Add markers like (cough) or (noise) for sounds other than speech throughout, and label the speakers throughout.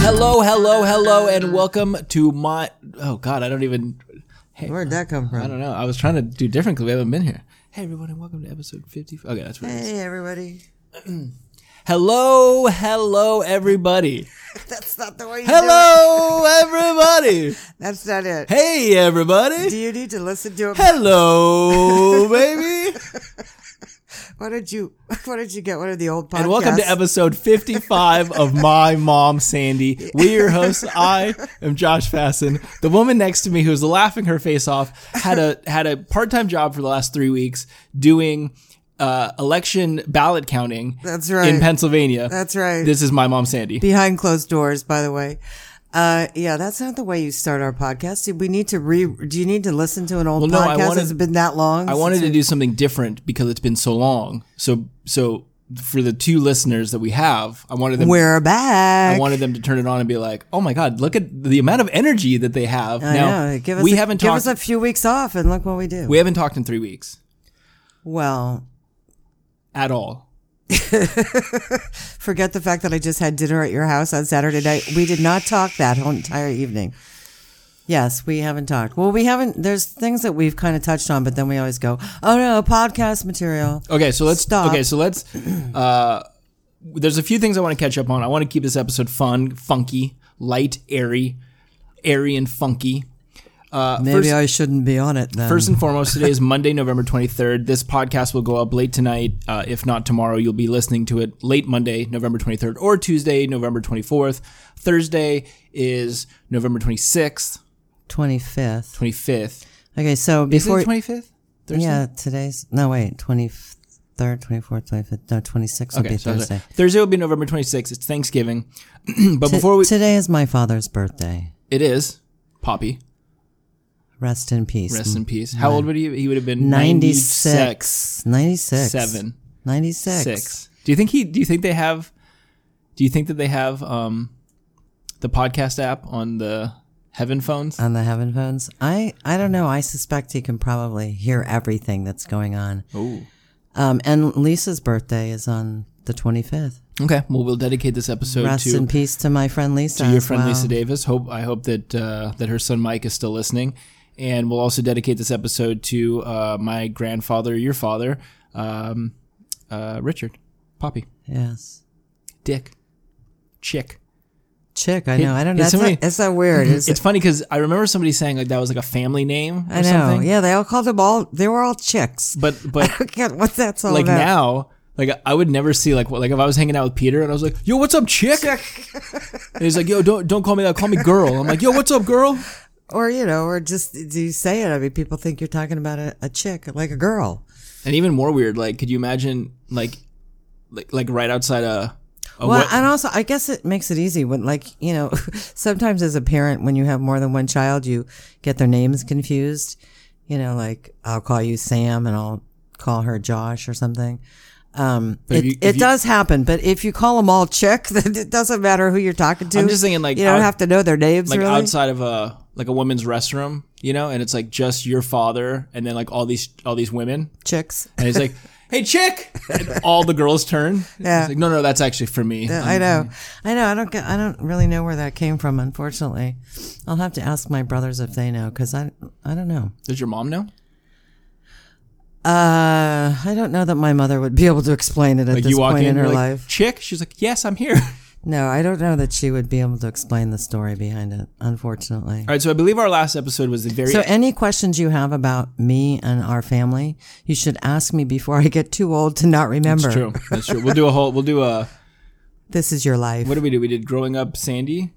Speaker 1: hello, hello, and welcome to my. Oh God, I don't even. Hey,
Speaker 2: Where'd that come
Speaker 1: I
Speaker 2: from?
Speaker 1: don't know. I was trying to do different because we haven't been here. Hey everyone, and welcome to episode fifty. Okay, that's right.
Speaker 2: Hey, everybody. (laughs)
Speaker 1: Hello, hello, everybody.
Speaker 2: That's not the way you do
Speaker 1: Hello, everybody.
Speaker 2: it. That's not it.
Speaker 1: Hey,
Speaker 2: Do (laughs)
Speaker 1: everybody.
Speaker 2: you need to listen to it?
Speaker 1: Hello, baby.
Speaker 2: Why did you? (laughs) Why did you get one of the old podcasts?
Speaker 1: And welcome to episode 55 of My Mom Sandy. We're your hosts. I am Josh Fasson. The woman next to me who's laughing her face off had a had a part-time job for the last 3 weeks doing uh, election ballot counting
Speaker 2: That's right.
Speaker 1: in Pennsylvania.
Speaker 2: That's right.
Speaker 1: This is my mom Sandy.
Speaker 2: Behind closed doors, by the way. Uh, yeah, that's not the way you start our podcast. Do we need to re? Do you need to listen to an old
Speaker 1: no, I
Speaker 2: podcast?
Speaker 1: wanted-
Speaker 2: Has it been that long?
Speaker 1: I wanted to do something different because it's been so long. So so for the two listeners that we have, I wanted them
Speaker 2: We're back.
Speaker 1: I wanted them to turn it on and be like, "Oh my god, look at the amount of energy that they have."
Speaker 2: I
Speaker 1: now,
Speaker 2: know. Give us
Speaker 1: we
Speaker 2: a,
Speaker 1: haven't
Speaker 2: give
Speaker 1: talked.
Speaker 2: us a few weeks off, and look what we do.
Speaker 1: we haven't talked in three weeks
Speaker 2: well,
Speaker 1: at all.
Speaker 2: forget the fact that I just had dinner at your house on Saturday night. We did not talk that whole entire evening. Yes, we haven't talked. Well, we haven't. There's things that we've kind of touched on, but then we always go, "Oh no, podcast material."
Speaker 1: Okay, so let's
Speaker 2: Stop.
Speaker 1: Okay, so let's.
Speaker 2: (clears throat)
Speaker 1: Uh, there's a few things I want to catch up on. I want to keep this episode fun, funky, light, airy, airy and funky.
Speaker 2: Maybe I shouldn't be on it then.
Speaker 1: Uh, First and foremost, today is Monday, November 23rd. This podcast will go up late tonight. Uh, if not tomorrow, you'll be listening to it late Monday, November 23rd, or Tuesday, November 24th. Thursday is November 26th,
Speaker 2: twenty fifth.
Speaker 1: 25th.
Speaker 2: Okay, so
Speaker 1: Is
Speaker 2: before
Speaker 1: it the 25th? Thursday?
Speaker 2: yeah, today's no wait, twenty third, twenty fourth, twenty fifth, no twenty sixth will
Speaker 1: Okay,
Speaker 2: be
Speaker 1: so
Speaker 2: Thursday.
Speaker 1: Thursday. Thursday will be November 26th. It's Thanksgiving. (clears throat) but before we.
Speaker 2: Today is my father's birthday.
Speaker 1: it is. Poppy.
Speaker 2: Rest in peace.
Speaker 1: Rest in peace. How old would he He would have been 96.
Speaker 2: 96. 96.
Speaker 1: Seven.
Speaker 2: 96.
Speaker 1: Six. Do you think he? Do you think they have? Do you think that they have um, the podcast app on the Heaven phones?
Speaker 2: on the heaven phones. I I don't know. I suspect he can probably hear everything that's going on.
Speaker 1: Oh,
Speaker 2: Um, and Lisa's birthday is on the 25th.
Speaker 1: okay. Well, we'll dedicate this episode
Speaker 2: Rest
Speaker 1: Oh, to
Speaker 2: in peace to my friend Lisa.
Speaker 1: to your
Speaker 2: as
Speaker 1: friend
Speaker 2: well.
Speaker 1: Lisa Davis. Hope I hope that uh, that her son Mike is still listening, and we'll also dedicate this episode to uh, my grandfather, your father, um, uh, Richard, Poppy,
Speaker 2: Yes.
Speaker 1: Dick, Chick.
Speaker 2: Chick, I know. I don't know.
Speaker 1: it's
Speaker 2: That's
Speaker 1: so many-
Speaker 2: not, it's not weird. It's,
Speaker 1: Mm-hmm. It's funny because I remember somebody saying like that was like a family name or
Speaker 2: I know.
Speaker 1: something.
Speaker 2: Yeah, they all called them all. They were all chicks.
Speaker 1: But but
Speaker 2: (laughs) I forget what that's all
Speaker 1: like
Speaker 2: about.
Speaker 1: now like I would never see like what like if I was hanging out with Peter and I was like, "Yo, what's up, chick?" and he's like, "Yo, don't don't call me that. Call me girl." I'm like, "Yo, what's up, girl?"
Speaker 2: Or, you know, or just do you say it? I mean, people think you're talking about a, a chick, like a girl.
Speaker 1: And even more weird, like, could you imagine like like like right outside a, a
Speaker 2: Well,
Speaker 1: wet-
Speaker 2: and also, I guess it makes it easy when, like, you know, (laughs) sometimes as a parent, when you have more than one child, you get their names confused. You know, like, I'll call you Sam and I'll call her Josh or something. Um,
Speaker 1: But if
Speaker 2: it
Speaker 1: you- if
Speaker 2: it
Speaker 1: you-
Speaker 2: does happen, but if you call them all chick, (laughs) then it doesn't matter who you're talking to.
Speaker 1: I'm just thinking, like,
Speaker 2: you don't
Speaker 1: out-
Speaker 2: have to know their names,
Speaker 1: like
Speaker 2: really.
Speaker 1: outside of a like a woman's restroom, you know, and it's like just your father and then like all these all these women. (laughs)
Speaker 2: Chicks.
Speaker 1: And he's
Speaker 2: (laughs)
Speaker 1: like, "Hey, chick." And all the girls turn.
Speaker 2: Yeah.
Speaker 1: He's like, "No, no, that's actually for me."
Speaker 2: I know, I know. I don't. Get, I don't really know where that came from. Unfortunately, I'll have to ask my brothers if they know because I. I don't know.
Speaker 1: Does your mom know?
Speaker 2: Uh, I don't know that my mother would be able to explain it at
Speaker 1: Like
Speaker 2: this
Speaker 1: you walk
Speaker 2: point
Speaker 1: in,
Speaker 2: in, her
Speaker 1: you're like,
Speaker 2: life.
Speaker 1: "Chick." She's like, "Yes, I'm here." (laughs)
Speaker 2: No, I don't know that she would be able to explain the story behind it, unfortunately.
Speaker 1: All right, so I believe our last episode was the very
Speaker 2: So, any questions you have about me and our family, you should ask me before I get too old to not remember.
Speaker 1: That's (laughs) true. That's true. We'll do a whole. We'll do a.
Speaker 2: This is your life.
Speaker 1: What did we do? We did growing up Sandy.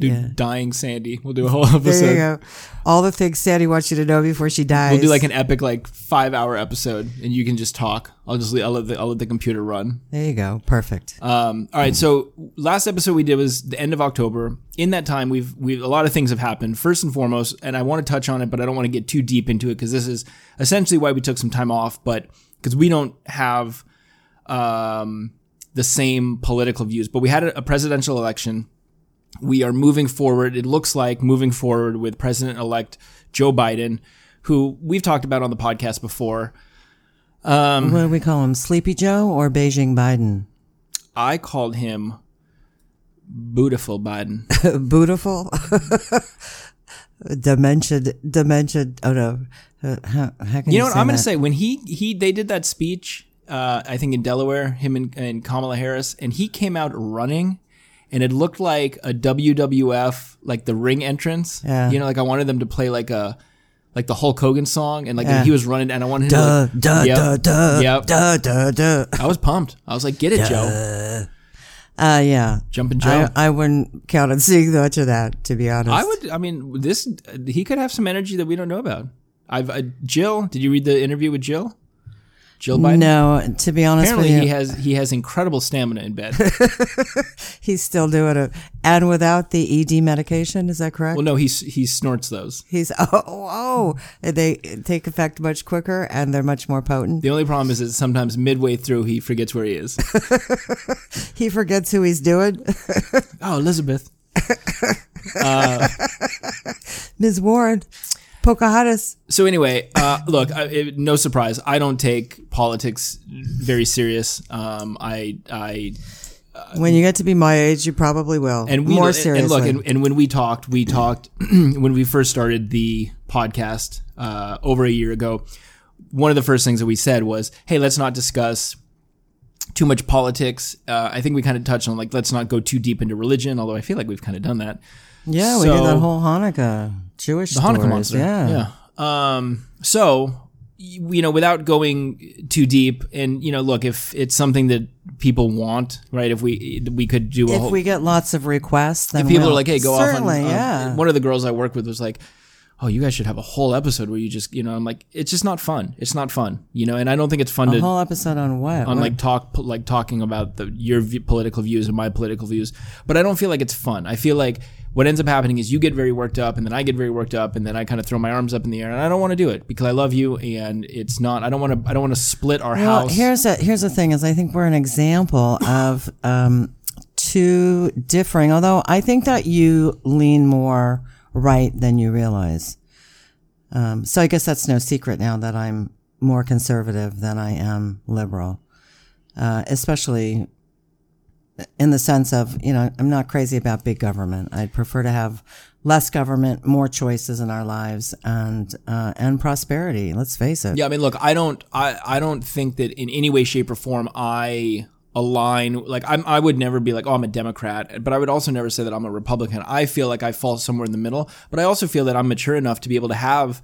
Speaker 1: Do
Speaker 2: Yeah.
Speaker 1: dying Sandy. We'll do a whole
Speaker 2: there you
Speaker 1: episode.
Speaker 2: go. All the things Sandy wants you to know before she dies.
Speaker 1: We'll do like an epic, like five hour episode, and you can just talk. I'll just leave, I'll let the I'll let the computer run.
Speaker 2: there you go. Perfect.
Speaker 1: Um, all right. So last episode we did was the end of October. In that time, we've we've a lot of things have happened. First and foremost, and I want to touch on it, but I don't want to get too deep into it because this is essentially why we took some time off. But because we don't have um, the same political views, but we had a, a presidential election. We are moving forward. It looks like moving forward with President Elect Joe Biden, who we've talked about on the podcast before. Um,
Speaker 2: what do we call him? Sleepy Joe or Beijing Biden?
Speaker 1: I called him Beautiful Biden.
Speaker 2: Beautiful. (laughs) dementia, dementia. Oh no. Uh, How, how can you,
Speaker 1: You know what?
Speaker 2: say
Speaker 1: I'm going
Speaker 2: that?
Speaker 1: to say when he he they did that speech, uh, I think in Delaware, him and, and Kamala Harris, and he came out running, and it looked like a WWF like the ring entrance.
Speaker 2: Yeah.
Speaker 1: You know, like I wanted them to play like a like the Hulk Hogan song, and like
Speaker 2: Yeah.
Speaker 1: he was running, and I wanted him
Speaker 2: Duh,
Speaker 1: to like,
Speaker 2: duh,
Speaker 1: Yep.
Speaker 2: duh, duh,
Speaker 1: Yep.
Speaker 2: duh, duh, duh.
Speaker 1: I was pumped. I was like, get it, Joe,
Speaker 2: Uh, yeah.
Speaker 1: jumping Joe.
Speaker 2: I, I wouldn't count on seeing much of that, to be honest.
Speaker 1: I, would. I mean, this he could have some energy that we don't know about. I've uh, Jill. Did you read the interview with Jill? Jill Biden.
Speaker 2: No, to be honest
Speaker 1: Apparently,
Speaker 2: with
Speaker 1: he
Speaker 2: you,
Speaker 1: has he has incredible stamina in
Speaker 2: (laughs)
Speaker 1: bed.
Speaker 2: he's still doing it. And without the ED medication, is that correct?
Speaker 1: Well, no, he s- he snorts those.
Speaker 2: He's (laughs) oh, oh, oh. they take effect much quicker and they're much more potent.
Speaker 1: The only problem is that sometimes midway through he forgets where he is.
Speaker 2: He forgets who he's doing.
Speaker 1: (laughs)
Speaker 2: (laughs)
Speaker 1: oh, Elizabeth.
Speaker 2: Ms. Warren, Pocahontas.
Speaker 1: So anyway, uh, look, I, it, no surprise, I don't take politics very serious. Um, I I
Speaker 2: When you get to be my age, you probably will.
Speaker 1: Uh, and we
Speaker 2: more
Speaker 1: and-
Speaker 2: seriously.
Speaker 1: And look, and, and when we talked, we talked (clears throat) when we first started the podcast uh, over a year ago. One of the first things that we said was, "Hey, let's not discuss too much politics." Uh, I think we kind of touched on like, let's not go too deep into religion. Although I feel like we've kind of done that.
Speaker 2: yeah, we did
Speaker 1: so-
Speaker 2: that whole Hanukkah Jewish
Speaker 1: the Hanukkah
Speaker 2: stories.
Speaker 1: monster.
Speaker 2: Yeah.
Speaker 1: Yeah. Um, so, y- you know, without going too deep, and you know, look, if it's something that people want, right? If we we could do a
Speaker 2: If
Speaker 1: whole.
Speaker 2: we get lots of requests, then
Speaker 1: Oh. people
Speaker 2: we'll-
Speaker 1: are like, hey, go off
Speaker 2: Certainly,
Speaker 1: on. um, on-
Speaker 2: yeah.
Speaker 1: One of the girls I work with was like. Oh, you guys should have a whole episode where you just, you know, I'm like, it's just not fun. It's not fun, you know, and I don't think it's fun to
Speaker 2: a whole episode on what?
Speaker 1: uh, on
Speaker 2: What-
Speaker 1: like talk like talking about the your v- political views and my political views but i don't feel like it's fun i feel like what ends up happening is you get very worked up and then i get very worked up and then i kind of throw my arms up in the air and i don't want to do it because i love you and it's not i don't want to i don't want to split our
Speaker 2: Well,
Speaker 1: house
Speaker 2: here's a, here's the thing: is I think we're an example of um, two differing. Although I think that you lean more right than you realize. Um, so I guess that's no secret now that I'm more conservative than I am liberal, uh, especially in the sense of you know I'm not crazy about big government. I'd prefer to have less government, more choices in our lives, and uh, and prosperity. Let's face it.
Speaker 1: yeah i mean look i don't i i don't think that in any way shape or form i align like I'm, i would never be like oh i'm a democrat but i would also never say that i'm a republican i feel like i fall somewhere in the middle but i also feel that i'm mature enough to be able to have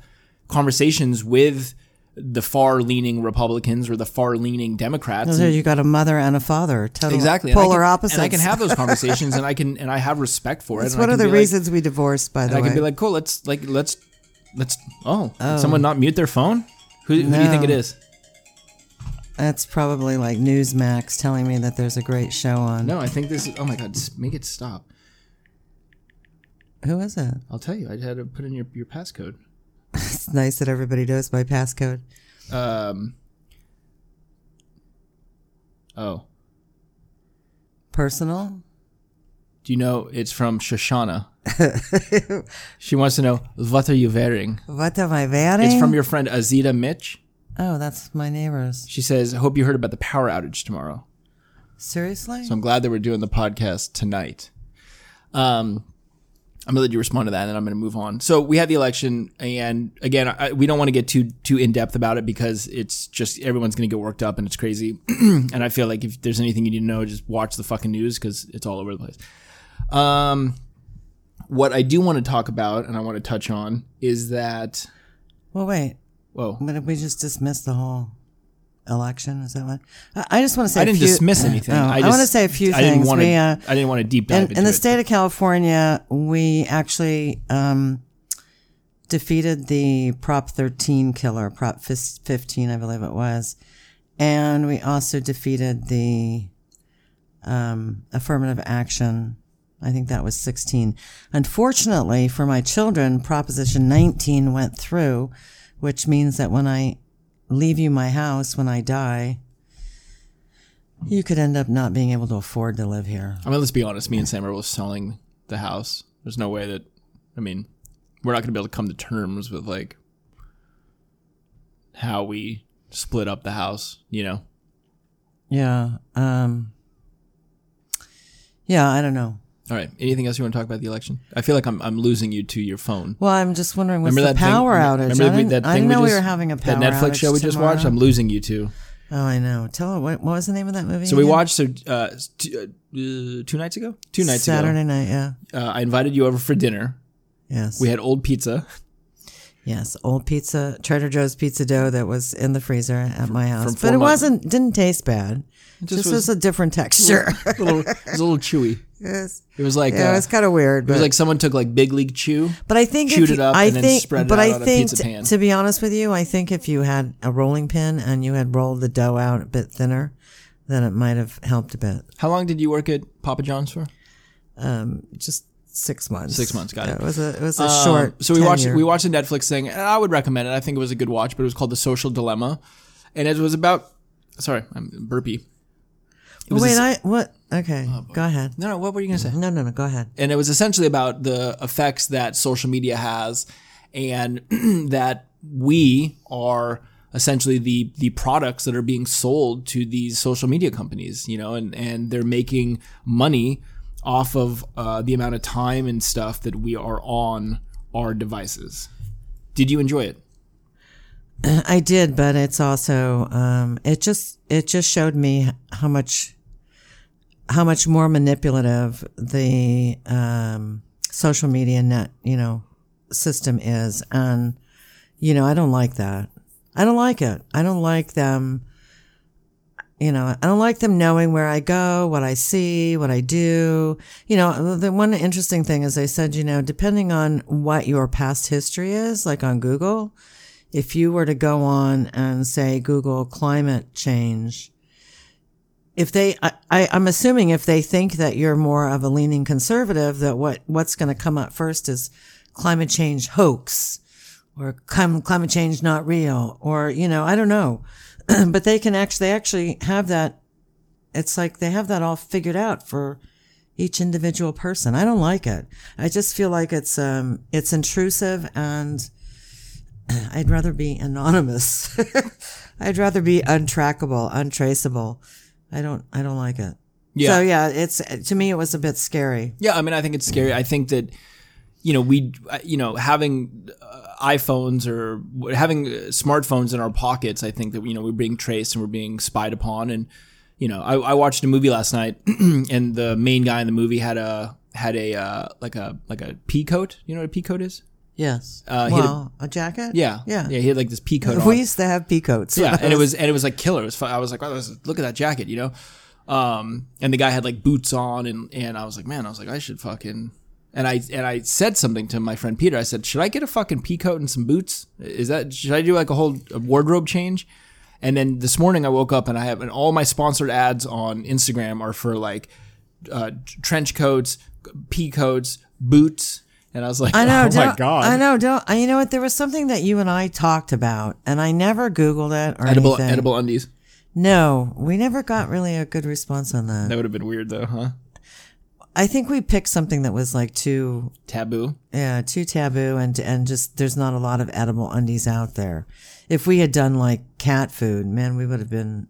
Speaker 1: conversations with the far leaning republicans or the far leaning democrats
Speaker 2: So you got a mother and a father, total
Speaker 1: exactly and I
Speaker 2: polar
Speaker 1: can-
Speaker 2: opposites.
Speaker 1: and i can have
Speaker 2: (laughs)
Speaker 1: those conversations and i can and i have respect for it
Speaker 2: It's
Speaker 1: and I
Speaker 2: one
Speaker 1: can
Speaker 2: of
Speaker 1: be
Speaker 2: the
Speaker 1: like-
Speaker 2: reasons we divorced, by
Speaker 1: and
Speaker 2: the
Speaker 1: i
Speaker 2: way.
Speaker 1: can be like cool let's like let's let's oh, did someone not mute their phone who, who do you think it
Speaker 2: No.
Speaker 1: is
Speaker 2: That's probably like Newsmax telling me that there's a great show on.
Speaker 1: no i think this is oh my god s- make it stop
Speaker 2: Who is it?
Speaker 1: I'll tell you. I had to put in your, your passcode.
Speaker 2: It's nice that everybody knows my passcode.
Speaker 1: Um. Oh,
Speaker 2: Personal?
Speaker 1: do you know it's from Shoshana? she wants to know what are you wearing.
Speaker 2: What am I wearing?
Speaker 1: It's from your friend Azita Mitch.
Speaker 2: oh, that's my neighbors.
Speaker 1: She says, "Hope you heard about the power outage tomorrow."
Speaker 2: Seriously?
Speaker 1: So I'm glad that we're doing the podcast tonight. Um, I'm gonna let you respond to that, and then I'm gonna move on. So we had the election, and again, I, we don't want to get too too in depth about it because it's just everyone's gonna get worked up, and it's crazy. (clears throat) and I feel like if there's anything you need to know, just watch the fucking news because it's all over the place. Um, what I do want to talk about, and I want to touch on, is that
Speaker 2: well, wait.
Speaker 1: whoa,
Speaker 2: But if we just dismiss the whole election, is that what? I, I just want to say.
Speaker 1: I
Speaker 2: a
Speaker 1: didn't
Speaker 2: few-
Speaker 1: dismiss anything.
Speaker 2: No,
Speaker 1: I,
Speaker 2: Oh, I
Speaker 1: just,
Speaker 2: want to say a few
Speaker 1: I
Speaker 2: things.
Speaker 1: Didn't wanna,
Speaker 2: we, uh,
Speaker 1: I didn't want to deep dive
Speaker 2: in,
Speaker 1: into
Speaker 2: in the
Speaker 1: it.
Speaker 2: state of California, we actually um, defeated the Prop 13 killer, Prop fis- 15, I believe it was, and we also defeated the um, affirmative action. I think that was 16. Unfortunately for my children, Proposition 19 went through, which means that when I leave you my house when I die, you could end up not being able to afford to live here.
Speaker 1: I mean, let's be honest. Me and Sam are both selling the house. There's no way that, I mean, we're not going to be able to come to terms with like how we split up the house. You know,
Speaker 2: Yeah. Um, yeah, I don't know.
Speaker 1: All right. Anything else you want to talk about the election? I feel like I'm, I'm losing you to your phone.
Speaker 2: Well, I'm just wondering what's
Speaker 1: remember
Speaker 2: the
Speaker 1: that thing-
Speaker 2: power
Speaker 1: remember
Speaker 2: outage?
Speaker 1: that
Speaker 2: I
Speaker 1: we-
Speaker 2: didn't,
Speaker 1: that
Speaker 2: I
Speaker 1: thing
Speaker 2: didn't
Speaker 1: we
Speaker 2: know we
Speaker 1: just-
Speaker 2: were having a power
Speaker 1: that Netflix
Speaker 2: outage
Speaker 1: show we just
Speaker 2: tomorrow.
Speaker 1: watched. I'm losing you to.
Speaker 2: Oh, I know. Tell what what was the name of that movie?
Speaker 1: So we
Speaker 2: again?
Speaker 1: watched so uh, t- uh, two nights ago. Two nights
Speaker 2: Saturday night. Yeah.
Speaker 1: ago, uh, I invited you over for dinner.
Speaker 2: Yes.
Speaker 1: We had old pizza (laughs)
Speaker 2: yes. Old pizza, Trader Joe's pizza dough that was in the freezer at my house,
Speaker 1: four
Speaker 2: but it
Speaker 1: months-
Speaker 2: wasn't didn't taste bad. It
Speaker 1: just
Speaker 2: just, was, a
Speaker 1: (laughs)
Speaker 2: different texture.
Speaker 1: a little, it was a little chewy.
Speaker 2: Yes.
Speaker 1: It was like
Speaker 2: yeah,
Speaker 1: uh,
Speaker 2: it was kind of weird,
Speaker 1: it
Speaker 2: but
Speaker 1: was like someone took like big league chew.
Speaker 2: But I think
Speaker 1: Chewed
Speaker 2: if you,
Speaker 1: it up
Speaker 2: I
Speaker 1: and then
Speaker 2: think,
Speaker 1: spread it
Speaker 2: but
Speaker 1: out
Speaker 2: I
Speaker 1: on a
Speaker 2: think,
Speaker 1: pizza
Speaker 2: t-
Speaker 1: pan.
Speaker 2: to be honest with you, I think if you had a rolling pin and you had rolled the dough out a bit thinner, then it might have helped a bit.
Speaker 1: How long did you work at Papa John's for?
Speaker 2: Um, just six months.
Speaker 1: Six months, got it. Um,
Speaker 2: Yeah, It was a it was a short.
Speaker 1: So we watched
Speaker 2: tenure.
Speaker 1: we watched a Netflix thing, and I would recommend it. I think it was a good watch, but it was called The Social Dilemma, and it was about. Sorry, I'm burpy. was Oh,
Speaker 2: Wait,
Speaker 1: a-
Speaker 2: I what? Okay, go ahead.
Speaker 1: No, no. What were you gonna say?
Speaker 2: No, no, no. Go ahead.
Speaker 1: and it was essentially about the effects that social media has and (clears throat) that we are essentially the the products that are being sold to these social media companies you know and and they're making money off of uh, the amount of time and stuff that we are on our devices did you enjoy it
Speaker 2: (clears throat) I did, but it's also um, it just it just showed me how much how much more manipulative the um, social media net you know system is, and you know I don't like that. I don't like it. I don't like them. You know, I don't like them knowing where I go, what I see, what I do. You know, the one interesting thing is they said, you know, depending on what your past history is, like on Google, if you were to go on and say Google climate change, if they, I, I, I'm assuming if they think that you're more of a leaning conservative, that what, what's going to come up first is climate change hoax or come climate change not real or, you know, I don't know, (clears throat) but they can actually, they actually have that. It's like they have that all figured out for each individual person. I don't like it. I just feel like it's, um, it's intrusive and, I'd rather be anonymous. (laughs) I'd rather be untrackable, untraceable. I don't I don't like it.
Speaker 1: Yeah.
Speaker 2: So yeah, it's to me it was a bit scary.
Speaker 1: Yeah, I mean, I think it's scary. I think that you know we uh, you know having uh, iPhones or w- having uh, smartphones in our pockets. I think that you know we're being traced and we're being spied upon. And you know, I, I watched a movie last night, (clears throat) and the main guy in the movie had a had a uh, like a like a pea coat. You know what a pea coat is?
Speaker 2: Yes.
Speaker 1: Uh, he had a-
Speaker 2: well, a, jacket?
Speaker 1: Yeah,
Speaker 2: Yeah.
Speaker 1: yeah. He had like this pea coat. on.
Speaker 2: (laughs) We used to have pea coats.
Speaker 1: Yeah, and it was and it was like killer. It was fun. I was like, wow, this is- look at that jacket, you know. Um, and the guy had like boots on, and and I was like, man, I was like, I should fucking. And I and I said something to my friend Peter. I said, should I get a fucking pea coat and some boots? Is that should I do like a whole wardrobe change? And then this morning I woke up and I have and all my sponsored ads on Instagram are for like uh, t- trench coats, pea coats, boots, and I was like,
Speaker 2: (laughs) I know.
Speaker 1: (laughs) oh my
Speaker 2: don't-
Speaker 1: god,
Speaker 2: I know. Don't. I- You know what? There was something that you and I talked about, and I never Googled it or
Speaker 1: edible
Speaker 2: anything.
Speaker 1: edible undies.
Speaker 2: No, we never got really a good response on that.
Speaker 1: That would have been weird though, huh?
Speaker 2: I think we picked something that was like too
Speaker 1: Taboo.
Speaker 2: Yeah, too taboo and and just there's not a lot of edible undies out there. If we had done like cat food, man, we would have been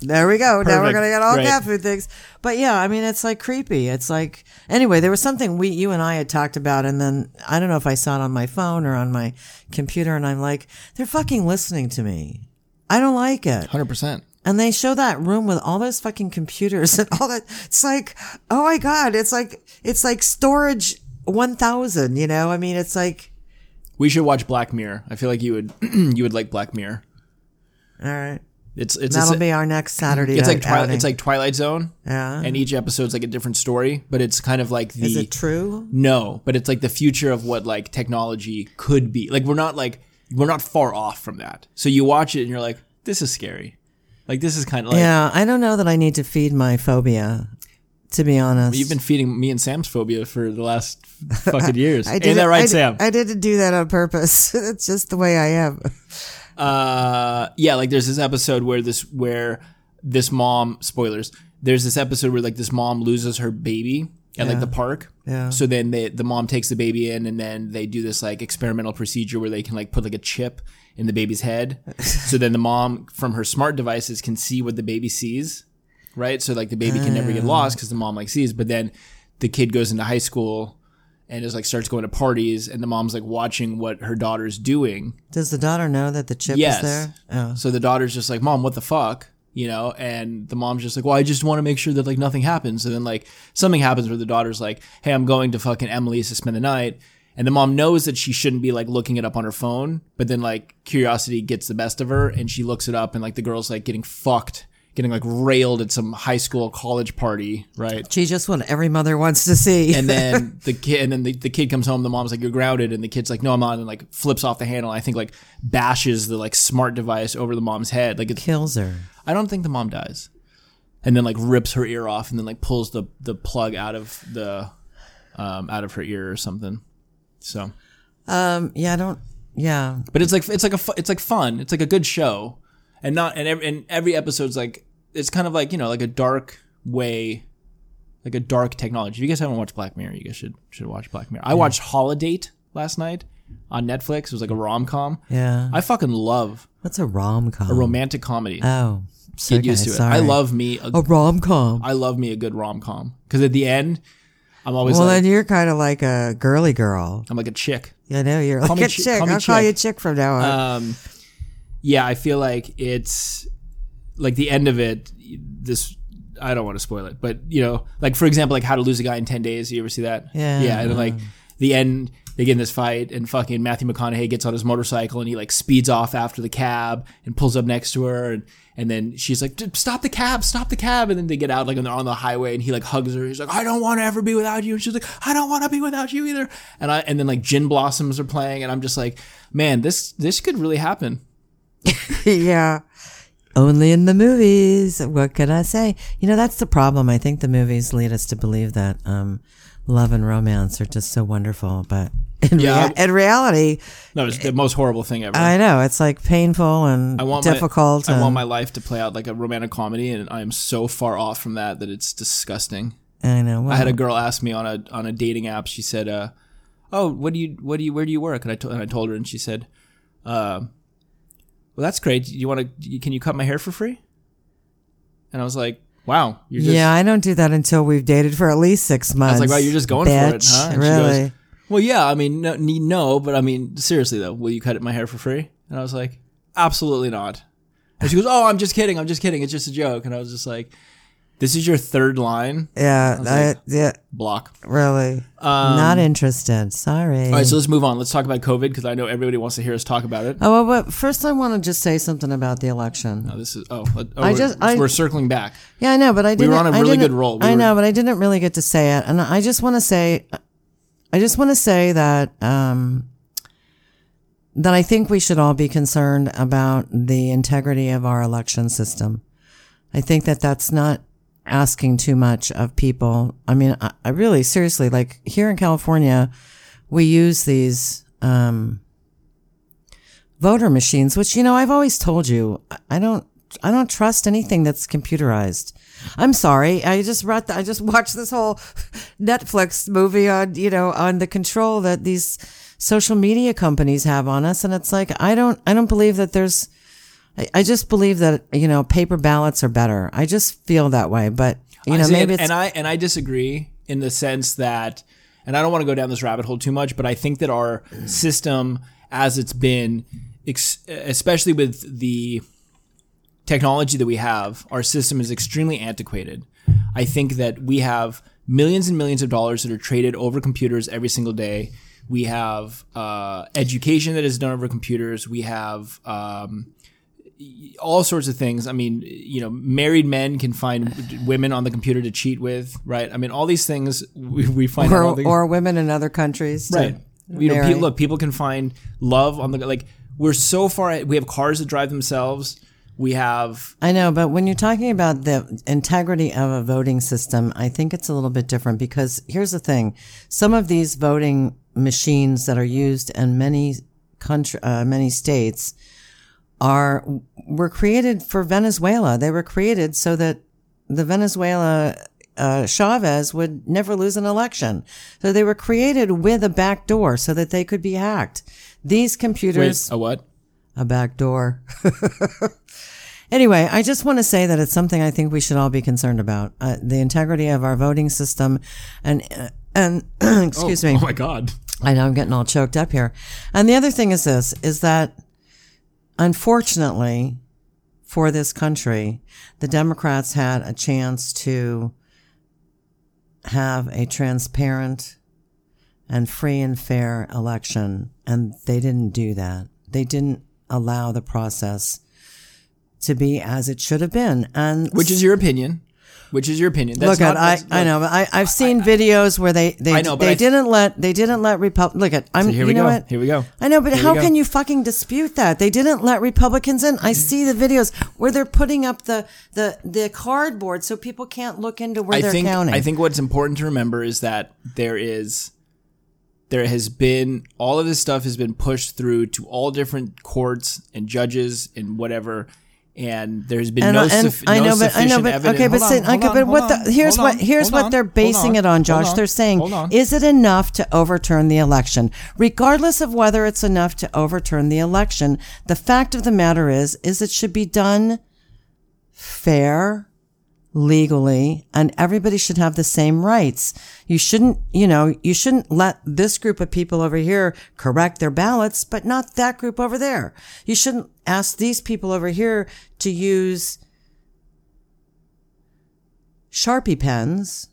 Speaker 2: there we go. Now we're
Speaker 1: Perfect.
Speaker 2: gonna get all
Speaker 1: Great.
Speaker 2: cat food things. But yeah, I mean it's like creepy. It's like anyway, there was something we you and I had talked about and then I don't know if I saw it on my phone or on my computer and I'm like, they're fucking listening to me. I don't like it.
Speaker 1: Hundred percent.
Speaker 2: And they show that room with all those fucking computers (laughs) and all that. It's like, oh my God. It's like, it's like storage 1000, you know? I mean, it's like,
Speaker 1: We should watch Black Mirror. I feel like you would (clears throat) you would like Black Mirror.
Speaker 2: all right.
Speaker 1: It's it's
Speaker 2: That'll
Speaker 1: it's,
Speaker 2: be our next Saturday.
Speaker 1: it's like
Speaker 2: night
Speaker 1: Twilight,
Speaker 2: outing.
Speaker 1: it's like Twilight Zone,
Speaker 2: yeah.
Speaker 1: and each episode's like a different story, but it's kind of like the
Speaker 2: Is it true?
Speaker 1: no, but it's like the future of what like technology could be. Like we're not like we're not far off from that. So you watch it and you're like, this is scary. Like this is kind of like
Speaker 2: Yeah. I don't know that I need to feed my phobia, to be honest.
Speaker 1: you've been feeding me and Sam's phobia for the last fucking years.
Speaker 2: (laughs) I did
Speaker 1: Ain't that right,
Speaker 2: I,
Speaker 1: Sam?
Speaker 2: I didn't do that on purpose. (laughs) it's just the way I am.
Speaker 1: uh yeah like there's this episode where this where this mom spoilers there's this episode where like this mom loses her baby at like the park
Speaker 2: Yeah.
Speaker 1: so then they, the mom takes the baby in and then they do this like experimental procedure where they can like put like a chip in the baby's
Speaker 2: (laughs)
Speaker 1: head so then the mom from her smart devices
Speaker 2: Ah.
Speaker 1: can see what the baby sees right so like the baby can never get lost because the mom like sees but then the kid goes into high school and just like starts going to parties and the mom's like watching what her daughter's doing
Speaker 2: Does the daughter know that the chip
Speaker 1: Yes.
Speaker 2: is there? Oh.
Speaker 1: So the daughter's just like, "Mom, what the fuck?" You know, and the mom's just like, "Well, I just want to make sure that like nothing happens." And then like something happens where the daughter's like, "Hey, I'm going to fucking Emily's to spend the night." And the mom knows that she shouldn't be like looking it up on her phone, but then like curiosity gets the best of her and she looks it up and like the girl's like getting fucked, getting like railed at some high school college party, right?
Speaker 2: Gee, just what every mother wants to see.
Speaker 1: And then the kid, and then the, the kid comes home. The mom's like, "You're grounded," and the kid's like, "No, I'm not." And like flips off the handle. I think like bashes the like smart device over the mom's head. Like it's
Speaker 2: (laughs) Kills her.
Speaker 1: I don't think the mom dies. And then like rips her ear off and then like pulls the the plug out of the um out of her ear or something. So,
Speaker 2: Um, yeah, I don't. Yeah,
Speaker 1: but it's like it's like a fu- it's like fun. It's like a good show. And not and every, and every episode's like it's kind of like, you know, like a dark way like a dark technology. If you guys haven't watched Black Mirror, you guys should should watch Black Mirror. I watched Holidate last night on Netflix. It was like a rom-com.
Speaker 2: yeah.
Speaker 1: I fucking love
Speaker 2: What's a rom com?
Speaker 1: romantic comedy.
Speaker 2: oh,
Speaker 1: Get used to it. I love me a
Speaker 2: a rom com.
Speaker 1: I love me a good rom com because at the end, I'm always
Speaker 2: Well,
Speaker 1: like,
Speaker 2: then you're kind of like a girly girl.
Speaker 1: I'm like a chick.
Speaker 2: You know, you're like
Speaker 1: me
Speaker 2: a
Speaker 1: chi-
Speaker 2: chick.
Speaker 1: call me
Speaker 2: I'll call
Speaker 1: chick.
Speaker 2: you chick from now on.
Speaker 1: Um, yeah, I feel like it's like the end of it. This I don't want to spoil it, but you know, like for example, like How to Lose a Guy in Ten Days. You ever see that?
Speaker 2: Yeah.
Speaker 1: yeah. And like the end, they get in this fight, and fucking Matthew McConaughey gets on his motorcycle and he like speeds off after the cab and pulls up next to her, and and then she's like, "Dude, "Stop the cab! Stop the cab!" And then they get out like and they're on the highway, and he like hugs her. He's like, "I don't want to ever be without you," and she's like, "I don't want to be without you either." And I and then like Gin Blossoms are playing, and I'm just like, "Man, this this could really happen."
Speaker 2: (laughs) yeah. Only in the movies. What can I say? You know, that's the problem. I think the movies lead us to believe that um, love and romance are just so wonderful, but (laughs) in,
Speaker 1: Yeah,
Speaker 2: rea- in reality,
Speaker 1: No, it's the most horrible thing ever.
Speaker 2: I know it's like painful and
Speaker 1: I want
Speaker 2: difficult.
Speaker 1: My, I
Speaker 2: and,
Speaker 1: want my life to play out like a romantic comedy, and I am so far off from that that it's disgusting.
Speaker 2: I know. Well,
Speaker 1: I had a girl ask me on a on a dating app. She said, uh, "Oh, what do you what do you where do you work?" And I to, and I told her, and she said, uh, "Well, that's great. Do You want to? Can you cut my hair for free?" And I was like, "Wow, you're just,
Speaker 2: yeah, I don't do that until we've dated for at least six
Speaker 1: I
Speaker 2: months.
Speaker 1: was like, "Wow, you're just going for it,
Speaker 2: bitch."
Speaker 1: huh?" And she goes,
Speaker 2: really?
Speaker 1: well, yeah. I mean, no, nee- no, but I mean, seriously though, will you cut my hair for free? And I was like, absolutely not. And she goes, oh, I'm just kidding. I'm just kidding. It's just a joke. And I was just like, this is your third line
Speaker 2: yeah, I, yeah,
Speaker 1: block.
Speaker 2: really. Not interested. Sorry.
Speaker 1: um, All right, so let's move on. Let's talk about COVID because I know everybody wants to hear us talk about it.
Speaker 2: oh, well, but first I want to just say something about the election.
Speaker 1: Oh, this is oh, oh
Speaker 2: I
Speaker 1: we're,
Speaker 2: just- I-
Speaker 1: we're circling back.
Speaker 2: Yeah, I know, but I didn't.
Speaker 1: were on a
Speaker 2: I
Speaker 1: really
Speaker 2: didn't-
Speaker 1: good roll. We
Speaker 2: I
Speaker 1: were-
Speaker 2: know, but I didn't really get to say it, and I just want to say, I just want to say that um, that I think we should all be concerned about the integrity of our election system. I think that that's not asking too much of people. I mean, I, I really seriously like here in California, we use these. Um, voter machines, which you know I've always told you I- I don't I don't trust anything that's computerized. I'm sorry. I just read I just (laughs) watched this whole Netflix movie on you know on the control that these social media companies have on us, and it's like I don't I don't believe that there's I, I just believe that you know paper ballots are better. I just feel that way, but you know
Speaker 1: See,
Speaker 2: maybe
Speaker 1: and,
Speaker 2: it's
Speaker 1: and I and I disagree in the sense that, and I don't want to go down this rabbit hole too much, but I think that our system, as it's been, ex- especially with the technology that we have, our system is extremely antiquated. I think that we have millions and millions of dollars that are traded over computers every single day. We have uh, education that is done over computers. We have um, all sorts of things. I mean, you know, married men can find d- women on the computer to cheat with, right? I mean, all these things we, we find out all
Speaker 2: or,
Speaker 1: the-
Speaker 2: or women in other countries, to
Speaker 1: right. You know,
Speaker 2: marry.
Speaker 1: pe- look, people can find love on the like. We're so far. We have cars that drive themselves. We have
Speaker 2: I know, but when you're talking about the integrity of a voting system, I think it's a little bit different because here's the thing: some of these voting machines that are used in many country, uh, many states, are were created for Venezuela. They were created so that the Venezuela uh, Chavez would never lose an election. So they were created with a back door so that they could be hacked. These computers
Speaker 1: wait, a what?
Speaker 2: a back door. (laughs) Anyway, I just want to say that it's something I think we should all be concerned about uh, the integrity of our voting system, and uh, and (clears throat) excuse me,
Speaker 1: Oh my God.
Speaker 2: I know I'm getting all choked up here. And the other thing is this is that unfortunately for this country, the Democrats had a chance to have a transparent and free and fair election. And they didn't do that. They didn't allow the process to be as it should have been. And
Speaker 1: Which is your opinion? Which is your opinion? That's
Speaker 2: look at
Speaker 1: not-
Speaker 2: I,
Speaker 1: that's-
Speaker 2: I know but I I've seen videos where they they,
Speaker 1: I know, but
Speaker 2: they
Speaker 1: I-
Speaker 2: didn't let they didn't let Repub look at I'm
Speaker 1: here
Speaker 2: you
Speaker 1: we
Speaker 2: know
Speaker 1: go.
Speaker 2: what
Speaker 1: Here we go.
Speaker 2: I know but how
Speaker 1: go.
Speaker 2: can you fucking dispute that they didn't let Republicans in I see the videos where they're putting up the the the cardboard so people can't look into where
Speaker 1: I
Speaker 2: they're
Speaker 1: think
Speaker 2: counting
Speaker 1: I think what's important to remember is that there is there has been all of this stuff has been pushed through to all different courts and judges and whatever and there's been no, suf- no
Speaker 2: but I
Speaker 1: sufficient
Speaker 2: know, but
Speaker 1: evidence.
Speaker 2: okay, but
Speaker 3: Hold
Speaker 2: say,
Speaker 3: on, hold
Speaker 2: okay,
Speaker 3: on,
Speaker 2: but what
Speaker 3: hold
Speaker 2: the
Speaker 3: on,
Speaker 2: here's
Speaker 3: hold
Speaker 2: what
Speaker 3: on,
Speaker 2: here's
Speaker 3: hold
Speaker 2: what
Speaker 3: on,
Speaker 2: they're basing
Speaker 3: hold
Speaker 2: it on,
Speaker 3: on,
Speaker 2: Josh.
Speaker 3: hold
Speaker 2: They're
Speaker 3: on,
Speaker 2: saying,
Speaker 3: hold on.
Speaker 2: is it enough to overturn the election? Regardless of whether it's enough to overturn the election, the fact of the matter is, is it should be done fair, legally, and everybody should have the same rights. You shouldn't, you know, you shouldn't let this group of people over here correct their ballots, but not that group over there. You shouldn't ask these people over here to use Sharpie pens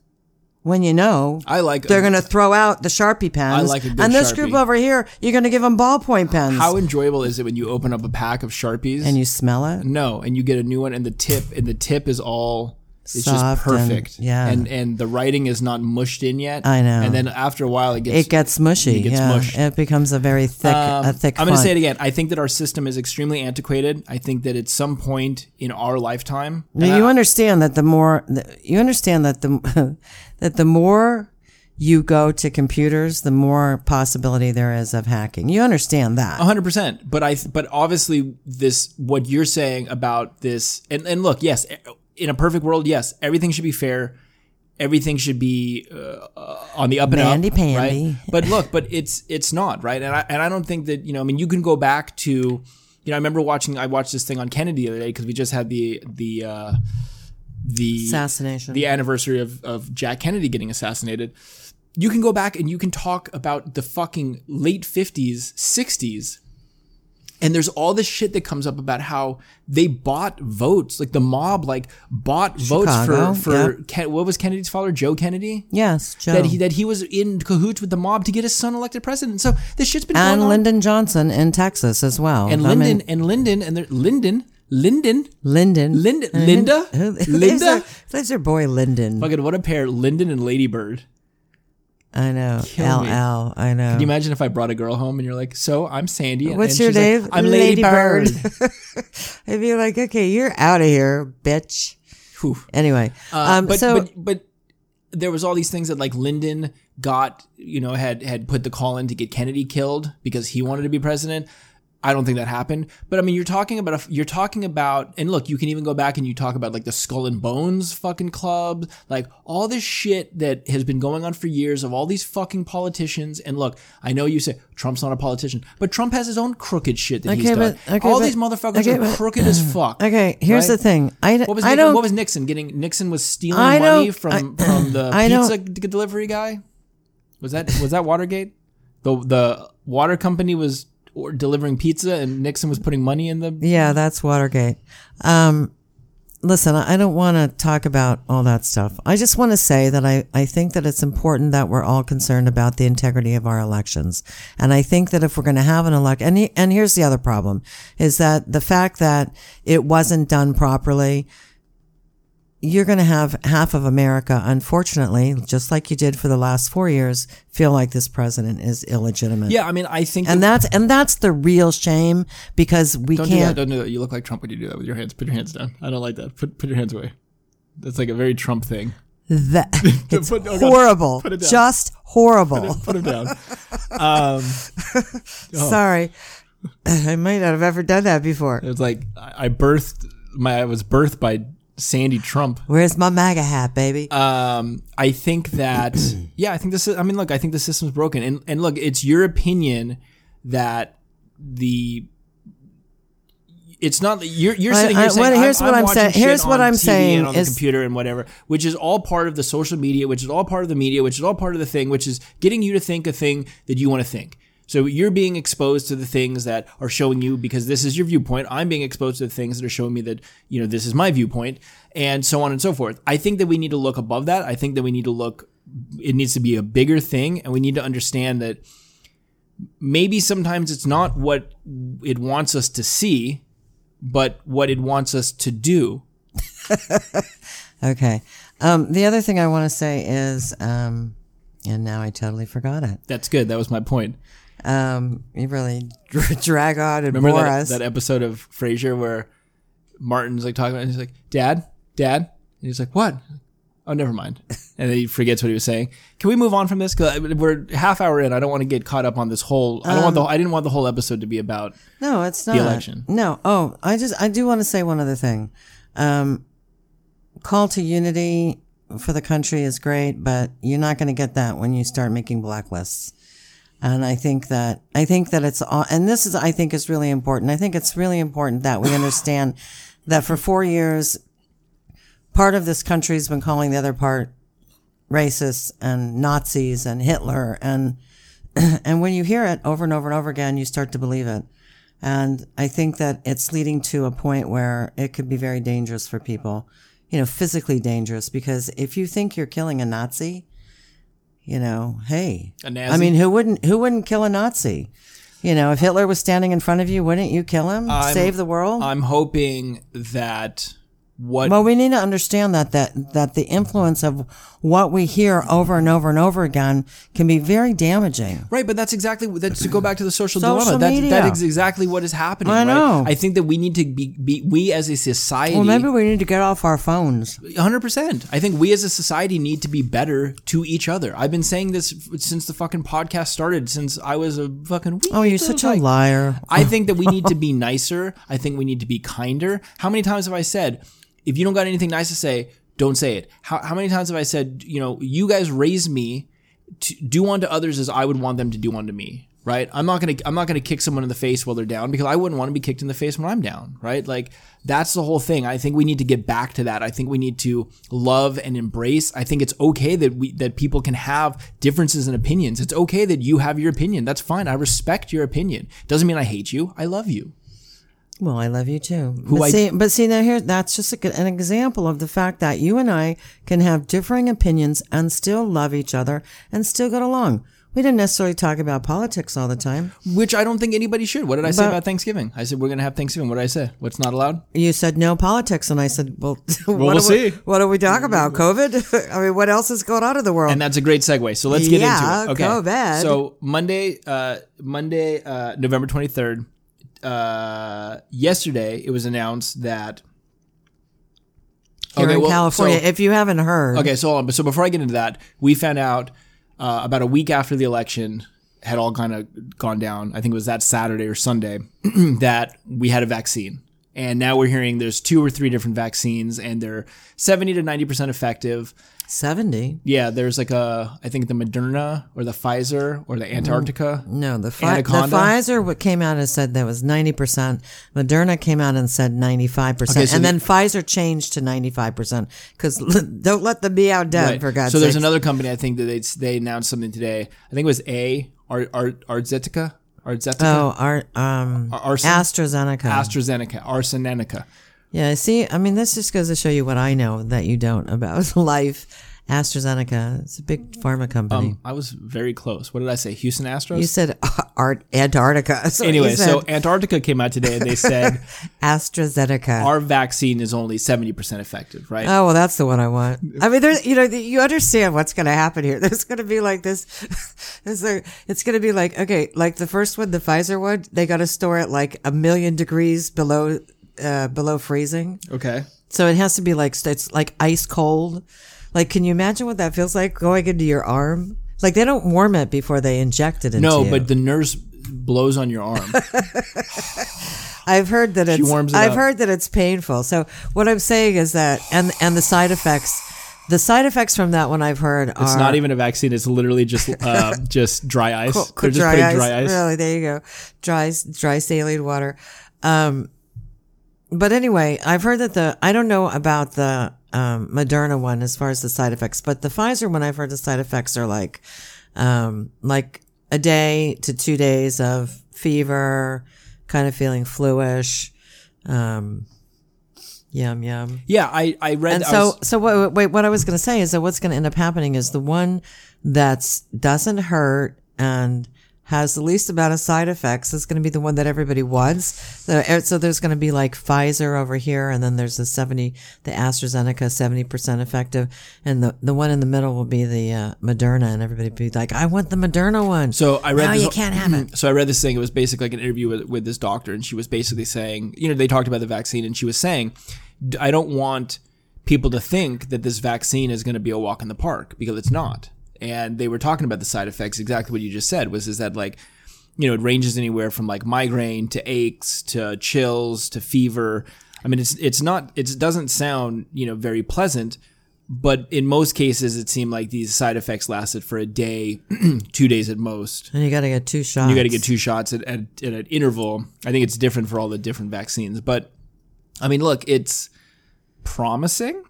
Speaker 2: when you know
Speaker 1: I like
Speaker 2: they're going to throw out the Sharpie pens.
Speaker 1: like a good
Speaker 2: and this
Speaker 1: Sharpie.
Speaker 2: group over here, you're going to give them ballpoint pens.
Speaker 1: how enjoyable is it when you open up a pack of Sharpies
Speaker 2: and you smell it?
Speaker 1: no and you get a new one and the tip and the tip is all it's just
Speaker 2: Soft and-
Speaker 1: perfect.
Speaker 2: yeah.
Speaker 1: And and the writing is not mushed in yet.
Speaker 2: I know.
Speaker 1: And then after a while it gets
Speaker 2: It gets mushy.
Speaker 1: gets
Speaker 2: yeah,
Speaker 1: mushed. Um,
Speaker 2: it becomes a very thick, a thick.
Speaker 1: I'm going to
Speaker 2: font.
Speaker 1: say it again. I think that our system is extremely antiquated. I think that at some point in our lifetime,
Speaker 2: Now, you understand that the more the- you understand that the (laughs) that the more you go to computers, the more possibility there is of hacking. You understand that?
Speaker 1: Oh, 100%. But I but obviously this what you're saying about this and and look, yes, in a perfect world, yes, everything should be fair. Everything should be uh, uh, on the up and
Speaker 2: Mandy
Speaker 1: up,
Speaker 2: pandy.
Speaker 1: right? But look, but it's it's not right, and I and I don't think that you know. I mean, you can go back to, you know, I remember watching. I watched this thing on Kennedy the other day because we just had the the uh, the
Speaker 2: Assassination.
Speaker 1: the anniversary of, of Jack Kennedy getting assassinated. You can go back and you can talk about the fucking late 50s, 60s. And there's all this shit that comes up about how they bought votes, like the mob, like bought
Speaker 2: Chicago,
Speaker 1: votes for for Ken, what was Kennedy's father, Joe Kennedy,
Speaker 2: yes, Joe
Speaker 1: that he that he was in cahoots with the mob to get his son elected president. So this shit's been going
Speaker 2: and
Speaker 1: on.
Speaker 2: Lyndon Johnson in Texas as well.
Speaker 1: and
Speaker 2: I mean,
Speaker 1: Lyndon and Lyndon and there- Lyndon Lyndon
Speaker 2: Lyndon,
Speaker 1: Lyndon-
Speaker 2: Uh,
Speaker 1: Linda?
Speaker 2: (laughs) who- who lives
Speaker 1: Linda?
Speaker 2: their, lives their boy Lyndon.
Speaker 1: Fucking what a pair, Lyndon and Ladybird.
Speaker 2: I know,
Speaker 1: Kill
Speaker 2: L
Speaker 1: me.
Speaker 2: L. I know.
Speaker 1: Can you imagine if I brought a girl home and you're like, "So I'm Sandy. And,
Speaker 2: What's
Speaker 1: and
Speaker 2: your
Speaker 1: she's
Speaker 2: name?
Speaker 1: Like, I'm Lady,
Speaker 2: Lady
Speaker 1: Bird.
Speaker 2: (laughs) I'd be like, okay, you're out of here, bitch.
Speaker 1: Whew.
Speaker 2: Anyway,
Speaker 1: Uh,
Speaker 2: um,
Speaker 1: but,
Speaker 2: so
Speaker 1: but but there was all these things that like Lyndon got, you know, had had put the call in to get Kennedy killed because he wanted to be president. I don't think that happened. But I mean, you're talking about a, f- you're talking about, and look, you can even go back and you talk about like the Skull and Bones fucking club, like all this shit that has been going on for years of all these fucking politicians. And look, I know you say Trump's not a politician, but Trump has his own crooked shit that he's
Speaker 2: Okay,
Speaker 1: done.
Speaker 2: but- okay,
Speaker 1: all
Speaker 2: but-
Speaker 1: these motherfuckers
Speaker 2: okay,
Speaker 1: are
Speaker 2: but-
Speaker 1: crooked as
Speaker 2: (clears throat)
Speaker 1: fuck.
Speaker 2: okay, here's
Speaker 1: right?
Speaker 2: the thing. I,
Speaker 1: What was
Speaker 2: I
Speaker 1: Nixon,
Speaker 2: don't.
Speaker 1: what was Nixon getting? Nixon was stealing
Speaker 2: I
Speaker 1: money
Speaker 2: don't-
Speaker 1: from
Speaker 2: I-
Speaker 1: from the
Speaker 2: (clears throat) I don't-
Speaker 1: pizza d- delivery guy. Was that was that Watergate? The the water company was or delivering pizza, and Nixon was putting money in the.
Speaker 2: Yeah, that's Watergate. Um, listen, I I don't want to talk about all that stuff. I just want to say that I, I think that it's important that we're all concerned about the integrity of our elections. And I think that if we're going to have an elect, and, he- and here's the other problem is that the fact that it wasn't done properly, you're going to have half of America, unfortunately, just like you did for the last four years, feel like this president is illegitimate.
Speaker 1: Yeah, I mean, I think.
Speaker 2: And
Speaker 1: that,
Speaker 2: that's, and that's the real shame because we
Speaker 1: don't do
Speaker 2: can't.
Speaker 1: that. Don't do that. You look like Trump when you do that with your hands. Put your hands down. I don't like that. Put put your hands away. That's like a very Trump thing.
Speaker 2: That
Speaker 1: (laughs)
Speaker 2: it's
Speaker 1: Put- oh God,
Speaker 2: horrible,
Speaker 1: put it down.
Speaker 2: just horrible.
Speaker 1: Put him
Speaker 2: (laughs)
Speaker 1: down. Um,
Speaker 2: Sorry, (laughs) I might not have ever done that before.
Speaker 1: it was like I I birthed my. I was birthed by Sandy Trump.
Speaker 2: Where's my MAGA hat, baby?
Speaker 1: um, I think that (clears throat) yeah, I think this. Is, I mean, look, I think the system's broken, and and look, it's your opinion that the it's not that you're you're
Speaker 2: I-
Speaker 1: sitting
Speaker 2: I-
Speaker 1: here saying
Speaker 2: well, here's
Speaker 1: I'm,
Speaker 2: what
Speaker 1: I'm
Speaker 2: I'm
Speaker 1: watching
Speaker 2: saying-
Speaker 1: shit
Speaker 2: here's what
Speaker 1: on
Speaker 2: I'm
Speaker 1: TV
Speaker 2: saying
Speaker 1: and on the
Speaker 2: is-
Speaker 1: computer and whatever, which is all part of the social media, which is all part of the media, which is all part of the thing, which is getting you to think a thing that you want to think. So you're being exposed to the things that are showing you because this is your viewpoint. I'm being exposed to the things that are showing me that you know this is my viewpoint, and so on and so forth. I think that we need to look above that. I think that we need to look. It needs to be a bigger thing, and we need to understand that maybe sometimes it's not what it wants us to see, but what it wants us to do.
Speaker 2: Okay. Um, the other thing I want to say is, um, and now I totally forgot it.
Speaker 1: That's good. That was my point.
Speaker 2: Um, you really (laughs) drag on and
Speaker 1: Remember
Speaker 2: bore
Speaker 1: that,
Speaker 2: us.
Speaker 1: that episode of Frasier where Martin's like talking about, and he's like, "Dad, Dad," and he's like, "What?" Oh, never mind. (laughs) And then he forgets what he was saying. Can we move on from this? 'Cause we're half hour in. I don't want to get caught up on this whole. I don't want the.
Speaker 2: Um,
Speaker 1: I didn't want the whole episode to be about.
Speaker 2: No, it's not.
Speaker 1: election.
Speaker 2: No. Oh, I just I do want to say one other thing. Um, call to unity for the country is great, but you're not going to get that when you start making blacklists. And I think that I think that it's all, and this is I think is really important. I think it's really important that we understand that for four years, part of this country's been calling the other part racists and Nazis and Hitler and (clears throat) and when you hear it over and over and over again, you start to believe it. And I think that it's leading to a point where it could be very dangerous for people, you know, physically dangerous. Because if you think you're killing a Nazi, you know, hey,
Speaker 1: A Nazi?
Speaker 2: I mean, who wouldn't who wouldn't kill a Nazi? You know, if Hitler was standing in front of you, wouldn't you kill him? Save the world.
Speaker 1: I'm hoping that what
Speaker 2: Well, we need to understand that that that the influence of what we hear over and over and over again can be very damaging.
Speaker 1: Right, but that's exactly that's to go back to the social,
Speaker 2: Social
Speaker 1: dilemma. That, that
Speaker 2: media.
Speaker 1: is exactly what is happening.
Speaker 2: I
Speaker 1: right?
Speaker 2: know.
Speaker 1: I think that we need to be, be we as a society.
Speaker 2: Well, maybe we need to get off our phones.
Speaker 1: 100%. I think we as a society need to be better to each other. I've been saying this f- since the fucking podcast started, since I was a fucking. wee
Speaker 2: Oh, you're
Speaker 1: little,
Speaker 2: such a
Speaker 1: like-
Speaker 2: liar.
Speaker 1: I think that we need to be nicer. I think we need to be kinder. How many times have I said, if you don't got anything nice to say, don't say it? How, how many times have I said, you know, you guys raised me to do unto others as I would want them to do unto me? Right? I'm not gonna I'm not gonna kick someone in the face while they're down because I wouldn't want to be kicked in the face when I'm down. Right? Like that's the whole thing. I think we need to get back to that. I think we need to love and embrace. I think it's okay that we that people can have differences in opinions. It's okay that you have your opinion. That's fine. I respect your opinion. Doesn't mean I hate you. I love you.
Speaker 2: Well, I love you too. but
Speaker 1: I-
Speaker 2: see, but see now here, that's just a good, an example of the fact that you and I can have differing opinions and still love each other and still get along. We didn't necessarily talk about politics all the time.
Speaker 1: Which I don't think anybody should. What did I say
Speaker 2: But-
Speaker 1: about Thanksgiving? I said we're gonna have Thanksgiving. What did I say? What's not allowed?
Speaker 2: You said no politics, and I said, "Well, (laughs) what
Speaker 1: we'll
Speaker 2: do we,
Speaker 1: see.
Speaker 2: What do we talk about? COVID? (laughs) I mean, what else is going on in the world?"
Speaker 1: And that's a great segue. So let's get
Speaker 2: Yeah,
Speaker 1: into it. Okay.
Speaker 2: go ahead.
Speaker 1: So Monday, uh, Monday, uh, November twenty third. Uh, yesterday, it was announced that
Speaker 2: here
Speaker 1: Okay,
Speaker 2: in
Speaker 1: well,
Speaker 2: California.
Speaker 1: Oh, so-
Speaker 2: if you haven't heard,
Speaker 1: Okay, so hold on. But So before I get into that, we found out uh, about a week after the election had all kind of gone down. I think it was that Saturday or Sunday (clears throat) that we had a vaccine. And now we're hearing there's two or three different vaccines, and they're 70 to 90% effective.
Speaker 2: seventy.
Speaker 1: Yeah, there's like a, I think the Moderna or the Pfizer or the Antarctica.
Speaker 2: No, the, Fi- the
Speaker 1: Anaconda?
Speaker 2: Pfizer what came out and said that was ninety percent. Moderna came out and said ninety five percent,
Speaker 1: so
Speaker 2: and
Speaker 1: the-
Speaker 2: then Pfizer changed to ninety five percent because (laughs) don't let them be out dead
Speaker 1: Right.
Speaker 2: for God's
Speaker 1: so
Speaker 2: sake.
Speaker 1: there's another company I think that they they announced something today. I think it was A Ar, Ar, Arzetica, Arzetica,
Speaker 2: Oh, our um,
Speaker 1: arson?
Speaker 2: AstraZeneca.
Speaker 1: AstraZeneca, Arsenenica.
Speaker 2: yeah, see, I mean, this just goes to show you what I know that you don't about (laughs) life. AstraZeneca, it's a big
Speaker 1: Um,
Speaker 2: pharma company.
Speaker 1: I was very close. What did I say? Houston Astros.
Speaker 2: you said uh, Art Antarctica. (laughs) That's what you
Speaker 1: anyway,
Speaker 2: said.
Speaker 1: so Antarctica came out today
Speaker 2: (laughs)
Speaker 1: and they said
Speaker 2: AstraZeneca.
Speaker 1: our vaccine is only 70% effective, right?
Speaker 2: Oh well, that's the one I want. I mean, there's you know the- you understand what's going to happen here. (laughs) There's going to be like this. (laughs) It's like it's going to be like okay, like the first one, the Pfizer one, they got to store it like a million degrees below uh, below freezing,
Speaker 1: okay.
Speaker 2: so it has to be like it's like ice cold. Like, can you imagine what that feels like going into your arm? Like they don't warm it before they inject it into
Speaker 1: No,
Speaker 2: you.
Speaker 1: but the nurse blows on your arm.
Speaker 2: (laughs) I've heard that it's
Speaker 1: warms it
Speaker 2: I've
Speaker 1: up.
Speaker 2: heard that it's painful. So what I'm saying is that and and the side effects, the side effects from that one I've heard are
Speaker 1: it's not even a vaccine, it's literally just uh, just dry ice. They're just
Speaker 2: dry
Speaker 1: putting
Speaker 2: ice.
Speaker 1: dry ice.
Speaker 2: Really, there you go. Dry, dry saline water. Um, But anyway, I've heard that the I don't know about the um, Moderna one as far as the side effects, but the Pfizer one I've heard the side effects are like um, like a day to two days of fever, kind of feeling fluish. Um, yum yum.
Speaker 1: Yeah, I I read.
Speaker 2: And
Speaker 1: I
Speaker 2: so,
Speaker 1: was-
Speaker 2: so what, wait, what I was going to say is that what's going to end up happening is the one that's doesn't hurt and has the least amount of side effects is going to be the one that everybody wants. So, eh, so there's going to be like Pfizer over here, and then there's the 70, the AstraZeneca 70% effective, and the, the one in the middle will be the uh, Moderna, and everybody be like, I want the Moderna one.
Speaker 1: So I read.
Speaker 2: No,
Speaker 1: this
Speaker 2: you
Speaker 1: whole-
Speaker 2: can't have
Speaker 1: (clears throat)
Speaker 2: it.
Speaker 1: So I read this thing. It was basically like an interview with, with this doctor, and she was basically saying, you know, they talked about the vaccine, and she was saying, "D- I don't want people to think that this vaccine is going to be a walk in the park because it's not. And they were talking about the side effects. Exactly what you just said was is that like, you know, it ranges anywhere from like migraine to aches to chills to fever. I mean, it's it's not it doesn't sound you know very pleasant, but in most cases, it seemed like these side effects lasted for a day, (clears throat) two days at most.
Speaker 2: And you got to get two shots.
Speaker 1: You got to get two shots at, at, at an interval. I think it's different for all the different vaccines, but I mean, look, it's promising.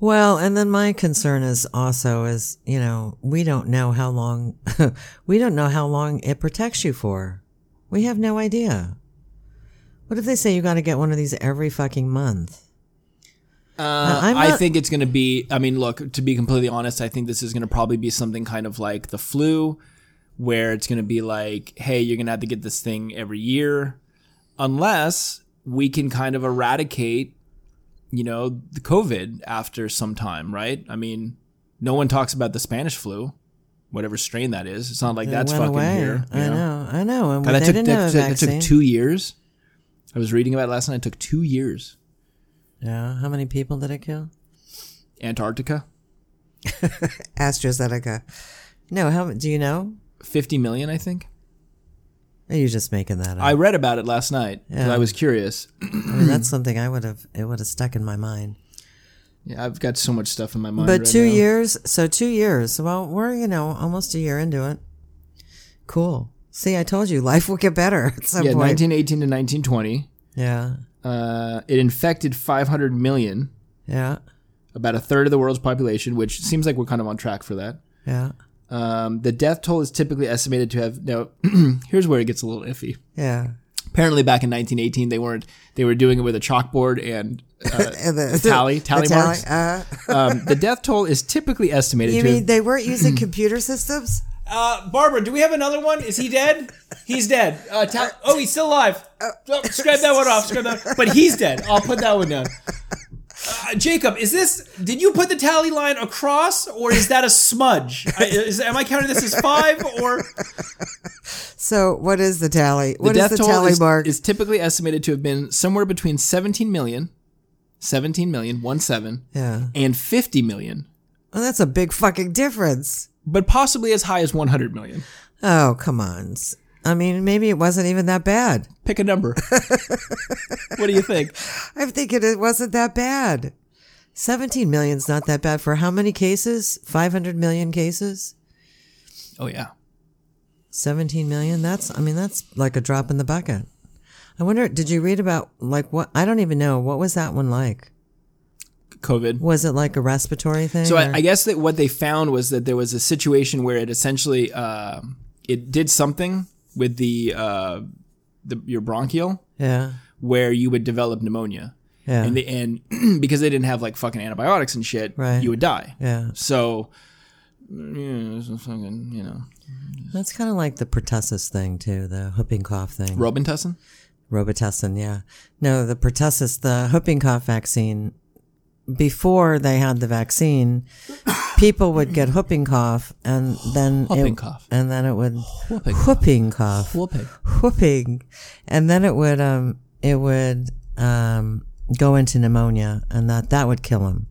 Speaker 2: Well, and then my concern is also is, you know, we don't know how long, (laughs) we don't know how long it protects you for. We have no idea. What if they say you got to get one of these every fucking month?
Speaker 1: Uh,
Speaker 2: I'm
Speaker 1: I
Speaker 2: not-
Speaker 1: think it's going to be. I mean, look, to be completely honest, I think this is going to probably be something kind of like the flu, where it's going to be like, hey, you're going to have to get this thing every year, unless we can kind of eradicate, you know, the COVID after some time, right? I mean, no one talks about the Spanish flu, whatever strain that is. It's not like that's
Speaker 2: it went
Speaker 1: fucking
Speaker 2: away.
Speaker 1: here. you
Speaker 2: I know, I know. And
Speaker 1: God,
Speaker 2: they
Speaker 1: that took
Speaker 2: didn't
Speaker 1: that,
Speaker 2: have a
Speaker 1: took- that
Speaker 2: vaccine.
Speaker 1: took two years. I was reading about it last night. It took two years.
Speaker 2: yeah. How many people did it kill?
Speaker 1: Antarctica,
Speaker 2: AstraZeneca. No, how do you know?
Speaker 1: fifty million, I think.
Speaker 2: Are you just making that up?
Speaker 1: I read about it last night. 'cause I was curious.
Speaker 2: I mean, that's something I would have. It would have stuck in my mind.
Speaker 1: Yeah, I've got so much stuff in my mind.
Speaker 2: But
Speaker 1: right
Speaker 2: two
Speaker 1: now.
Speaker 2: years, so two years. Well, we're you know almost a year into it. Cool. See, I told you, life will get better (laughs) at some
Speaker 1: Yeah,
Speaker 2: point.
Speaker 1: 1918 to 1920.
Speaker 2: yeah,
Speaker 1: Uh, it infected 500 million,
Speaker 2: yeah,
Speaker 1: about a third of the world's population, which seems like we're kind of on track for that.
Speaker 2: yeah,
Speaker 1: Um, the death toll is typically estimated to have. Now, (clears throat) here's where it gets a little iffy.
Speaker 2: yeah.
Speaker 1: Apparently, back in 1918, they weren't. They were doing it with a chalkboard and
Speaker 2: And the,
Speaker 1: tally- tally marks? (laughs)
Speaker 2: Uh,
Speaker 1: um,
Speaker 2: (laughs)
Speaker 1: the death toll is typically estimated
Speaker 2: you
Speaker 1: to.
Speaker 2: mean they weren't
Speaker 1: (clears throat)
Speaker 2: using computer systems?
Speaker 1: uh, Barbara, do we have another one? Is he dead? He's dead. Uh, ta- oh, he's still alive. Oh, scrap that one off. Scrap that. But he's dead. I'll put that one down. Uh, Jacob, is this? Did you put the tally line across, or is that a smudge? I, is, am I counting this as five or
Speaker 2: So, what is the tally? What is
Speaker 1: death
Speaker 2: the
Speaker 1: toll
Speaker 2: tally
Speaker 1: is,
Speaker 2: mark?
Speaker 1: is typically estimated to have been somewhere between 17 million, 17 million, one seven,
Speaker 2: yeah,
Speaker 1: and 50 million,
Speaker 2: well, that's a big fucking difference.
Speaker 1: but possibly as high as 100 million.
Speaker 2: Oh, come on. I mean, maybe it wasn't even that bad.
Speaker 1: Pick a
Speaker 2: (laughs)
Speaker 1: number. what do you think?
Speaker 2: I'm thinking it wasn't that bad. 17 million's not that bad for how many cases? 500 million cases?
Speaker 1: Oh yeah.
Speaker 2: 17 million? That's, I mean, that's like a drop in the bucket. I wonder, did you read about like what? I don't even know. What was that one like?
Speaker 1: COVID.
Speaker 2: Was it like a respiratory thing?
Speaker 1: So
Speaker 2: or-
Speaker 1: I, I guess that what they found was that there was a situation where it essentially um it did something with the uh, the your bronchial
Speaker 2: yeah.
Speaker 1: where you would develop pneumonia,
Speaker 2: Yeah.
Speaker 1: and the, and (clears throat) because they didn't have like fucking antibiotics and shit,
Speaker 2: Right.
Speaker 1: you would die.
Speaker 2: yeah.
Speaker 1: So mm, yeah, it's a fucking you know
Speaker 2: That's kind of like the pertussis thing, too, the whooping cough thing.
Speaker 1: Robitussin.
Speaker 2: Robitussin, yeah. No, the pertussis, the whooping cough vaccine. Before they had the vaccine, (coughs) people would get whooping cough, and then
Speaker 1: Whooping
Speaker 2: it,
Speaker 1: cough.
Speaker 2: and then it would
Speaker 1: Whooping cough.
Speaker 2: whooping cough,
Speaker 1: Whooping.
Speaker 2: whooping, and then it would um it would um go into pneumonia, and that that would kill him.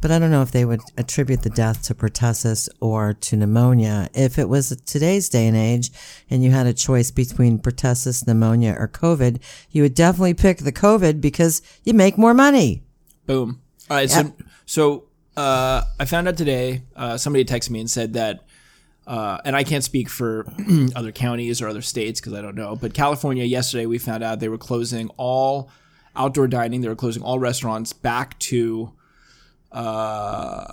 Speaker 2: But I don't know if they would attribute the death to pertussis or to pneumonia. If it was today's day and age and you had a choice between pertussis, pneumonia, or COVID, you would definitely pick the COVID because you make more money.
Speaker 1: Boom. All right. So, so uh, I found out today. Uh, somebody texted me and said that, uh, and I can't speak for (clears throat) other counties or other states because I don't know. But California yesterday, we found out they were closing all outdoor dining. They were closing all restaurants back to uh,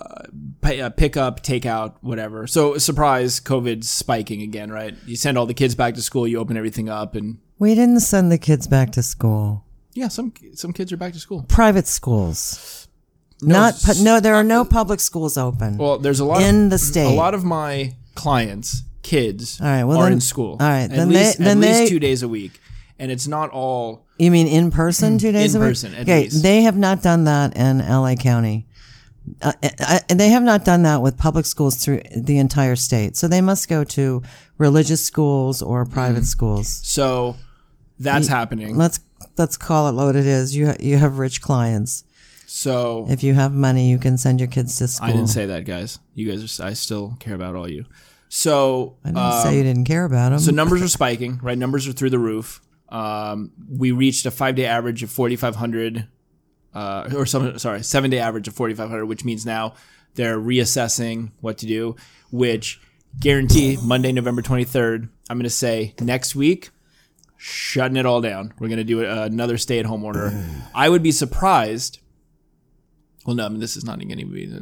Speaker 1: pay, uh pickup, takeout, whatever. So surprise, COVID's spiking again, right? You send all the kids back to school, you open everything up, and
Speaker 2: We didn't send the kids back to school.
Speaker 1: yeah, some some kids are back to school.
Speaker 2: Private schools.
Speaker 1: No,
Speaker 2: Not
Speaker 1: s-
Speaker 2: pu- no. There are no public schools open.
Speaker 1: Well, there's a lot
Speaker 2: In
Speaker 1: of,
Speaker 2: the state.
Speaker 1: A lot of my clients, kids,
Speaker 2: All right, well,
Speaker 1: are
Speaker 2: then-
Speaker 1: in school.
Speaker 2: all right,
Speaker 1: at
Speaker 2: then they-
Speaker 1: least,
Speaker 2: then
Speaker 1: at least
Speaker 2: they-
Speaker 1: two days a week, and it's not all.
Speaker 2: You mean in person two days
Speaker 1: Mm. In
Speaker 2: a week?
Speaker 1: person, at
Speaker 2: okay,
Speaker 1: least.
Speaker 2: they have not done that in LA County. Uh, uh, uh, they have not done that with public schools through the entire state. So they must go to religious schools or
Speaker 1: Mm.
Speaker 2: private schools.
Speaker 1: So that's happening.
Speaker 2: Let's let's call it what it is. You ha- you have rich clients.
Speaker 1: So
Speaker 2: If you have money, you can send your kids to school.
Speaker 1: I didn't say that, guys. You guys, are, s- I still care about all you. So
Speaker 2: I didn't say you didn't care about them.
Speaker 1: um, So numbers are spiking, right? Numbers are through the roof. Um, we reached a five day average of 4,500, uh, or some, sorry, seven day average of 4,500, which means now they're reassessing what to do, which guarantee Monday, November 23rd, I'm going to say next week, shutting it all down. We're going to do a- another stay at home order. I would be surprised. Well, no, I mean, this is not going to be.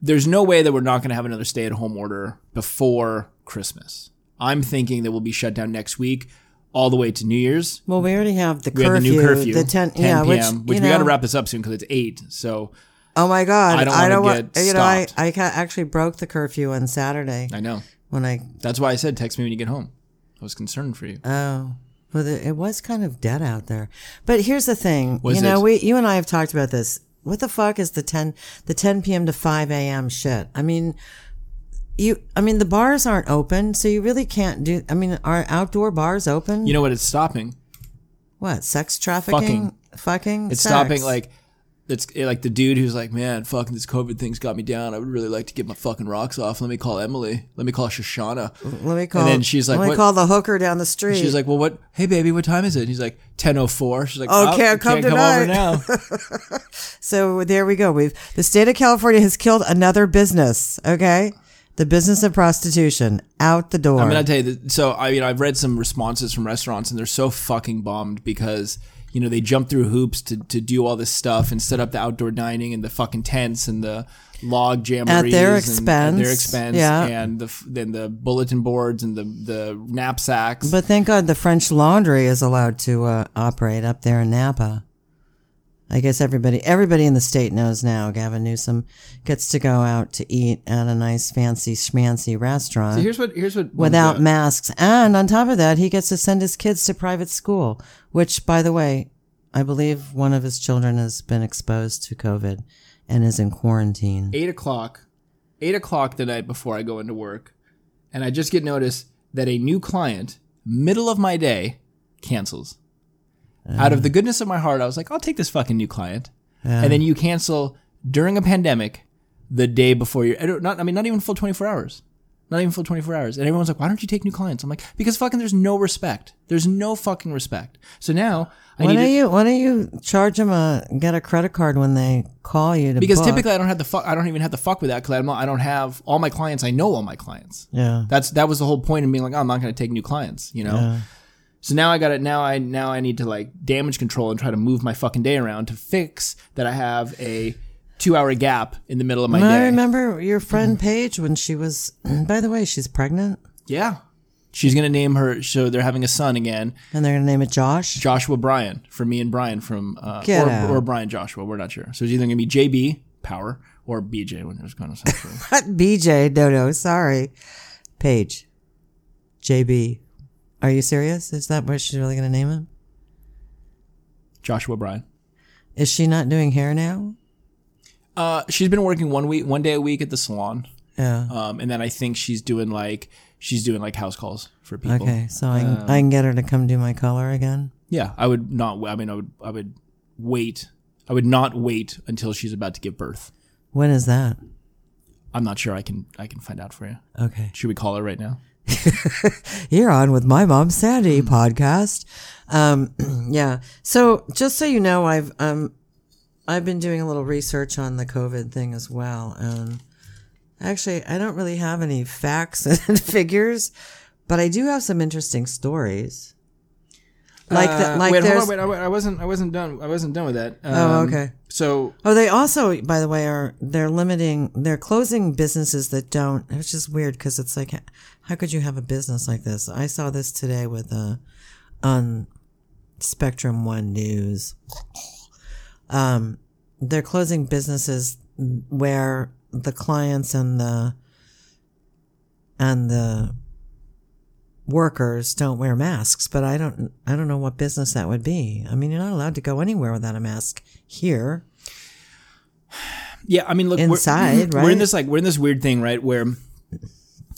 Speaker 1: There's no way that we're not going to have another stay at home order before Christmas. I'm thinking that we'll be shut down next week all the way to New Year's.
Speaker 2: well, we already have the
Speaker 1: We
Speaker 2: curfew,
Speaker 1: have the new curfew,
Speaker 2: the 10, yeah, which,
Speaker 1: p.m., which,
Speaker 2: you
Speaker 1: we got to
Speaker 2: know-
Speaker 1: wrap this up soon because it's 8. So
Speaker 2: Oh my God!
Speaker 1: I don't
Speaker 2: I
Speaker 1: wanna
Speaker 2: don't want.
Speaker 1: get
Speaker 2: You know, I
Speaker 1: stopped.
Speaker 2: I ca- actually broke the curfew on Saturday
Speaker 1: I know.
Speaker 2: when I
Speaker 1: That's why I said text me when you get home. I was concerned for you.
Speaker 2: Oh, well, the, it was kind of dead out there. But here's the thing,
Speaker 1: Was
Speaker 2: you know,
Speaker 1: it?
Speaker 2: we you and I have talked about this. What the fuck is the ten the ten p.m. to five a.m. shit? I mean, you. I mean, the bars aren't open, so you really can't do. I mean, are outdoor bars open?
Speaker 1: You know what? It's stopping.
Speaker 2: what sex trafficking? Fucking.
Speaker 1: It's
Speaker 2: sex.
Speaker 1: stopping like it's it- like the dude who's like, man, fucking this COVID thing's got me down. I would really like to get my fucking rocks off. Let me call Emily. Let me call Shoshana.
Speaker 2: Let me call.
Speaker 1: then she's like,
Speaker 2: let me
Speaker 1: what-
Speaker 2: call the hooker down the street.
Speaker 1: She's like, well, what? Hey, baby, what time is it? And he's like, ten oh four. She's like,
Speaker 2: Oh,
Speaker 1: "Well,
Speaker 2: can't come
Speaker 1: can't come over
Speaker 2: (laughs)
Speaker 1: now.
Speaker 2: So there we go. We've the state of California has killed another business. Okay, the business of prostitution out the door.
Speaker 1: I mean, I tell you, that- so I mean, I've read some responses from restaurants, and they're so fucking bummed because you know they jump through hoops to, to do all this stuff and set up the outdoor dining and the fucking tents and the log jamborees
Speaker 2: their
Speaker 1: and, at
Speaker 2: expense,
Speaker 1: their expense,
Speaker 2: yeah.
Speaker 1: and the f- then the bulletin boards and the the knapsacks.
Speaker 2: But thank God the French Laundry is allowed to uh, operate up there in Napa. I guess everybody everybody in the state knows now. Gavin Newsom gets to go out to eat at a nice fancy schmancy restaurant
Speaker 1: here's what here's what
Speaker 2: without masks, and on top of that, he gets to send his kids to private school. Which, by the way, I believe one of his children has been exposed to COVID and is in quarantine.
Speaker 1: eight o'clock, eight o'clock the night before I go into work, and I just get notice that a new client, middle of my day, cancels. Out of the goodness of my heart, I was like, I'll take this fucking new client. and then you cancel during a pandemic the day before your I don't- not I mean not even full 24 hours. Not even full 24 hours. And everyone's like, "Why don't you take new clients?" I'm like, "Because fucking there's no respect. There's no fucking respect." So now I
Speaker 2: Why
Speaker 1: need to-
Speaker 2: don't you Why don't you charge them a get a credit card when they call you to
Speaker 1: because
Speaker 2: book?
Speaker 1: typically I don't have the fuck I don't even have to fuck with that cuz I'm not, I don't have all my clients. I know all my clients.
Speaker 2: yeah.
Speaker 1: That's that was the whole point of being like, oh, I'm not going to take new clients, you know. So now I got it. Now I now I need to like damage control and try to move my fucking day around to fix that I have a two hour gap in the middle of my
Speaker 2: And I
Speaker 1: day.
Speaker 2: remember your friend Paige when she was, (clears throat) by the way, she's pregnant
Speaker 1: Yeah, she's gonna name her. So they're having a son again,
Speaker 2: and they're going to name it (laughs) Josh.
Speaker 1: Joshua Bryan, for me and Brian from uh,
Speaker 2: Get out.
Speaker 1: or, or Brian Joshua. We're not sure. So it's either gonna be JB Power or BJ when it was going to.
Speaker 2: (laughs) BJ, no, no, sorry. Paige. JB. Are you serious? Is that what she's really going to name him?
Speaker 1: Joshua Bryan.
Speaker 2: Is she not doing hair now?
Speaker 1: Uh, she's been working one week, one day a week at the salon.
Speaker 2: Yeah.
Speaker 1: Um, and then I think she's doing like she's doing like house calls for people.
Speaker 2: Okay, so I, can I can get her to come do my color again.
Speaker 1: Yeah, I would not. I mean, I would. I would wait. I would not wait until she's about to give birth.
Speaker 2: When is that?
Speaker 1: I'm not sure. I can. I can find out for you.
Speaker 2: Okay.
Speaker 1: Should we call her right now?
Speaker 2: You're on with my mom Sandy
Speaker 1: Hmm.
Speaker 2: podcast. Um, (clears throat) yeah. So just so you know, I've um, I've been doing a little research on the COVID thing as well, and actually, I don't really have any (laughs) facts and figures, but I do have some interesting stories. Like that.
Speaker 1: Uh,
Speaker 2: Like
Speaker 1: wait, hold
Speaker 2: there's.
Speaker 1: on, wait, I, I wasn't, I wasn't done. I wasn't done with that.
Speaker 2: Oh,
Speaker 1: Um,
Speaker 2: okay.
Speaker 1: So
Speaker 2: Oh, they also, by the way, are they're limiting, they're closing businesses that don't. It's just weird because it's like, how could you have a business like this? I saw this today with uh, on Spectrum One News. Um, they're closing businesses where the clients and the and the workers don't wear masks, but I don't I don't know what business that would be. I mean, you're not allowed to go anywhere without a mask here.
Speaker 1: Yeah, I mean, look, we're-
Speaker 2: Inside,
Speaker 1: we're,
Speaker 2: right?
Speaker 1: in this like we're in this weird thing, right, where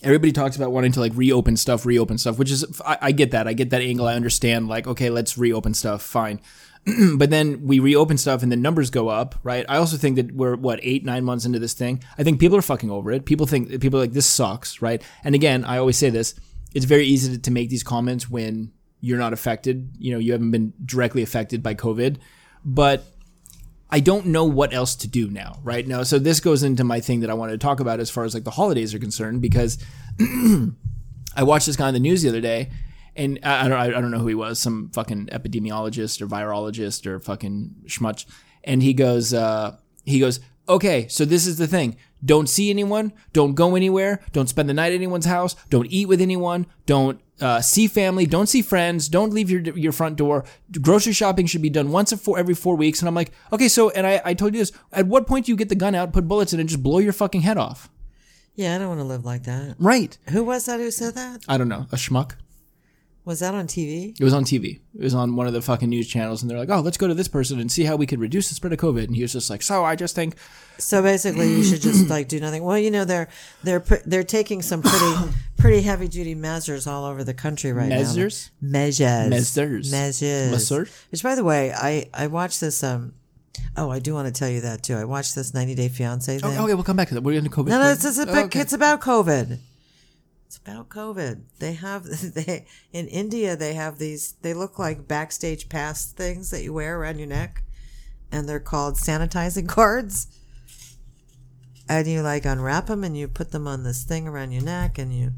Speaker 1: everybody talks about wanting to like reopen stuff, reopen stuff, which is I, I get that, I get that angle, I understand. Like, okay, let's reopen stuff, fine. (clears throat) but then we reopen stuff and the numbers go up, right? I also think that we're what eight, nine months into this thing. I think people are fucking over it. People think people are like this sucks, right? And again, I always say this: it's very easy to, to make these comments when you're not affected. You know, you haven't been directly affected by COVID, but I don't know what else to do now, right? Now, so this goes into my thing that I wanted to talk about as far as like the holidays are concerned, because I watched this guy on the news the other day, and I, I don't I, don't know who he was, some fucking epidemiologist or virologist or fucking schmutz, and he goes uh, he goes, okay, so this is the thing: don't see anyone, don't go anywhere, don't spend the night at anyone's house, don't eat with anyone, don't. Uh, see family, don't see friends, don't leave your your front door. Grocery shopping should be done once a four, every four weeks. And I'm like, okay, so and I, I told you this. At what point do you get the gun out, put bullets in, it, and just blow your fucking head off?
Speaker 2: Yeah, I don't want to live like that.
Speaker 1: Right.
Speaker 2: Who was that who said that?
Speaker 1: I don't know. A schmuck.
Speaker 2: Was that on TV?
Speaker 1: It was on TV. It was on one of the fucking news channels, and they're like, "Oh, let's go to this person and see how we could reduce the spread of COVID." And he was just like, "So I just think
Speaker 2: So basically, you should just like do nothing. Well, you know they're they're pr- they're taking
Speaker 1: (coughs)
Speaker 2: some pretty pretty heavy duty measures all over the country right
Speaker 1: Measures?
Speaker 2: now. Measures,
Speaker 1: Measures.
Speaker 2: measures,
Speaker 1: Measures.
Speaker 2: Which, by the way, I I watched this. Um, oh, I do want to tell you that too. I watched this 90 Day Fiance thing.
Speaker 1: okay, we'll come back to that. We're into COVID."
Speaker 2: No, no, it's, it's,
Speaker 1: Oh,
Speaker 2: about,
Speaker 1: okay.
Speaker 2: it's about COVID. It's about COVID. They have (laughs) they in India. They have these. They look like backstage pass things that you wear around your neck, and they're called sanitizing (laughs) cards. And you like unwrap them and you put them on this thing around your neck, and you're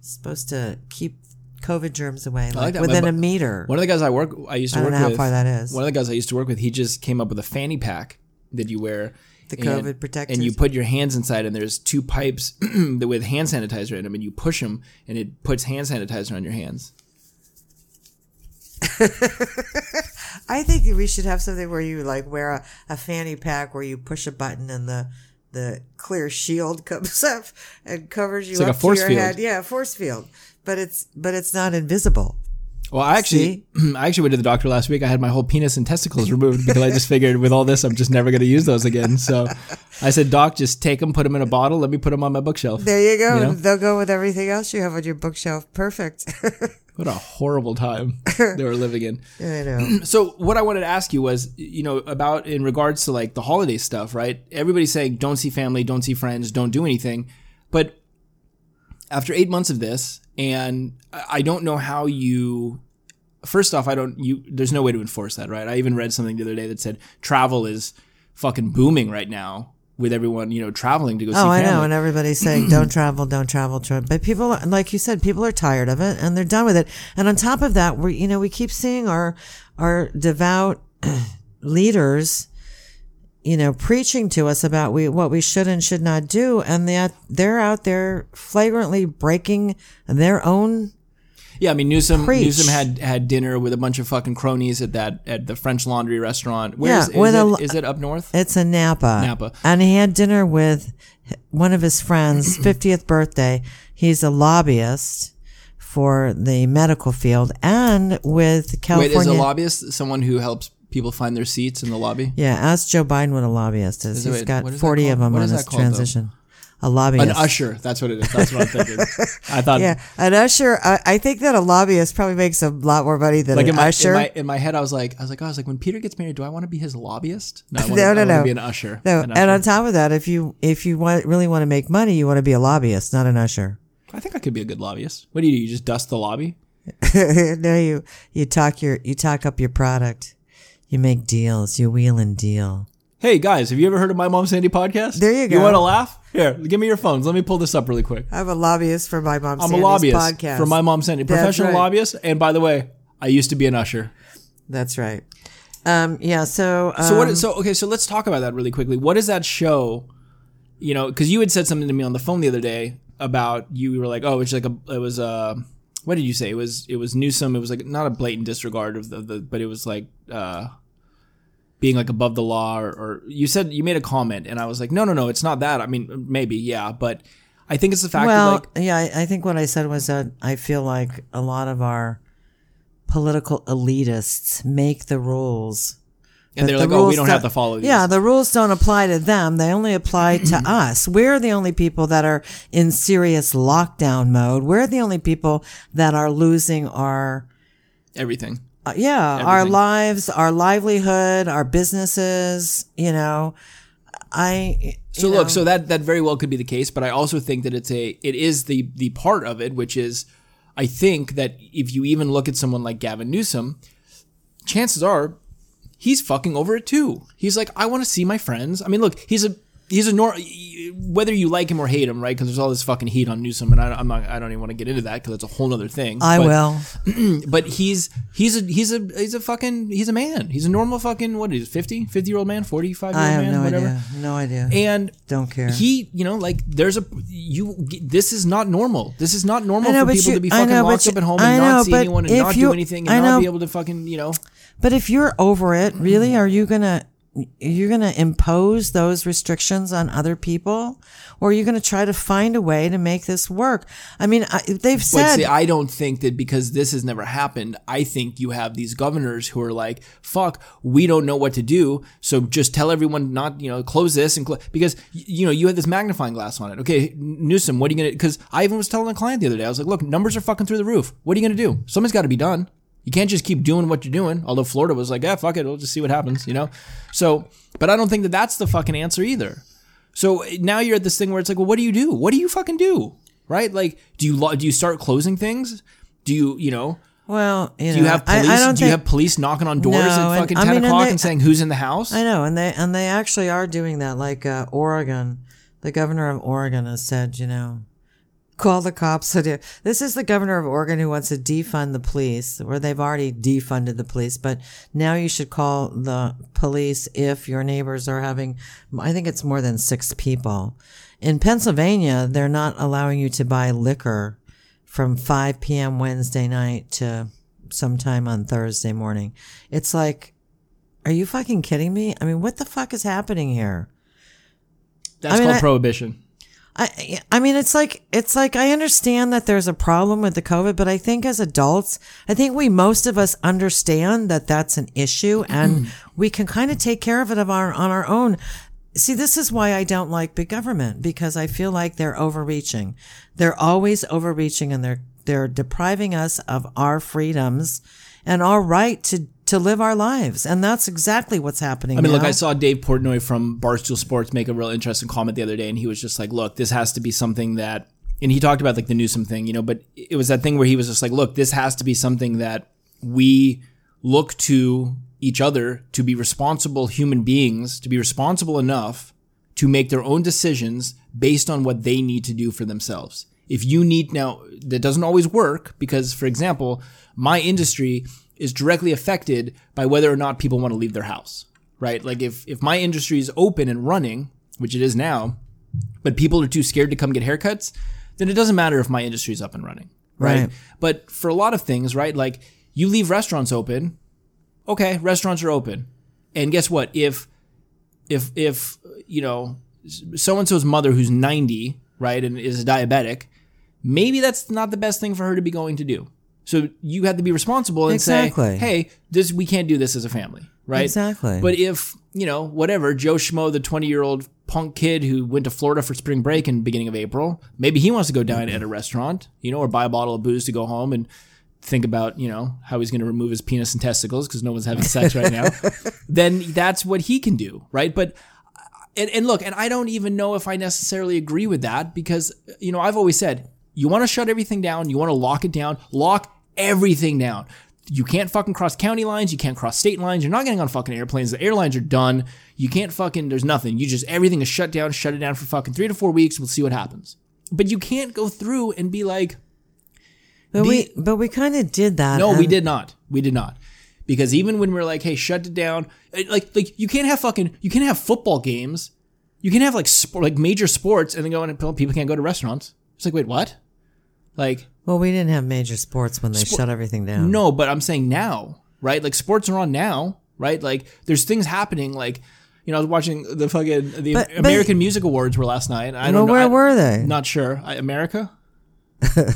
Speaker 2: supposed to keep COVID germs away, like,
Speaker 1: like that.
Speaker 2: within
Speaker 1: My-
Speaker 2: a meter.
Speaker 1: One of the guys I work, I used to
Speaker 2: I don't
Speaker 1: work
Speaker 2: know how
Speaker 1: with.
Speaker 2: far that is.
Speaker 1: One of the guys I used to work with, he just came up with a fanny pack that you wear.
Speaker 2: The
Speaker 1: and-
Speaker 2: COVID protected-
Speaker 1: And you put your hands inside, and there's two pipes (clears throat) that with hand sanitizer in them, and you push them, and it puts hand sanitizer on your hands.
Speaker 2: I think we should have something where you like wear a, a fanny pack where you push a button and the the clear shield (laughs) comes up and covers you
Speaker 1: like
Speaker 2: up
Speaker 1: a force
Speaker 2: to your
Speaker 1: field.
Speaker 2: head. Yeah, a force field. But it's but it's not invisible.
Speaker 1: Well, I actually, (clears throat) I actually went to the doctor last week. I had my whole penis and testicles removed because I just figured with all this, I'm just never going to use those again. So I said, Doc, just take them, put them in a bottle. Let me put them on my bookshelf.
Speaker 2: There you go.
Speaker 1: You know?
Speaker 2: And They'll go with everything else you have on your bookshelf. Perfect. (laughs)
Speaker 1: What a horrible time they were living in.
Speaker 2: I know.
Speaker 1: So what I wanted to ask you was, you know, about in regards to like the holiday stuff, right? Everybody's saying don't see family, don't see friends, don't do anything. But after eight months of this, and I I don't know how you. First off, I don't. You there's no way to enforce that, right? I even read something the other day that said travel is fucking booming right now with everyone, you know, traveling to go see
Speaker 2: Oh, I
Speaker 1: family.
Speaker 2: know. And everybody's
Speaker 1: (clears throat)
Speaker 2: saying, don't travel, don't travel, tra-" But people, are- like you said, people are tired of it and they're done with it. And on top of that, we, you know, we keep seeing our, our devout (clears throat) leaders, you know, preaching to us about we, what we should and should not do. And that they're out there flagrantly breaking their own.
Speaker 1: Yeah, I mean Newsom.
Speaker 2: Preach.
Speaker 1: Newsom had had dinner with a bunch of fucking cronies at that at the French Laundry restaurant. Where
Speaker 2: Yeah,
Speaker 1: is, is,
Speaker 2: with
Speaker 1: it-
Speaker 2: a-
Speaker 1: is it up north?
Speaker 2: It's in Napa.
Speaker 1: Napa.
Speaker 2: And he had dinner with one of his
Speaker 1: (clears throat)
Speaker 2: friends, 50th birthday. He's a lobbyist for the medical field and with
Speaker 1: Wait,
Speaker 2: California.
Speaker 1: is a lobbyist someone who helps people find their seats in the lobby?
Speaker 2: Yeah, ask Joe Biden what a lobbyist is.
Speaker 1: it-
Speaker 2: He's
Speaker 1: wait,
Speaker 2: got
Speaker 1: what is that
Speaker 2: 40 of
Speaker 1: called?
Speaker 2: them
Speaker 1: What
Speaker 2: on
Speaker 1: is
Speaker 2: his
Speaker 1: that called, though?
Speaker 2: transition. A
Speaker 1: An
Speaker 2: lobbyist.
Speaker 1: usher. That's what it is. That's what I'm
Speaker 2: (laughs)
Speaker 1: thinking. I thought.
Speaker 2: Yeah, an usher. I, I think that a lobbyist probably makes a lot more money than
Speaker 1: Like
Speaker 2: an
Speaker 1: in my,
Speaker 2: usher.
Speaker 1: in my in my head, I was like, I was like, oh, I was like, when Peter gets married, do I want to be his lobbyist?
Speaker 2: (laughs)
Speaker 1: No, I want,
Speaker 2: No, no,
Speaker 1: to
Speaker 2: no.
Speaker 1: be an usher.
Speaker 2: no,
Speaker 1: An
Speaker 2: and
Speaker 1: usher.
Speaker 2: on top of that, if you if you want really want to make money, you want to be a lobbyist, not an usher.
Speaker 1: I think I could be a good lobbyist. What do you do? You just dust the lobby?
Speaker 2: (laughs) no, you you talk your you talk up your product. You make deals. You wheel and deal.
Speaker 1: Hey guys, have you ever heard of my mom Sandy podcast?
Speaker 2: There you
Speaker 1: You
Speaker 2: go.
Speaker 1: want to laugh? Here, give me your phones. Let me pull this up really quick.
Speaker 2: I'm a lobbyist for my mom.
Speaker 1: I'm
Speaker 2: Sandy's
Speaker 1: a lobbyist
Speaker 2: podcast
Speaker 1: for my mom Sandy,
Speaker 2: That's
Speaker 1: professional
Speaker 2: right.
Speaker 1: lobbyist. And by the way, I used to be an usher.
Speaker 2: That's right. Um, yeah. So, um,
Speaker 1: So what? So okay. So let's talk about that really quickly. What is that show? You know, because you had said something to me on the phone the other day about you were like, oh, it's like a, it was a, what did you say? It was it was Newsom. It was like not a blatant disregard of the, the but it was like uh, being like above the law, or, or you said you made a comment, and I was like, no, no, no, it's not that. I mean, maybe yeah, but I think it's the fact
Speaker 2: well,
Speaker 1: that like
Speaker 2: yeah, I, I think what I said was that I feel like a lot of our political elitists make the rules.
Speaker 1: and they're
Speaker 2: but
Speaker 1: like,
Speaker 2: the
Speaker 1: oh, we
Speaker 2: rules
Speaker 1: don't have to follow these.
Speaker 2: Yeah, the rules don't apply to them. They only
Speaker 1: (clears throat)
Speaker 2: apply to us. We're the only people that are in serious lockdown mode. We're the only people that are losing our
Speaker 1: everything.
Speaker 2: uh, yeah, our
Speaker 1: Everything.
Speaker 2: lives, our livelihood, our businesses, you know. I
Speaker 1: So
Speaker 2: you
Speaker 1: look,
Speaker 2: know,
Speaker 1: so that that very well could be the case, but I also think that it's a it is the the part of it which is I think that if you even look at someone like Gavin Newsom, chances are he's fucking over it too. He's like, I want to see my friends. I mean, look, he's a he's a nor whether you like him or hate him, right? Because there's all this fucking heat on Newsom, and I, I'm not I don't even want to get into that because that's a whole other thing.
Speaker 2: I
Speaker 1: but,
Speaker 2: will.
Speaker 1: (clears throat) but he's he's a he's a he's a fucking he's a man. He's a normal fucking what is 50 50 year old man, 45 year
Speaker 2: I
Speaker 1: old
Speaker 2: have
Speaker 1: man,
Speaker 2: no
Speaker 1: whatever.
Speaker 2: idea. No idea.
Speaker 1: And
Speaker 2: Don't care.
Speaker 1: he, you know, like there's a you. This is not normal. This is not normal
Speaker 2: I know,
Speaker 1: for
Speaker 2: but
Speaker 1: people
Speaker 2: you-
Speaker 1: to be
Speaker 2: I
Speaker 1: fucking
Speaker 2: know, but
Speaker 1: locked
Speaker 2: you-
Speaker 1: up at home
Speaker 2: I
Speaker 1: and
Speaker 2: know,
Speaker 1: not see
Speaker 2: but
Speaker 1: anyone and
Speaker 2: if
Speaker 1: not
Speaker 2: you-
Speaker 1: do anything and
Speaker 2: I
Speaker 1: not
Speaker 2: know.
Speaker 1: be able to fucking, you know.
Speaker 2: But if you're over it, really,
Speaker 1: Mm-hmm.
Speaker 2: are you gonna you're gonna impose those restrictions on other people, or are you gonna try to find a way to make this work? I mean, I, they've
Speaker 1: But
Speaker 2: said
Speaker 1: see, I don't think that because this has never happened. I think you have these governors who are like, "Fuck, we don't know what to do, so just tell everyone not, you know, close this and close." Because y- you know, you had this magnifying glass on it. Okay, Newsom, what are you gonna? Because I even was telling a client the other day, I was like, "Look, numbers are fucking through the roof. What are you gonna do? Something's got to be done. You can't just keep doing what you're doing." Although Florida was like, "Yeah, fuck it, we'll just see what happens," you know. So, but I don't think that that's the fucking answer either. So eh, now you're at this thing where it's like, well, what do you do? What do you fucking do? Right? Like, do you lo- do you start closing things? Do you you know?
Speaker 2: well, you know,
Speaker 1: Do you have
Speaker 2: I,
Speaker 1: police?
Speaker 2: I don't
Speaker 1: do you
Speaker 2: think-
Speaker 1: have police knocking on doors
Speaker 2: No,
Speaker 1: at
Speaker 2: and-
Speaker 1: fucking
Speaker 2: I
Speaker 1: ten
Speaker 2: mean, and
Speaker 1: o'clock
Speaker 2: they-
Speaker 1: and saying who's in the house?
Speaker 2: I know, and they and they actually are doing that. Like uh, Oregon, the governor of Oregon has said, you know, call the cops. (laughs) So do- This is the governor of Oregon who wants to defund the police, or they've already defunded the police, but now you should call the police if your neighbors are having. I think it's more than six people. In Pennsylvania, they're not allowing you to buy liquor from 5 p.m. Wednesday night to sometime on Thursday morning. It's like. Are you fucking kidding me? I mean, what the fuck is happening here?
Speaker 1: That's
Speaker 2: I mean,
Speaker 1: called
Speaker 2: I-
Speaker 1: prohibition.
Speaker 2: I I mean, it's like it's like I understand that there's a problem with the COVID, but I think as adults, I think we most of us understand that that's an issue,
Speaker 1: Mm-hmm.
Speaker 2: and we can kind of take care of it of our on our own. See, this is why I don't like big government because I feel like they're overreaching. They're always overreaching, and they're they're depriving us of our freedoms and our right to to live our lives, and that's exactly what's happening.
Speaker 1: I mean, look,
Speaker 2: now.
Speaker 1: I saw Dave Portnoy from Barstool Sports make a real interesting comment the other day, and he was just like, "Look, this has to be something that," and he talked about like the Newsom thing, you know, but it was that thing where he was just like, "Look, this has to be something that we look to each other to be responsible human beings, to be responsible enough to make their own decisions based on what they need to do for themselves. If you need now, that doesn't always work because, for example, my industry is directly affected by whether or not people want to leave their house, right? Like if, if my industry is open and running, which it is now, but people are too scared to come get haircuts, then it doesn't matter if my industry is up and running, right?
Speaker 2: Right.
Speaker 1: But for a lot of things, right? Like you leave restaurants open, okay, restaurants are open. And guess what? If if if you know so and so's mother who's 90 right and is diabetic maybe that's not the best thing for her to be going to do so you have to be responsible and say
Speaker 2: Exactly.
Speaker 1: hey this we can't do this as a family right
Speaker 2: Exactly.
Speaker 1: but if you know whatever joe schmo the 20 year old punk kid who went to florida for spring break in the beginning of april maybe he wants to go dine at a restaurant you know or buy a bottle of booze to go home and think about you know how he's going to remove his penis and testicles because no one's having sex right now then that's what he can do right but and, and look, and I don't even know if I necessarily agree with that because, you know, I've always said you want to shut everything down, you want to lock it down, lock everything down. You can't fucking cross county lines, you can't cross state lines, you're not getting on fucking airplanes, the airlines are done, you can't fucking, there's nothing. You just, everything is shut down, shut it down for fucking three to four weeks, we'll see what happens. But you can't go through and be like,
Speaker 2: But
Speaker 1: The-
Speaker 2: we but we kind of did that.
Speaker 1: No, we
Speaker 2: and-
Speaker 1: did not. We did not. Because even when we are like, hey, shut it down, it- like like you can't have fucking you can't have football games. You can have like sport, like major sports and then go and people can't go to restaurants. It's like, wait, what? Like
Speaker 2: Well, we didn't have major sports when they shut everything down.
Speaker 1: no, but I'm saying now, right? Like sports are on now, right? Like there's things happening like you know, I was watching the fucking the
Speaker 2: But- but-
Speaker 1: American Music Awards were last night. I
Speaker 2: Well,
Speaker 1: don't know.
Speaker 2: where
Speaker 1: I-
Speaker 2: were they?
Speaker 1: Not sure. I, America?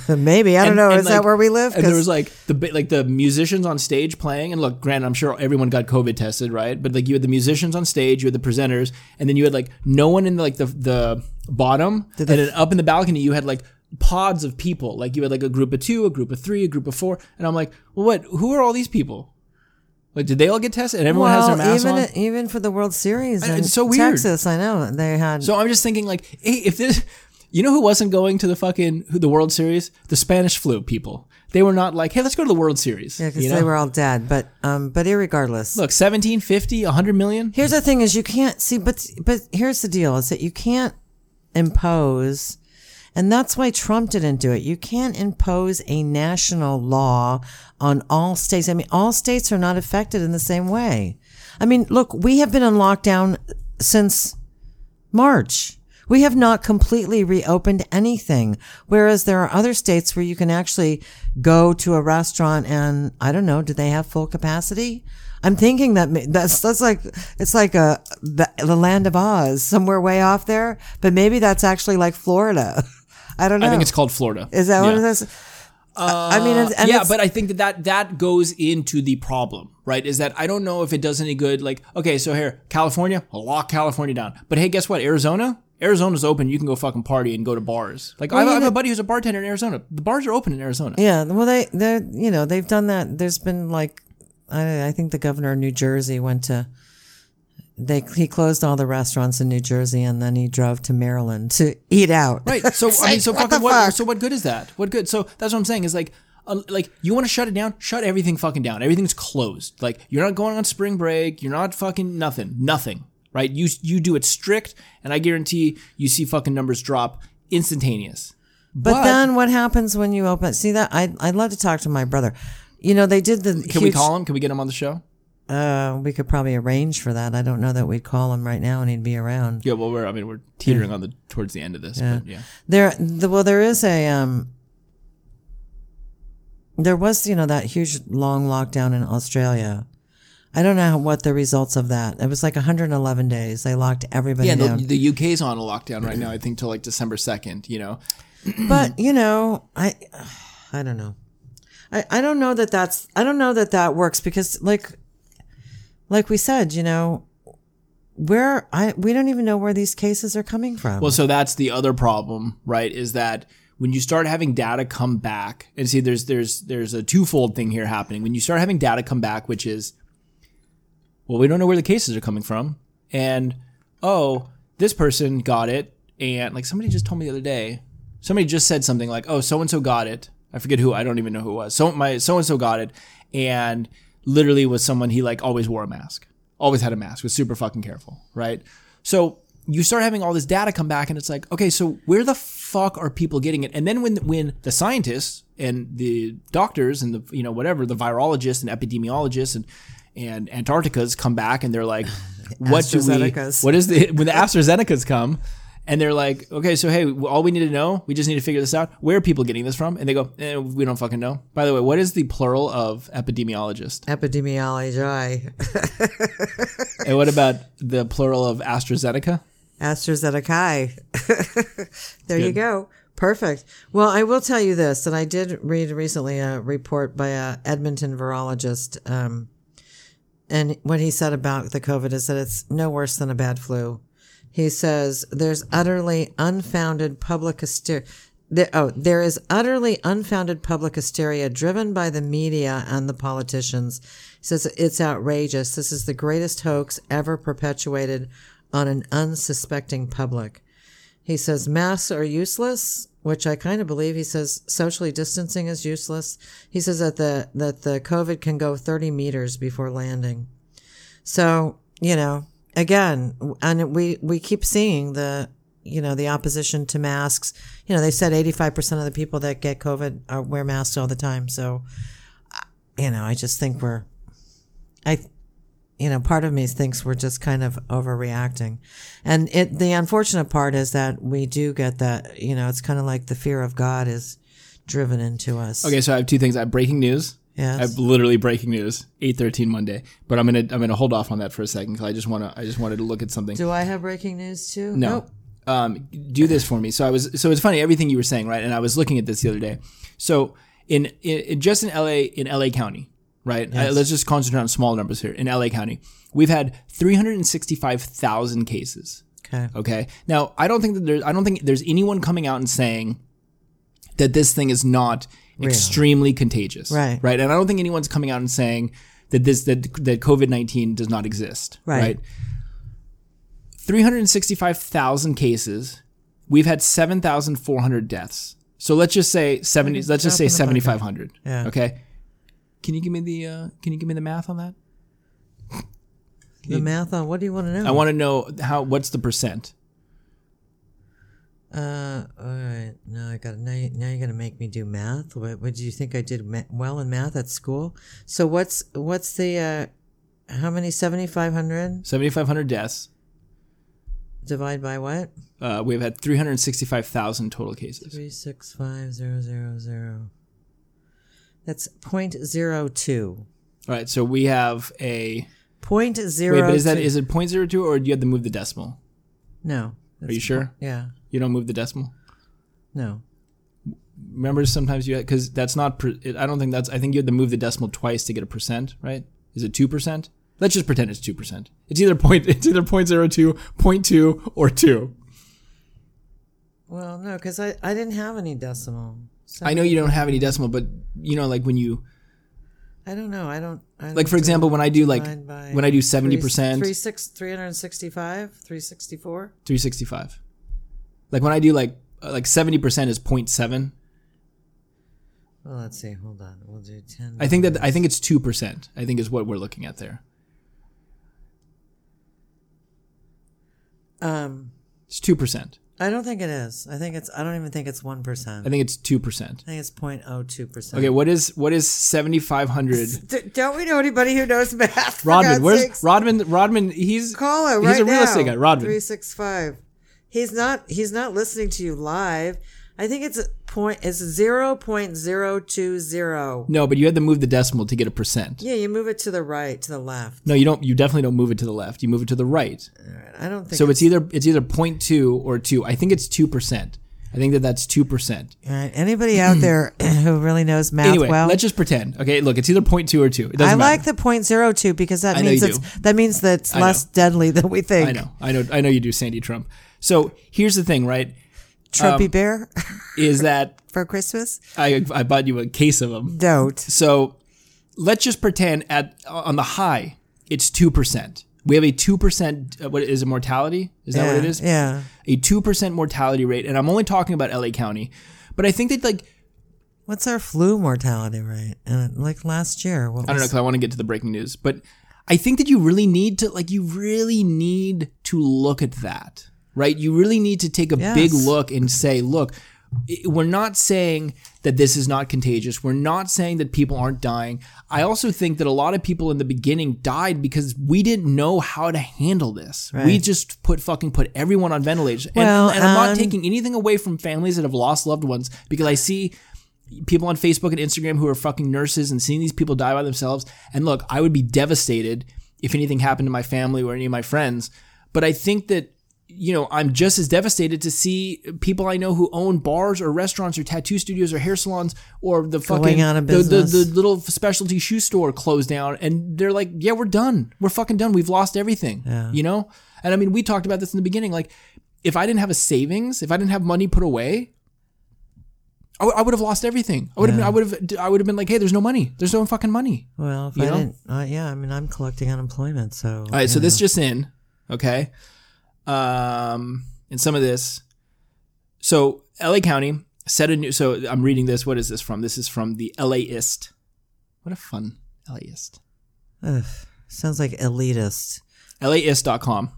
Speaker 2: Maybe I don't know.
Speaker 1: and,
Speaker 2: Is
Speaker 1: like-
Speaker 2: that where we live?
Speaker 1: And there
Speaker 2: 'Cause-
Speaker 1: was like the bi- like the musicians on stage playing, and look, granted, I'm sure everyone got COVID tested, right? But like you had the musicians on stage, you had the presenters, and then you had like no one in like the the bottom, and then up in the balcony, you had like pods of people, like you had like a group of two, a group of three, a group of four, and I'm like, well, what? Who are all these people? Like, did they all get tested? And everyone has their mask
Speaker 2: even e,
Speaker 1: on.
Speaker 2: even for the World Series, in
Speaker 1: it's so weird.
Speaker 2: Texas, I know they had.
Speaker 1: So I'm just thinking, like, hey, if this, you know, who wasn't going to the fucking who, the World Series? The Spanish flu people. They were not like, hey, let's go to the World Series.
Speaker 2: yeah, because
Speaker 1: you know?
Speaker 2: they were all dead. But um, but irregardless,
Speaker 1: Look, 17, 50, 100 million.
Speaker 2: here's the thing: is you can't see. But but here's the deal: is that you can't impose, and that's why Trump didn't do it. You can't impose a national law on all states. I mean, all states are not affected in the same way. I mean, look, we have been on lockdown since March. We have not completely reopened anything. Whereas there are other states where you can actually go to a restaurant and I don't know, do they have full capacity? I'm thinking that ma- that's that's like it's like a the, the land of Oz somewhere way off there, but maybe that's actually like Florida. (laughs) I don't know.
Speaker 1: I think it's called Florida.
Speaker 2: is that
Speaker 1: Yeah. Uh,
Speaker 2: what it is? I mean, it's, and
Speaker 1: yeah,
Speaker 2: it's-
Speaker 1: but I think that, that that goes into the problem, right? Is that I don't know if it does any good. Like, okay, so here, California, lock California down. But hey, guess what? Arizona? Arizona's open. You can go fucking party and go to bars. Like, I, have, I have a buddy who's a bartender in Arizona. The bars are open in Arizona.
Speaker 2: Yeah, well, they they are you know they've done that. There's been like, I, I think the governor of New Jersey went to, they he closed all the restaurants in New Jersey and then he drove to Maryland to eat out.
Speaker 1: Right. So I mean, so
Speaker 2: What the
Speaker 1: fucking what?
Speaker 2: fuck?
Speaker 1: So what good is that? What good? So that's what I'm saying is like, uh, like you want to shut it down? Shut everything fucking down. Everything's closed. Like you're not going on spring break. You're not fucking nothing. Nothing. Right. You you do it strict, and I guarantee you see fucking numbers drop instantaneous.
Speaker 2: But, then what happens when you open? See that I I'd love to talk to my brother. You know they did the.
Speaker 1: can we call him? Can we get him on the show?
Speaker 2: Uh, we could probably arrange for that. I don't know that we'd call him right now and he'd be around.
Speaker 1: Yeah. Well, we're I mean we're teetering on the towards the end of this. But yeah.
Speaker 2: There, the, well, there is a um. There was, you know, that huge long lockdown in Australia. I don't know what the results of that. It was like 111 days. They locked everybody
Speaker 1: Yeah.
Speaker 2: down.
Speaker 1: The, the UK's on a lockdown right now. I think till like December second. You know.
Speaker 2: but Uh, you know, I, I don't know. I, I don't know that that's I don't know that that works because like, like we said, you know, where I we don't even know where these cases are coming from.
Speaker 1: Well, so that's the other problem, right? Is that when you start having data come back, and see, there's there's there's a twofold thing here happening. When you start having data come back, which is, well, we don't know where the cases are coming from, and oh, this person got it, and like somebody just told me the other day, somebody just said something like, oh, so and so got it. I forget who. I don't even know who it was. So my so and so got it, and literally was someone he like always wore a mask, always had a mask, was super fucking careful, right? So you start having all this data come back, and it's like, okay, so where the fuck are people getting it? And then when when the scientists and the doctors and the you know whatever the virologists and epidemiologists and and Antarctica's come back and they're like, what do we?
Speaker 2: AstraZenecas.
Speaker 1: What is the when the AstraZenecas come? And they're like, okay, so hey, all we need to know, we just need to figure this out. Where are people getting this from? And they go, eh, we don't fucking know. By the way, what is the plural of epidemiologist?
Speaker 2: Epidemiology,
Speaker 1: and what about the plural of AstraZeneca?
Speaker 2: AstraZeneca. (laughs) there you go. Perfect. Well, I will tell you this that I did read recently a report by a Edmonton virologist. Um, and what he said about the COVID is that it's no worse than a bad flu. He says there's utterly unfounded public hysteria. There, oh, there is utterly unfounded public hysteria driven by the media and the politicians. He says it's outrageous. This is the greatest hoax ever perpetuated on an unsuspecting public. He says masks are useless, which I kind of believe. He says socially distancing is useless. He says that the that the COVID can go 30 meters before landing. So you know, again, and we we keep seeing the you know, the opposition to masks. You know, they said 85% of the people that get COVID are, wear masks all the time. So, I- you know, I just think we're, I, you know, part of me thinks we're just kind of overreacting. And it, the unfortunate part is that we do get that, you know, it's kind of like the fear of God is driven into us.
Speaker 1: Okay, so I have two things. I have breaking news.
Speaker 2: Yes.
Speaker 1: I have literally breaking news. Eight thirteen Monday. But I'm gonna I'm gonna hold off on that for a second because I just wanna I just wanted to look at something.
Speaker 2: Do I have breaking news too?
Speaker 1: No.
Speaker 2: Nope.
Speaker 1: Um, do this for me. So I was. So it's funny everything you were saying, right? And I was looking at this the other day. So in, in just in LA in LA County, right? Uh, let's just concentrate on small numbers here. In LA County, we've had three hundred and sixty-five thousand cases.
Speaker 2: Okay.
Speaker 1: Okay. Now I don't think that there's I don't think there's anyone coming out and saying that this thing is not extremely contagious.
Speaker 2: Right.
Speaker 1: Right. And I don't think anyone's coming out and saying that this that that COVID nineteen does not exist.
Speaker 2: Right.
Speaker 1: Three hundred and sixty five thousand cases. We've had seven thousand four hundred deaths. So let's just say seventy. Let's just say seventy five hundred.
Speaker 2: Yeah.
Speaker 1: Okay. Can you give me the uh, Can you give me the math on that?
Speaker 2: The math on what do you want to know?
Speaker 1: I want to know how. What's the percent?
Speaker 2: Uh, all right. Now I got. Now, you, now you're gonna make me do math. What, what do you think I did ma- well in math at school? So what's what's the uh, how many seventy five hundred
Speaker 1: Seventy five hundred deaths.
Speaker 2: divide by what?
Speaker 1: Uh, we've had 365,000 total cases.
Speaker 2: Three six five zero zero zero. That's point zero two.
Speaker 1: All right, so we have a
Speaker 2: Point zero.
Speaker 1: wait, but is that
Speaker 2: two-
Speaker 1: is it 0.02 or do you have to move the decimal?
Speaker 2: no?
Speaker 1: Are you sure
Speaker 2: Yeah.
Speaker 1: you don't move the decimal?
Speaker 2: No.
Speaker 1: Remember, sometimes you because that's not. Per, it, I don't think that's. I think you have to move the decimal twice to get a percent, right? Is it two percent? Let's just pretend it's two percent. It's either point. (laughs) It's either 0.02, 0.2, or two.
Speaker 2: Well, no, because I I didn't have any decimal. So
Speaker 1: I know you don't have any decimal, but you know, like when you
Speaker 2: I don't know. I don't. I don't
Speaker 1: like, for example, when I do like
Speaker 2: Divide by
Speaker 1: when I do seventy percent,
Speaker 2: Three six three hundred sixty five three sixty four.
Speaker 1: 365. Like when I do like uh, like 70% is 0.7.
Speaker 2: Well, let's see. Hold on. We'll do ten.
Speaker 1: I think that I think it's 2%. I think is what we're looking at there.
Speaker 2: Um,
Speaker 1: It's 2%.
Speaker 2: I don't think it is. I think it's. I don't even think it's one percent.
Speaker 1: I think it's 2%.
Speaker 2: I think it's 002 percent.
Speaker 1: Okay, what is what is 7500?
Speaker 2: D- don't we know anybody who knows math? For
Speaker 1: Rodman,
Speaker 2: God's
Speaker 1: where's
Speaker 2: sakes?
Speaker 1: Rodman Rodman he's
Speaker 2: Call her right
Speaker 1: He's a real
Speaker 2: now.
Speaker 1: estate guy, Rodman.
Speaker 2: Three six five. He's not. He's not listening to you live. I think it's a point. It's zero point zero two zero.
Speaker 1: No, but you had to move the decimal to get a percent.
Speaker 2: Yeah, you move it to the right, to the left.
Speaker 1: No, you don't you definitely don't move it to the left. You move it to the right.
Speaker 2: All right. I don't think.
Speaker 1: So it's either it's either 0.2 or 2. I think it's 2%. I think that that's 2%.
Speaker 2: All right.
Speaker 1: (clears throat)
Speaker 2: Anybody out there (clears throat) who really knows math
Speaker 1: Anyway,
Speaker 2: well?
Speaker 1: let's just pretend. Okay, look, it's either 0.2 or 2. It doesn't
Speaker 2: I
Speaker 1: matter.
Speaker 2: like the point zero two because that
Speaker 1: I know
Speaker 2: means
Speaker 1: you
Speaker 2: it's that means that it's
Speaker 1: know.
Speaker 2: less deadly than we think.
Speaker 1: I know, I know, I know you do, Sandy Trump. So here's the thing, right?
Speaker 2: Trumpy
Speaker 1: Um,
Speaker 2: bear (laughs)
Speaker 1: Is that
Speaker 2: for Christmas?
Speaker 1: I I bought you a case of them.
Speaker 2: Don't.
Speaker 1: So let's just pretend at on the high, it's two percent. We have a two percent. uh, What is it? Mortality? Is that
Speaker 2: yeah,
Speaker 1: what it is?
Speaker 2: Yeah.
Speaker 1: A two percent mortality rate, and I'm only talking about LA County, but I think that like
Speaker 2: What's our flu mortality rate? And like last year, what
Speaker 1: I don't know
Speaker 2: was,
Speaker 1: because I want to get to the breaking news, but I think that you really need to like you really need to look at that, right? You really need to take a big
Speaker 2: Yes.
Speaker 1: look and say, look, i- we're not saying that this is not contagious. We're not saying that people aren't dying. I also think that a lot of people in the beginning died because we didn't know how to handle this. We
Speaker 2: Right.
Speaker 1: just put fucking put everyone on ventilators. And-
Speaker 2: Well,
Speaker 1: and, I'm not
Speaker 2: um,
Speaker 1: taking anything away from families that have lost loved ones because I see people on Facebook and Instagram who are fucking nurses and seeing these people die by themselves. And look, I would be devastated if anything happened to my family or any of my friends. But I think that, you know, I'm just as devastated to see people I know who own bars or restaurants or tattoo studios or hair salons or the fucking
Speaker 2: out of
Speaker 1: the- the,
Speaker 2: business.
Speaker 1: the, little specialty shoe store closed down and they're like, yeah, we're done. We're fucking done. We've lost everything, you know? And I mean, we talked about this in the beginning. Like, if I didn't have a savings, if I didn't have money put away, I would have lost everything. I would have been, I would have, I would have been like, hey, there's no money. There's no fucking money.
Speaker 2: well, if
Speaker 1: you
Speaker 2: I
Speaker 1: know?
Speaker 2: didn't, uh, yeah, I mean, I'm collecting unemployment, so
Speaker 1: All right, so this just in, okay? Um, and some of this. So LA County set a new. So I'm reading this. What is this from? This is from the LAist. What a fun LAist.
Speaker 2: Ugh, sounds like elitist.
Speaker 1: LAist.com.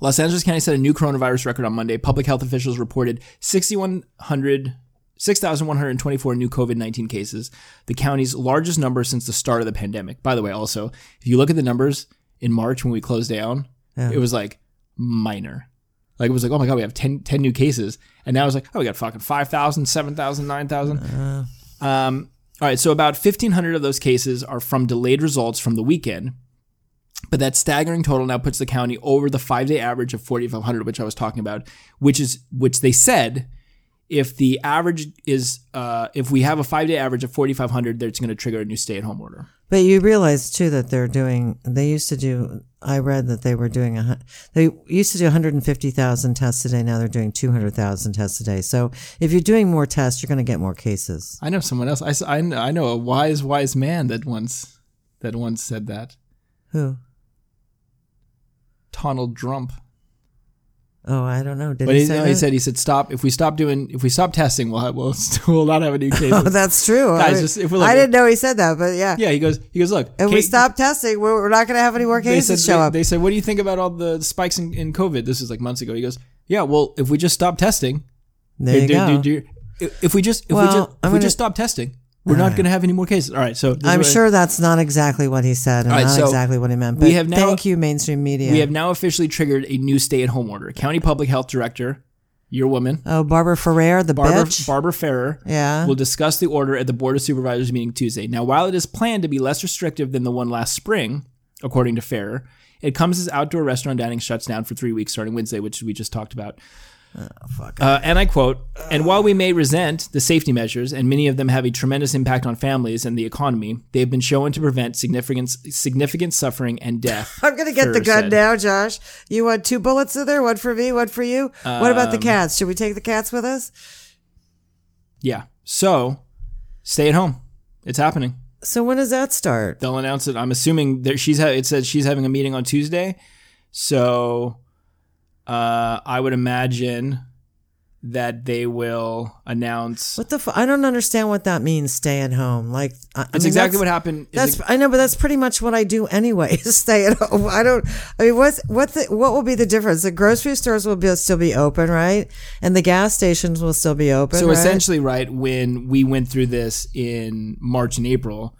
Speaker 1: Los Angeles County set a new coronavirus record on Monday. Public health officials reported 6,100 6,124 new COVID 19 cases, the county's largest number since the start of the pandemic. By the way, also, if you look at the numbers in March when we closed down, it was like minor. Like, it was like, oh my God, we have 10, 10 new cases. And now it's like, oh, we got fucking 5,000, 7,000, 9,000. Um, all right, so about 1,500 of those cases are from delayed results from the weekend. But that staggering total now puts the county over the five day average of 4,500, which I was talking about, which is, which they said if the average is uh, if we have a five day average of 4500 that's going to trigger a new stay at home order
Speaker 2: But you realize too that they're doing. They used to do. I read that they were doing a. hun- They used to do 150,000 tests a day. Now they're doing 200,000 tests a day. So if you're doing more tests, you're going to get more cases.
Speaker 1: i know someone else I, s- I kn- I know a wise wise man that once that once said that
Speaker 2: Who?
Speaker 1: donald trump
Speaker 2: Oh, I don't know. Did
Speaker 1: but
Speaker 2: he,
Speaker 1: he,
Speaker 2: say
Speaker 1: no,
Speaker 2: that?
Speaker 1: he
Speaker 2: (laughs)
Speaker 1: said he said stop if we stop doing if we stop testing we'll have, we'll, (laughs) we'll not have a new case
Speaker 2: Oh, (laughs) that's true.
Speaker 1: Guys,
Speaker 2: I, mean,
Speaker 1: just- if we're like-
Speaker 2: I didn't know he said that, but yeah.
Speaker 1: yeah he goes he goes look
Speaker 2: If we
Speaker 1: Kate-
Speaker 2: stop testing, we're, we're not going to have any more
Speaker 1: they
Speaker 2: cases
Speaker 1: said
Speaker 2: show
Speaker 1: they,
Speaker 2: up.
Speaker 1: they said what do you think about all the spikes in, in covid this is like months ago he goes yeah well if we just stop testing
Speaker 2: there you
Speaker 1: do-
Speaker 2: go.
Speaker 1: do- do- if- if we just if we
Speaker 2: Well,
Speaker 1: just if
Speaker 2: I'm
Speaker 1: we
Speaker 2: gonna- Uh,
Speaker 1: just stop testing we're not going to have any more cases all right so this is
Speaker 2: I'm
Speaker 1: what I-
Speaker 2: sure that's not exactly what he said and
Speaker 1: All right,
Speaker 2: not
Speaker 1: so
Speaker 2: exactly what he meant. But
Speaker 1: we have now-
Speaker 2: thank you, mainstream media.
Speaker 1: We have now officially triggered a new stay-at-home order. County Public Health Director, your woman,
Speaker 2: oh, Barbara Ferrer, the
Speaker 1: Barbara
Speaker 2: bitch.
Speaker 1: Barbara Ferrer,
Speaker 2: Yeah.
Speaker 1: will discuss the order at the Board of Supervisors meeting Tuesday. Now, while it is planned to be less restrictive than the one last spring, according to Ferrer, it comes as outdoor restaurant dining shuts down for three weeks starting Wednesday, which we just talked about.
Speaker 2: Oh,
Speaker 1: Uh, and I quote, and while we may resent the safety measures, and many of them have a tremendous impact on families and the economy, they have been shown to prevent significant, significant suffering and death.
Speaker 2: I'm gonna get
Speaker 1: Ferrer
Speaker 2: the gun
Speaker 1: said.
Speaker 2: now, Josh. You want two bullets in there? One for me, one for you. what about
Speaker 1: Um,
Speaker 2: the cats? Should we take the cats with us?
Speaker 1: Yeah. So stay at home. It's happening.
Speaker 2: So when does that start?
Speaker 1: They'll announce it. I'm assuming that she's ha- it says she's having a meeting on Tuesday. So uh, I would imagine that they will announce.
Speaker 2: What the? F- I don't understand what that means. Stay at home. Like I,
Speaker 1: That's
Speaker 2: I mean,
Speaker 1: exactly what
Speaker 2: that's-
Speaker 1: happened. is
Speaker 2: That's
Speaker 1: it-
Speaker 2: I know, but that's pretty much what I do anyway. (laughs) Is stay at home. I don't. I mean, what's what the what will be the difference? The grocery stores will be, still be open, right? And the gas stations will still be open.
Speaker 1: so
Speaker 2: right?
Speaker 1: essentially, right when we went through this in March and April,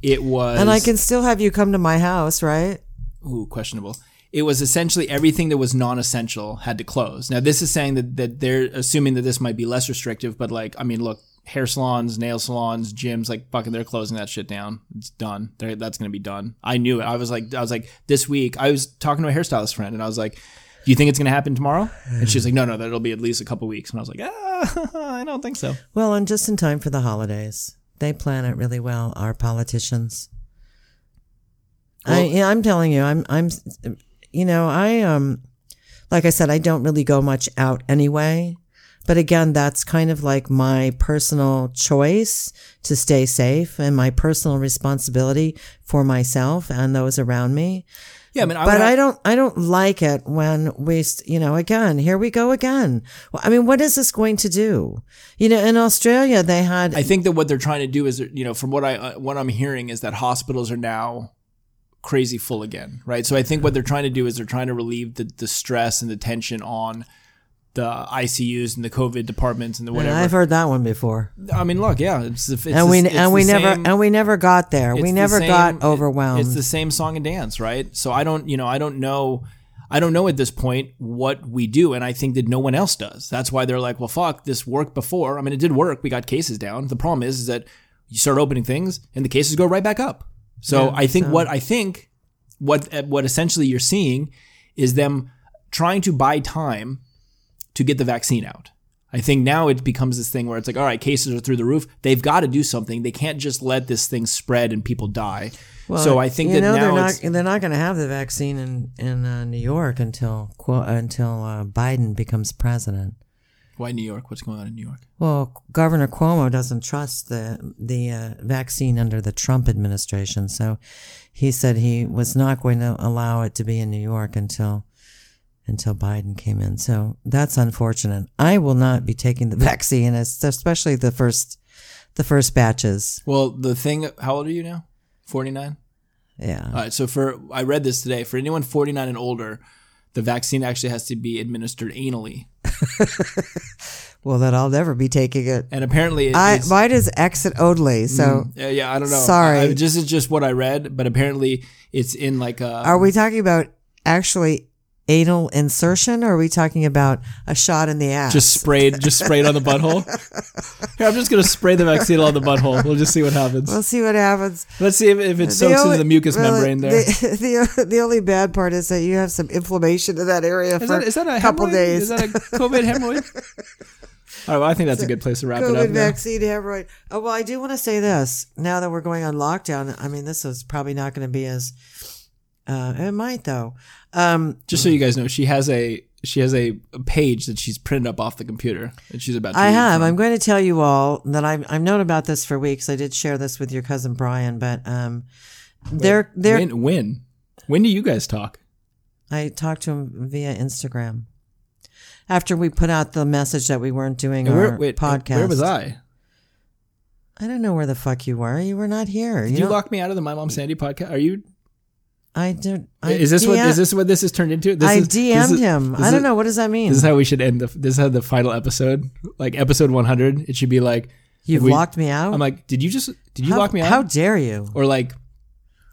Speaker 1: it was
Speaker 2: and I can still have you come to my house, right?
Speaker 1: ooh, questionable. It was essentially everything that was non-essential had to close. Now this is saying that that they're assuming that this might be less restrictive, but like I mean, look, hair salons, nail salons, gyms, like fucking, they're closing that shit down. It's done. They're, that's gonna be done. I knew it. I was like, I was like, this week I was talking to a hairstylist friend, and I was like, do you think it's gonna happen tomorrow? And she's like, no, no, that'll be at least a couple weeks. And I was like, ah, (laughs) I don't think so.
Speaker 2: Well, and just in time for the holidays. They plan it really well, our politicians. I,
Speaker 1: Well-
Speaker 2: yeah, I'm telling you, I'm, I'm, you know, I, um, like I said, I don't really go much out anyway. But again, that's kind of like my personal choice to stay safe and my personal responsibility for myself and those around me
Speaker 1: Yeah, I mean, I would
Speaker 2: but
Speaker 1: have-
Speaker 2: I don't, I don't like it when we, s- you know, again, here we go again. Well, I mean, what is this going to do? You know, in Australia, they had,
Speaker 1: I think that what they're trying to do is, you know, from what I uh, what I'm hearing is that hospitals are now crazy full again, right? So I think what they're trying to do is they're trying to relieve the, the stress and the tension on the ICUs and the COVID departments and the whatever.
Speaker 2: I've heard that one before.
Speaker 1: I mean, look, yeah, it's, the- it's
Speaker 2: and
Speaker 1: the-
Speaker 2: we,
Speaker 1: it's
Speaker 2: and
Speaker 1: the
Speaker 2: we never,
Speaker 1: same-
Speaker 2: and we never got there.
Speaker 1: it's
Speaker 2: We
Speaker 1: the
Speaker 2: never
Speaker 1: same-
Speaker 2: got
Speaker 1: it-
Speaker 2: overwhelmed.
Speaker 1: It's the same song and dance, right? So I don't, you know, I don't know, I don't know at this point what we do, and I think that no one else does. That's why they're like, well, fuck, this worked before. I mean, it did work. We got cases down. The problem is, is that you start opening things, and the cases go right back up. So I think what I think what uh, what essentially you're seeing is them trying to buy time to get the vaccine out. I think now it becomes this thing where it's like, all right, cases are through the roof. They've got to do something. They can't just let this thing spread and people die. so I think
Speaker 2: you
Speaker 1: that
Speaker 2: know,
Speaker 1: now
Speaker 2: they're not,
Speaker 1: it's,
Speaker 2: they're not going to have the vaccine in, in uh, New York until, qu- until uh, Biden becomes president.
Speaker 1: why New York? What's going on in New York?
Speaker 2: Well, Governor Cuomo doesn't trust the the uh, vaccine under the Trump administration, so he said he was not going to allow it to be in New York until until Biden came in. So that's unfortunate. I will not be taking the (laughs) vaccine, es- especially the first the first batches.
Speaker 1: Well, the thing. How old are you now? Forty nine.
Speaker 2: Yeah,
Speaker 1: Uh, All right. So for I read this today. For anyone forty nine and older, the vaccine actually has to be administered anally.
Speaker 2: Well, then I'll never be taking it.
Speaker 1: And apparently, it,
Speaker 2: I,
Speaker 1: it's- Mm.
Speaker 2: mine is exit only. So
Speaker 1: yeah, yeah, I don't know.
Speaker 2: Sorry.
Speaker 1: I, I, this is just what I read, but apparently, it's in like a.
Speaker 2: are we talking about actually anal insertion or are we talking about a shot in the ass?
Speaker 1: just sprayed, just sprayed on the butthole. Here, I'm just gonna spray the vaccine on the butthole. We'll just see what happens.
Speaker 2: We'll see what happens.
Speaker 1: Let's see if, if it soaks
Speaker 2: only-
Speaker 1: into the mucous
Speaker 2: well,
Speaker 1: membrane there.
Speaker 2: The, (laughs) the, the only bad part is that you have some inflammation in that
Speaker 1: Is
Speaker 2: area (laughs) for
Speaker 1: that, is that a
Speaker 2: a couple
Speaker 1: hemorrhoid?
Speaker 2: days.
Speaker 1: Is that a COVID hemorrhoid?
Speaker 2: (laughs)
Speaker 1: All right, well, I think that's a good place to wrap it up.
Speaker 2: COVID
Speaker 1: now.
Speaker 2: vaccine hemorrhoid. Oh well, I do want to say this. Now that we're going on lockdown, I mean, this is probably not going to be as. Uh, it might though. Um,
Speaker 1: Just so you guys know, she has a she has a page that she's printed up off the computer, and she's about. To
Speaker 2: I
Speaker 1: read
Speaker 2: have.
Speaker 1: from.
Speaker 2: I'm going to tell you all that I've I've known about this for weeks. I did share this with your cousin Brian, but um, they're they're.
Speaker 1: When, when when do you guys talk?
Speaker 2: I talked to him via Instagram after we put out the message that we weren't doing
Speaker 1: And
Speaker 2: our
Speaker 1: wait,
Speaker 2: podcast.
Speaker 1: Where was I?
Speaker 2: I don't know where the fuck you were. You were not here.
Speaker 1: Did
Speaker 2: you
Speaker 1: you,
Speaker 2: know-
Speaker 1: lock me out of the My Mom Sandy podcast? Are you?
Speaker 2: I did. I
Speaker 1: is this what
Speaker 2: DM
Speaker 1: is this what this has turned into? This
Speaker 2: I
Speaker 1: is, this
Speaker 2: DM'd
Speaker 1: is-
Speaker 2: him.
Speaker 1: this
Speaker 2: I
Speaker 1: is-
Speaker 2: don't know. What does that mean?
Speaker 1: This is how we should end the. This is how the final episode, like episode 100, it should be like.
Speaker 2: You've
Speaker 1: we-
Speaker 2: locked me out.
Speaker 1: I'm like, did you just did you
Speaker 2: Oh. how,
Speaker 1: lock me out?
Speaker 2: How dare you?
Speaker 1: or like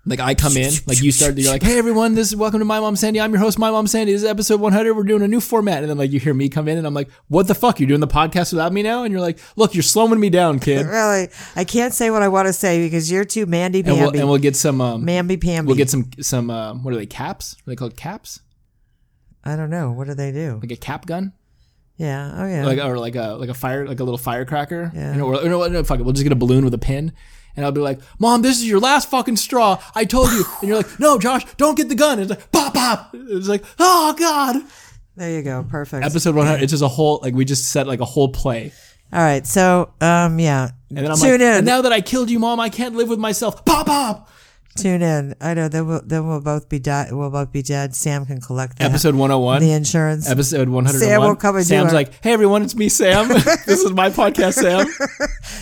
Speaker 1: like I come in, like you start, you're like, hey everyone, this is welcome to My Mom Sandy. I'm your host, My Mom Sandy. This is episode 100. We're doing a new format, and then like you hear me come in, and I'm like, what the fuck? You're doing the podcast without me now? And you're like, look, you're slowing me down, kid.
Speaker 2: Really, I can't say what I want to say because you're too mandy
Speaker 1: And we'll
Speaker 2: pamby,
Speaker 1: and we'll get some um,
Speaker 2: mamby pamby.
Speaker 1: we'll get some some uh, what are they caps? Are they called caps?
Speaker 2: I don't know. What do they do?
Speaker 1: Like a cap gun,
Speaker 2: Yeah. Oh yeah.
Speaker 1: like or like a like a fire like a little firecracker.
Speaker 2: Yeah.
Speaker 1: You know, or, or no, no, fuck it, we'll just get a balloon with a pin. And I'll be like, Mom, this is your last fucking straw. I told you. And you're like, No, Josh, don't get the gun. And it's like, pop, pop. It's like, Oh God.
Speaker 2: there you go. Perfect.
Speaker 1: episode 100 it's just a whole like we just set like a whole play
Speaker 2: All right. So um yeah.
Speaker 1: and then i'm
Speaker 2: tune
Speaker 1: like
Speaker 2: in.
Speaker 1: and now that i killed you mom i can't live with myself pop pop
Speaker 2: tune in. I know. Then we'll then we'll both be di- we'll both be dead. Sam can collect that.
Speaker 1: episode 101
Speaker 2: the insurance.
Speaker 1: episode 101
Speaker 2: Sam will come and do
Speaker 1: sam's
Speaker 2: our-
Speaker 1: like hey everyone it's me
Speaker 2: (laughs)
Speaker 1: sam (laughs) this is my podcast sam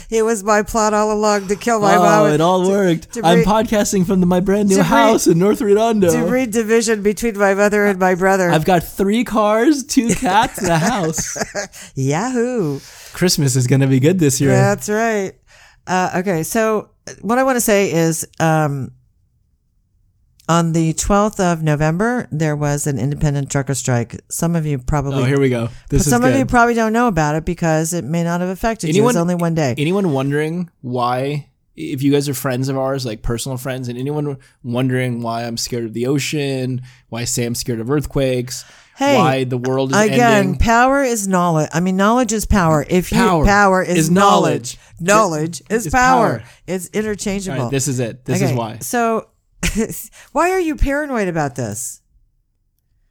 Speaker 2: it was my plot all along to kill my
Speaker 1: oh
Speaker 2: mom.
Speaker 1: it all worked
Speaker 2: to
Speaker 1: i'm
Speaker 2: re-
Speaker 1: podcasting from the, my brand new
Speaker 2: to re-
Speaker 1: house in north redondo
Speaker 2: to read division between my mother and my
Speaker 1: (laughs)
Speaker 2: brother.
Speaker 1: i've got three cars two cats and a house
Speaker 2: Yahoo.
Speaker 1: (laughs) christmas is gonna be good this year
Speaker 2: That's right. Uh, okay, so what I want to say is um, on the 12th of November, there was an independent trucker strike. Some of you probably.
Speaker 1: oh here we go this is
Speaker 2: some of
Speaker 1: good
Speaker 2: you probably don't know about it because it may not have affected you.
Speaker 1: Anyone-
Speaker 2: It's only one day.
Speaker 1: anyone wondering why if you guys are friends of ours like personal friends and anyone wondering why i'm scared of the ocean why sam's scared of earthquakes
Speaker 2: Hey,
Speaker 1: why the world is
Speaker 2: Again,
Speaker 1: ending
Speaker 2: power is knowledge. I mean, knowledge is power. If you
Speaker 1: Power
Speaker 2: power is,
Speaker 1: is
Speaker 2: knowledge,
Speaker 1: knowledge.
Speaker 2: knowledge is
Speaker 1: is
Speaker 2: power.
Speaker 1: power.
Speaker 2: It's
Speaker 1: All
Speaker 2: interchangeable.
Speaker 1: right, this is it this
Speaker 2: Okay,
Speaker 1: is why
Speaker 2: So, (laughs) why are you paranoid about this?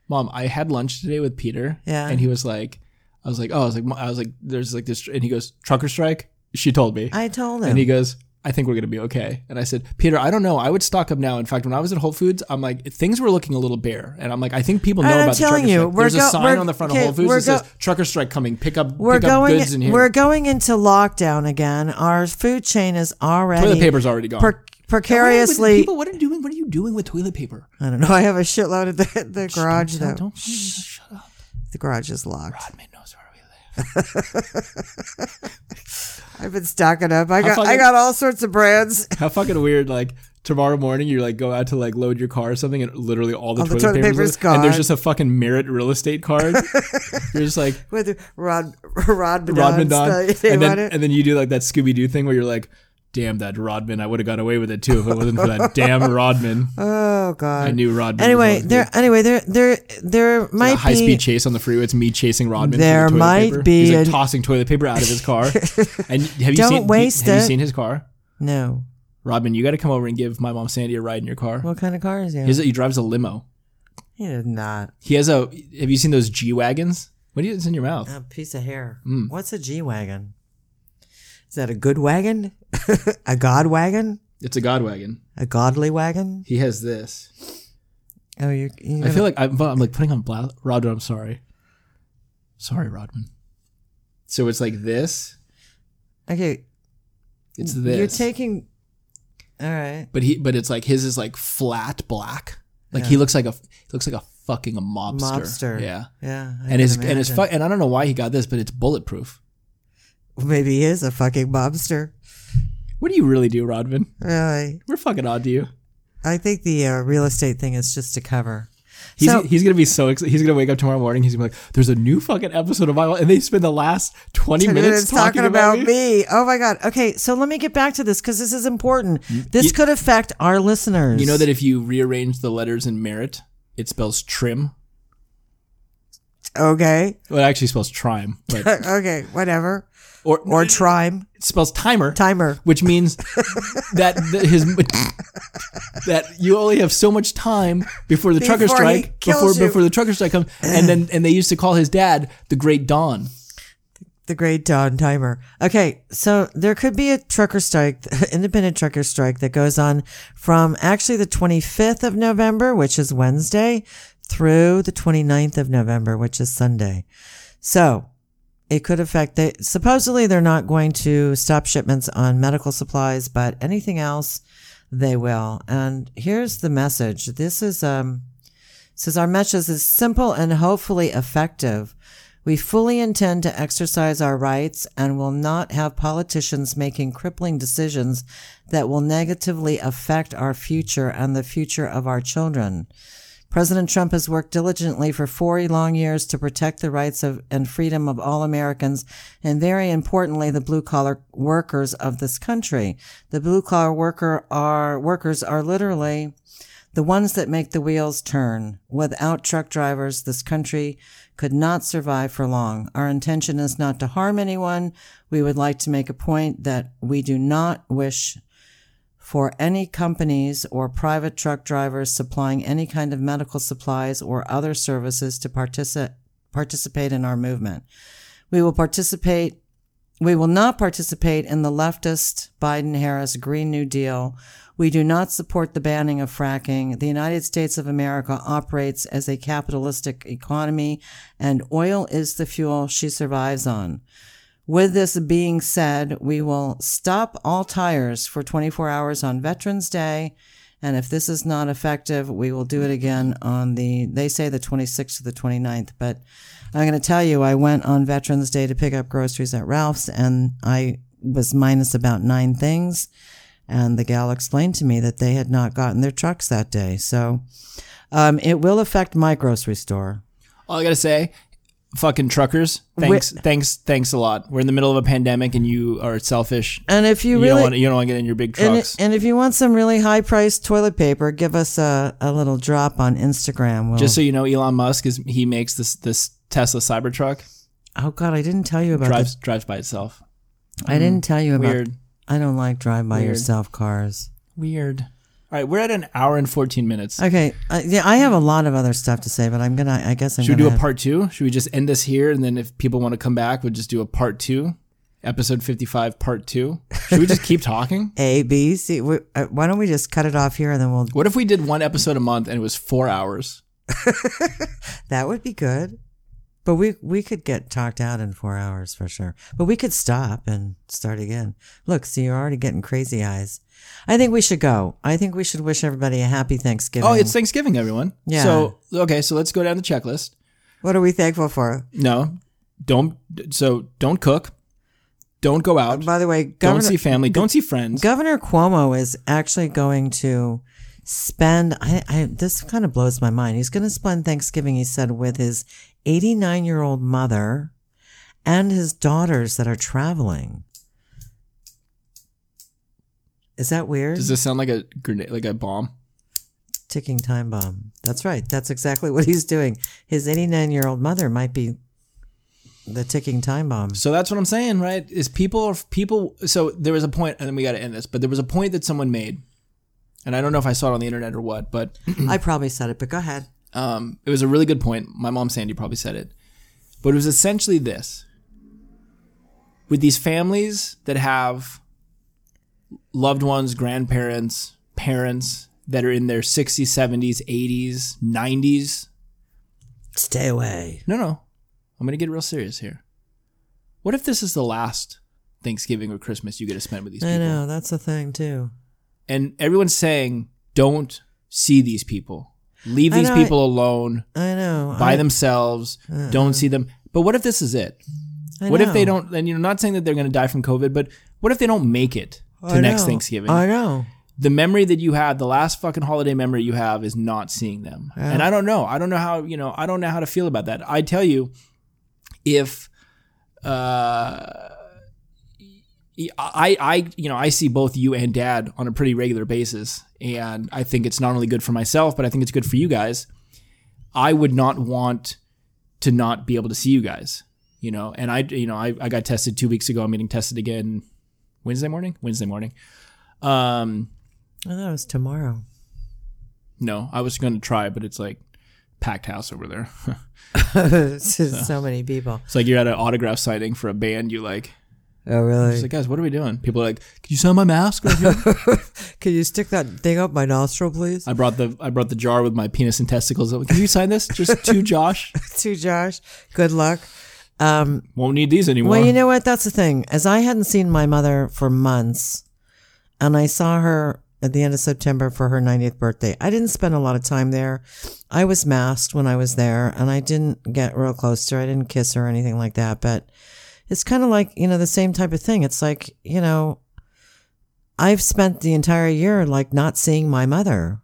Speaker 1: mom i had lunch today with peter
Speaker 2: Yeah.
Speaker 1: and he was like i was like oh i was like "Mo- i was like there's like this and he goes trucker strike she told me
Speaker 2: I told him.
Speaker 1: and he goes I think we're going to be okay. And I said, Peter, I don't know. I would stock up now. In fact, when I was at Whole Foods, I'm like, things were looking a little bare. And I'm like, I think people know
Speaker 2: And I'm
Speaker 1: about the
Speaker 2: telling
Speaker 1: trucker
Speaker 2: you,
Speaker 1: strike.
Speaker 2: we're
Speaker 1: There's
Speaker 2: go-
Speaker 1: a sign
Speaker 2: we're-
Speaker 1: on the front
Speaker 2: okay,
Speaker 1: of Whole Foods
Speaker 2: we're
Speaker 1: that says,
Speaker 2: go-
Speaker 1: trucker strike coming. Pick up,
Speaker 2: we're
Speaker 1: pick up
Speaker 2: going
Speaker 1: goods in here.
Speaker 2: we're going into lockdown again. Our food chain is already
Speaker 1: Toilet paper's already gone.
Speaker 2: per-
Speaker 1: What are,
Speaker 2: precariously.
Speaker 1: people, what are you doing? What are you doing with toilet paper?
Speaker 2: I don't know. (laughs) I have a shitload at the, the garage though.
Speaker 1: Don't, don't shut up.
Speaker 2: The garage is locked.
Speaker 1: Admin knows where we live.
Speaker 2: I've been stocking up. I got I
Speaker 1: fucking-
Speaker 2: got all sorts of brands. (laughs)
Speaker 1: How fucking weird! Like tomorrow morning, you like go out to like load your car or something, and literally all the
Speaker 2: All the
Speaker 1: toilet,
Speaker 2: toilet paper's
Speaker 1: in- And there's
Speaker 2: gone.
Speaker 1: just a fucking Merit real estate
Speaker 2: (laughs)
Speaker 1: card. You're just like,
Speaker 2: With Rod Rodman,
Speaker 1: Rodman Don.
Speaker 2: (laughs) Don.
Speaker 1: And then, and then you do like that Scooby Doo thing where you're like, damn, that Rodman, I would have got away with it too if it wasn't for
Speaker 2: (laughs)
Speaker 1: that damn Rodman.
Speaker 2: oh
Speaker 1: I
Speaker 2: god.
Speaker 1: knew Rodman.
Speaker 2: Anyway,
Speaker 1: was
Speaker 2: there. Anyway, there. There. There
Speaker 1: a
Speaker 2: might
Speaker 1: high
Speaker 2: be.
Speaker 1: speed chase on the freeway. It's me chasing Rodman. for
Speaker 2: There
Speaker 1: the toilet
Speaker 2: might
Speaker 1: paper.
Speaker 2: be
Speaker 1: He's like
Speaker 2: an- (laughs)
Speaker 1: tossing toilet paper out of his car. and have you
Speaker 2: Don't
Speaker 1: seen?
Speaker 2: waste
Speaker 1: have
Speaker 2: it.
Speaker 1: you seen his car?
Speaker 2: No.
Speaker 1: Rodman, you got to come over and give my mom Sandy a ride in your car.
Speaker 2: What kind of car is he?
Speaker 1: Here's- he drives a limo.
Speaker 2: he did not.
Speaker 1: He has a. Have you seen those G wagons? What do you? It's in your mouth.
Speaker 2: A piece of hair.
Speaker 1: Mm.
Speaker 2: What's a G wagon? Is that a good wagon? (laughs) a god wagon?
Speaker 1: It's a God wagon.
Speaker 2: A godly wagon?
Speaker 1: He has this.
Speaker 2: Oh, you're. you're
Speaker 1: I
Speaker 2: gonna-
Speaker 1: feel like I'm, I'm like putting on bla- Rodman. I'm sorry. Sorry, Rodman. So it's like this.
Speaker 2: okay.
Speaker 1: It's this.
Speaker 2: You're taking. All right.
Speaker 1: but he, but it's like his is like flat black. Like he looks like a looks like a fucking a mobster.
Speaker 2: mobster.
Speaker 1: Yeah.
Speaker 2: yeah. I
Speaker 1: And his
Speaker 2: can
Speaker 1: and his
Speaker 2: imagine.
Speaker 1: fu- and I don't know why he got this, but it's bulletproof.
Speaker 2: maybe he is a fucking mobster.
Speaker 1: What do you really do, Rodman?
Speaker 2: Really,
Speaker 1: We're fucking odd to you.
Speaker 2: I think the uh, real estate thing is just to cover.
Speaker 1: He's,
Speaker 2: so
Speaker 1: he's gonna be so excited. He's gonna wake up tomorrow morning. He's gonna be like, "There's a new fucking episode of my life," and they spend the last twenty
Speaker 2: Ten
Speaker 1: minutes, talking, about, me.
Speaker 2: Oh my god. Okay, so let me get back to this because this is important. This could affect our listeners.
Speaker 1: Mm. You know that if you rearrange the letters in merit, it spells trim.
Speaker 2: Okay. Uh,
Speaker 1: Well, it actually spells trime,
Speaker 2: (laughs)
Speaker 1: but
Speaker 2: okay. Whatever.
Speaker 1: or
Speaker 2: Or trime
Speaker 1: it spells timer,
Speaker 2: timer.
Speaker 1: which means that th- his that you only have so much time before the trucker
Speaker 2: Before he
Speaker 1: strike
Speaker 2: kills
Speaker 1: before
Speaker 2: you.
Speaker 1: before the trucker strike comes, and then and they used to call his dad the Great Don.
Speaker 2: The Great Dawn Timer. Okay, so there could be a trucker strike, (laughs) independent trucker strike that goes on from actually the 25th of November, which is Wednesday, through the 29th of November, which is Sunday. So it could affect they supposedly they're not going to stop shipments on medical supplies, but anything else they will. And here's the message. This is um says our message is simple and hopefully effective. We fully intend to exercise our rights and will not have politicians making crippling decisions that will negatively affect our future and the future of our children. President Trump has worked diligently for four long years to protect the rights of and freedom of all Americans and very importantly the blue collar workers of this country. The blue collar worker are workers are literally the ones that make the wheels turn. Without truck drivers, this country could not survive for long. Our intention is not to harm anyone. We would like to make a point that we do not wish for any companies or private truck drivers supplying any kind of medical supplies or other services to partici- participate in our movement. We will participate we will not participate in the leftist Biden Harris Green New Deal. We do not support the banning of fracking. The United States of America operates as a capitalistic economy, and oil is the fuel she survives on. With this being said, we will stop all tires for 24 hours on Veterans Day. And if this is not effective, we will do it again on the, they say the 26th to the 29th. But I'm going to tell you, I went on Veterans Day to pick up groceries at Ralph's and I was minus about nine things. And the gal explained to me that they had not gotten their trucks that day. So um, it will affect my grocery store.
Speaker 1: All I gotta say, fucking truckers, thanks, thanks, thanks a lot. We're in the middle of a pandemic, and you are selfish.
Speaker 2: And if you,
Speaker 1: You
Speaker 2: really.
Speaker 1: don't want you don't want to get in your big
Speaker 2: And,
Speaker 1: trucks.
Speaker 2: and if you want some really high priced toilet paper, give us a, a little drop on Instagram. We'll,
Speaker 1: Just so you know, Elon Musk is he makes this this Tesla Cybertruck
Speaker 2: oh God, I didn't tell you about
Speaker 1: drives drives by itself.
Speaker 2: that. I didn't tell you about.
Speaker 1: Weird,
Speaker 2: I don't like drive by yourself cars.
Speaker 1: weird. All right, we're at an hour and fourteen minutes.
Speaker 2: Okay, I, yeah, I have a lot of other stuff to say, but I'm gonna. I guess I'm
Speaker 1: Should we
Speaker 2: gonna.
Speaker 1: do a part two? Should we just end this here, and then if people want to come back, we'll just do a part two, episode fifty-five, part two. Should we just
Speaker 2: (laughs)
Speaker 1: keep talking?
Speaker 2: A, B, C. We, uh, why don't we just cut it off here and then we'll?
Speaker 1: What if we did one episode a month and it was four hours?
Speaker 2: That would be good. But we we could get talked out in four hours for sure. But we could stop and start again. Look, see, you're already getting crazy eyes. I think we should go. I think we should wish everybody a happy Thanksgiving.
Speaker 1: Oh, it's Thanksgiving, everyone.
Speaker 2: Yeah.
Speaker 1: So okay, so let's go down the checklist.
Speaker 2: What are we thankful for?
Speaker 1: No, don't. So don't cook. Don't go out.
Speaker 2: By the way,
Speaker 1: Don't
Speaker 2: Governor,
Speaker 1: see family. Don't see friends.
Speaker 2: Governor Cuomo is actually going to spend. I, I this kind of blows my mind. He's going to spend Thanksgiving. He said with his 89 year old mother and his daughters that are traveling. Is that weird?
Speaker 1: Does this sound like a grenade, like a bomb?
Speaker 2: Ticking time bomb. That's right. That's exactly (laughs) what he's doing. His 89 year old mother might be the ticking
Speaker 1: (clears throat)
Speaker 2: time bomb.
Speaker 1: So that's what I'm saying, right? Is people are people? So there was a point, and then we got to end this. But there was a point that someone made, and I don't know if I saw it on the internet or what, but
Speaker 2: I probably said it, but go ahead.
Speaker 1: um, it was a really good point. My mom Sandy probably said it, but it was essentially this: with these families that have loved ones, grandparents, parents that are in their 60s, 70s, 80s, 90s,
Speaker 2: Stay away.
Speaker 1: No, no. I'm going to get real serious here. What if this is the last Thanksgiving or Christmas you get to spend with these
Speaker 2: I
Speaker 1: people?
Speaker 2: know. That's a thing, too.
Speaker 1: And everyone's saying, don't see these people. Leave
Speaker 2: I
Speaker 1: these
Speaker 2: know,
Speaker 1: people alone
Speaker 2: I know.
Speaker 1: by
Speaker 2: I- Uh-huh.
Speaker 1: themselves. Don't see them. But what if this is it?
Speaker 2: I
Speaker 1: What if they
Speaker 2: know.
Speaker 1: don't? And you know, not saying that they're going to die from COVID, but what if they don't make it to
Speaker 2: I
Speaker 1: next
Speaker 2: know.
Speaker 1: Thanksgiving?
Speaker 2: I know.
Speaker 1: the memory that you had, the last fucking holiday memory you have is not seeing them. And I don't know. I don't know how, you know, I don't know how to feel about that. I tell you, if uh I I you know, I see both you and dad on a pretty regular basis and I think it's not only good for myself, but I think it's good for you guys. I would not want to not be able to see you guys. You know, and I you know, I, I got tested 2 weeks ago. I'm getting tested again Wednesday morning? Wednesday morning. Um
Speaker 2: I thought it was (laughs) tomorrow.
Speaker 1: no, I was going to try, but it's like packed house over there. (laughs)
Speaker 2: It's just so. many people.
Speaker 1: it's like you're at an autograph signing for a band. You like,
Speaker 2: Oh,
Speaker 1: it's
Speaker 2: really?
Speaker 1: like guys, what are we doing? People are like, could you sell my mask? right here?"
Speaker 2: Could you stick that thing up my nostril, please?
Speaker 1: (laughs)
Speaker 2: (laughs)
Speaker 1: I brought the I brought the jar with my penis and testicles. I'm like, Can you sign this? Just two, Josh.
Speaker 2: to Josh. Good luck. Um,
Speaker 1: (laughs) Won't need these anymore.
Speaker 2: well, you know what? That's the thing. As I hadn't seen my mother for months, and I saw her at the end of September for her 90th birthday. I didn't spend a lot of time there. I was masked when I was there, and I didn't get real close to her. I didn't kiss her or anything like that. But it's kind of like, you know, the same type of thing. It's like, you know, I've spent the entire year like not seeing my mother,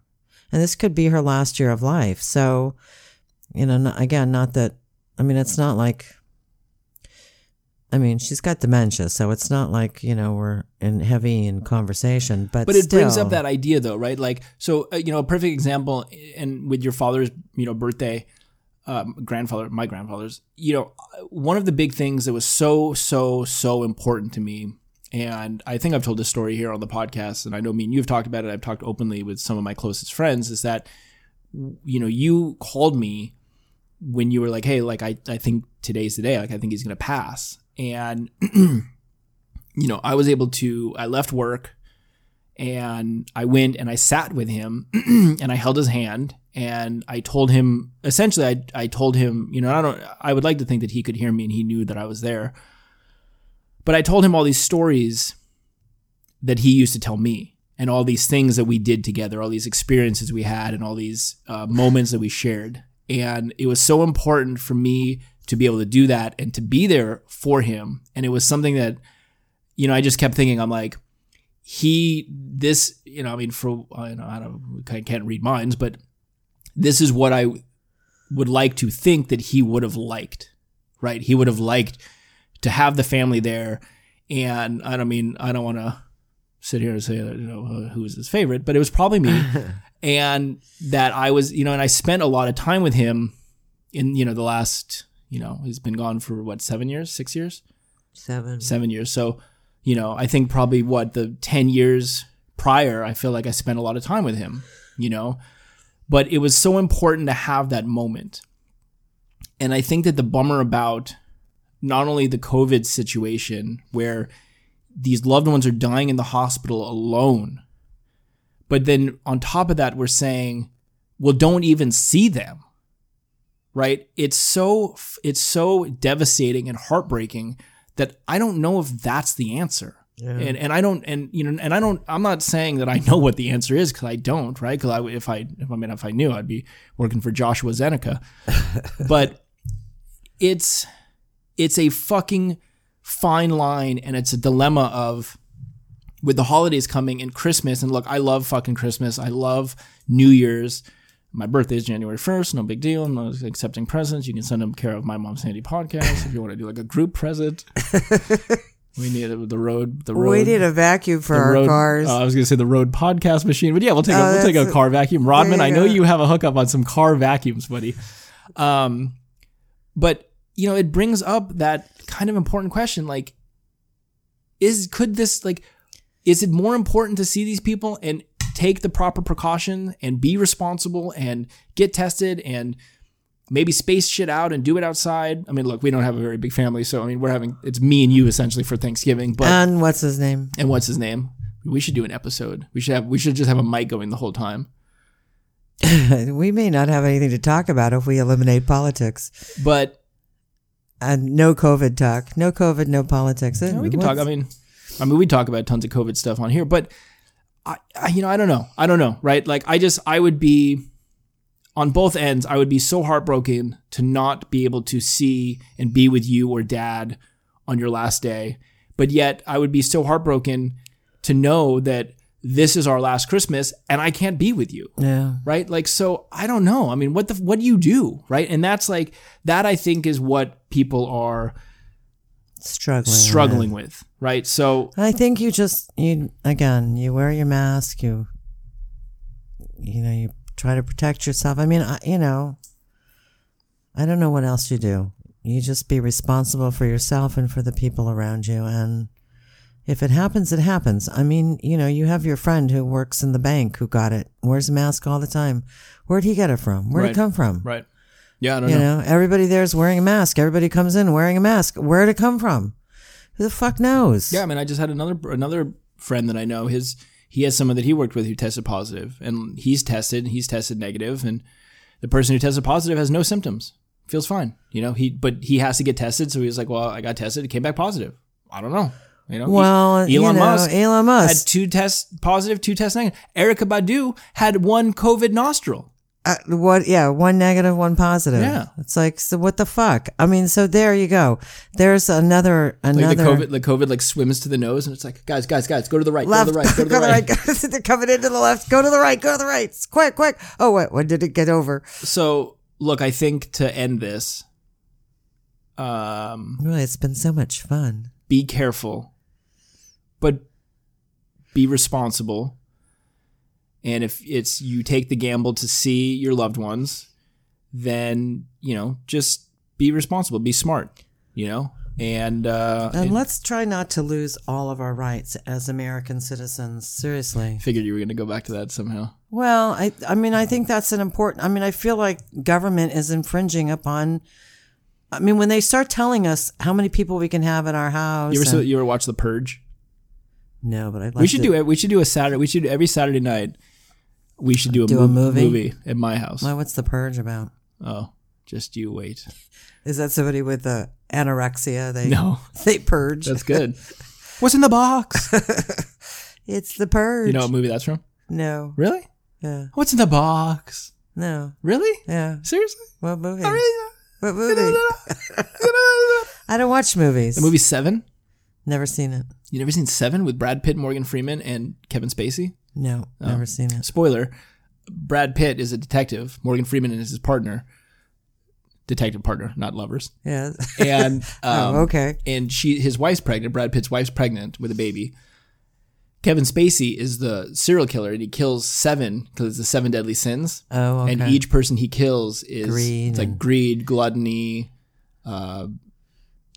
Speaker 2: and this could be her last year of life. So, you know, not, again, not that, I mean, it's not like, I mean, she's got dementia, so it's not like, you know, we're in heavy in conversation, but,
Speaker 1: but it brings
Speaker 2: still.
Speaker 1: up that idea though, right? Like, so uh, you know, a perfect example, and with your father's you know birthday, um, grandfather, my grandfather's, you know, uh, one of the big things that was so so so important to me, and I think I've told this story here on the podcast, and I know me and you've talked about it. I've talked openly with some of my closest friends, is that you know you called me when you were like, hey, like I I think today's the day, like I think he's gonna pass, and (clears throat) you know, I was able to, I left work and I went and I sat with him (clears throat) and I held his hand and I told him, essentially, I, I told him, you know, I don't, I would like to think that he could hear me and he knew that I was there. But I told him all these stories that he used to tell me and all these things that we did together, all these experiences we had and all these uh, moments that we shared. And it was so important for me to be able to do that and to be there for him. And it was something that, you know, I just kept thinking, I'm like, he, this, you know, I mean, for, I don't know, I don't- I can't read minds, but this is what I would like to think that he would have liked, right? He would have liked to have the family there. And I don't mean, I don't want to sit here and say, you know, uh, who was his favorite, but it was probably me. and that I was, you know, and I spent a lot of time with him in, you know, the last, you know, he's been gone for what, seven years, six years?
Speaker 2: seven.
Speaker 1: seven years. So, you know, I think probably what the 10 years prior, I feel like I spent a lot of time with him, you know, but it was so important to have that moment. And I think that the bummer about not only the COVID situation where these loved ones are dying in the hospital alone, but then on top of that, we're saying, well, don't even see them. Right? It's so it's so devastating and heartbreaking that I don't know if that's the answer. And and I don't and you know and I don't I'm not saying that I know what the answer is because I don't right because I would- if I if I mean if I knew I'd be working for Joshua Zeneca, but it's it's a fucking fine line and it's a dilemma of with the holidays coming and Christmas and look I love fucking Christmas I love New Year's my birthday is January 1st, no big deal. I'm not accepting presents. You can send them care of my mom Sandy podcast if you want to do like a group present.
Speaker 2: (laughs)
Speaker 1: we need a, the road the road
Speaker 2: We need a vacuum for our
Speaker 1: road-
Speaker 2: cars. Oh,
Speaker 1: uh, I was gonna say the road podcast machine, but yeah, we'll take a, we'll take a
Speaker 2: that's-
Speaker 1: car vacuum. Rodman,
Speaker 2: you
Speaker 1: I know
Speaker 2: go.
Speaker 1: you have a hookup on some car vacuums, buddy. Um, but you know, it brings up that kind of important question: like, is could this like, is it more important to see these people and take the proper precaution and be responsible and get tested and maybe space shit out and do it outside? I mean, look, we don't have a very big family, so I mean, we're having it's me and you essentially for Thanksgiving, but
Speaker 2: and what's his name? (laughs)
Speaker 1: and what's his name? We should do an episode. We should have we should just have a mic going the whole time.
Speaker 2: we may not have anything to talk about if we eliminate politics
Speaker 1: But
Speaker 2: and no COVID talk. No COVID, no politics.
Speaker 1: you know, we can talk. I mean, I mean, we talk about tons of COVID stuff on here. But I, I, you know, I don't know. I don't know, right? Like, I just I would be, on both ends, I would be so heartbroken to not be able to see and be with you or dad on your last day. But yet, I would be so heartbroken to know that this is our last Christmas and I can't be with you.
Speaker 2: Yeah.
Speaker 1: Right? Like, so I don't know. I mean, what the, what do you do? Right? And that's like, that I think is what people are
Speaker 2: Struggling. with.
Speaker 1: struggling with. Right? So,
Speaker 2: I think you just you again, you wear your mask, you you know, you try to protect yourself. I mean, I, you know, I don't know what else you do. You just be responsible for yourself and for the people around you and if it happens, it happens. I mean, you know, you have your friend who works in the bank who got it, wears a mask all the time. Where'd he get it from? Where'd
Speaker 1: Right.
Speaker 2: it come from?
Speaker 1: right. Yeah, I don't
Speaker 2: You
Speaker 1: know.
Speaker 2: know, everybody there's wearing a mask. Everybody comes in wearing a mask. Where'd it come from? Who the fuck knows?
Speaker 1: Yeah, I mean, I just had another another friend that I know. His he has someone that he worked with who tested positive, and he's tested, and he's tested negative, and the person who tested positive has no symptoms, feels fine. You know, he but he has to get tested, so he was like, "Well, I got tested, it came back positive. I don't know." You know, E-
Speaker 2: Well,
Speaker 1: Elon
Speaker 2: you know,
Speaker 1: Musk
Speaker 2: Elon Musk.
Speaker 1: had two tests positive, two tests negative. Erica Badu had one COVID nostril.
Speaker 2: Uh, what? Yeah, one negative, one positive.
Speaker 1: Yeah.
Speaker 2: it's like so. What the fuck? I mean, so there you go. There's another another
Speaker 1: Like the COVID, the COVID like swims to the nose, and it's like, guys, guys, guys, go to the right, go to
Speaker 2: left.
Speaker 1: the
Speaker 2: (laughs)
Speaker 1: right, (laughs) go to the right.
Speaker 2: They're coming into the left. Go to the right. Go to the right. Quick, quick. Oh wait, when did it get over?
Speaker 1: So, look, I think to end this, um,
Speaker 2: Really, it's been so much fun.
Speaker 1: be careful, but be responsible. And if it's you take the gamble to see your loved ones, then you know just be responsible, be smart, you know, and uh,
Speaker 2: And
Speaker 1: I
Speaker 2: let's try not to lose all of our rights as American citizens. Seriously.
Speaker 1: figured you were going to go back to that somehow.
Speaker 2: Well, I I mean I think that's an important I mean I feel like government is infringing upon I mean when they start telling us how many people we can have in our house.
Speaker 1: You ever saw,
Speaker 2: and-
Speaker 1: you ever watch The Purge?
Speaker 2: no, but I'd like
Speaker 1: We should
Speaker 2: to,
Speaker 1: do
Speaker 2: (laughs)
Speaker 1: it. We should do a Saturday. We should do every Saturday night. We should do a,
Speaker 2: Do a
Speaker 1: mov-
Speaker 2: movie?
Speaker 1: at my house.
Speaker 2: Why, what's the purge about?
Speaker 1: Oh, just you wait. (laughs)
Speaker 2: Is that somebody with uh, anorexia? They
Speaker 1: No,
Speaker 2: (laughs) they purge.
Speaker 1: that's good. (laughs) What's in the box?
Speaker 2: It's the
Speaker 1: (laughs)
Speaker 2: purge.
Speaker 1: You know what movie that's from?
Speaker 2: no.
Speaker 1: Really?
Speaker 2: Yeah.
Speaker 1: What's in the box?
Speaker 2: No.
Speaker 1: Really?
Speaker 2: Yeah.
Speaker 1: Seriously?
Speaker 2: What movie?
Speaker 1: Really?
Speaker 2: What (laughs) movie? I don't watch movies.
Speaker 1: the movie Seven?
Speaker 2: Never seen it.
Speaker 1: You never seen Seven with Brad Pitt, Morgan Freeman, and Kevin Spacey?
Speaker 2: No,
Speaker 1: Oh.
Speaker 2: never seen it.
Speaker 1: Spoiler: Brad Pitt is a detective. Morgan Freeman is his partner, detective partner, not lovers.
Speaker 2: Yeah.
Speaker 1: And (laughs) um,
Speaker 2: oh, (laughs) okay.
Speaker 1: and she his wife's pregnant. Brad Pitt's wife's pregnant with a baby. Kevin Spacey is the serial killer, and he kills seven because it's the seven deadly sins.
Speaker 2: Oh, okay.
Speaker 1: and each person he kills is
Speaker 2: Greed
Speaker 1: it's like
Speaker 2: and-
Speaker 1: greed, gluttony. Uh,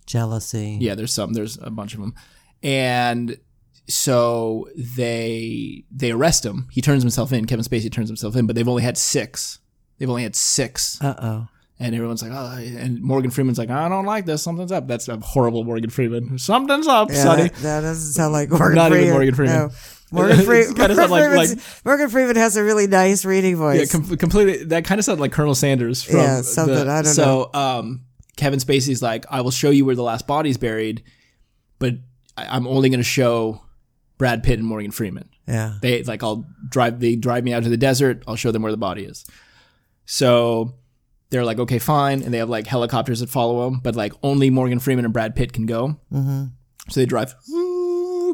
Speaker 2: Jealousy.
Speaker 1: yeah, there's some. There's a bunch of them, and so they they arrest him. He turns himself in. Kevin Spacey turns himself in, but they've only had six. They've only had six,
Speaker 2: Uh oh.
Speaker 1: and everyone's like, oh. And Morgan Freeman's like, I don't like this. Something's up. That's a horrible Morgan Freeman. Somethinging's up,
Speaker 2: Yeah,
Speaker 1: Sonny.
Speaker 2: That, that doesn't sound like Morgan
Speaker 1: Not even Morgan
Speaker 2: Freeman.
Speaker 1: Freeman. (laughs)
Speaker 2: No. Morgan, Fre-
Speaker 1: It's kinda sound like-
Speaker 2: Freeman's-
Speaker 1: like-
Speaker 2: Morgan Freeman has a really nice reading
Speaker 1: Yeah,
Speaker 2: voice.
Speaker 1: com- completely. That kind of sounded like Colonel Sanders. From
Speaker 2: Yeah, something,
Speaker 1: the-
Speaker 2: I don't
Speaker 1: so, um, Kevin Spacey's like, I will show you where the last body's buried, but I- I'm only going to show Brad Pitt and Morgan Freeman.
Speaker 2: yeah. (laughs)
Speaker 1: They like, I'll drive. They drive me out to the desert. I'll show them where the body is. So they're like, okay, fine, and they have like helicopters that follow them, but like only Morgan Freeman and Brad Pitt can go.
Speaker 2: Mm-hmm.
Speaker 1: So they drive. (laughs)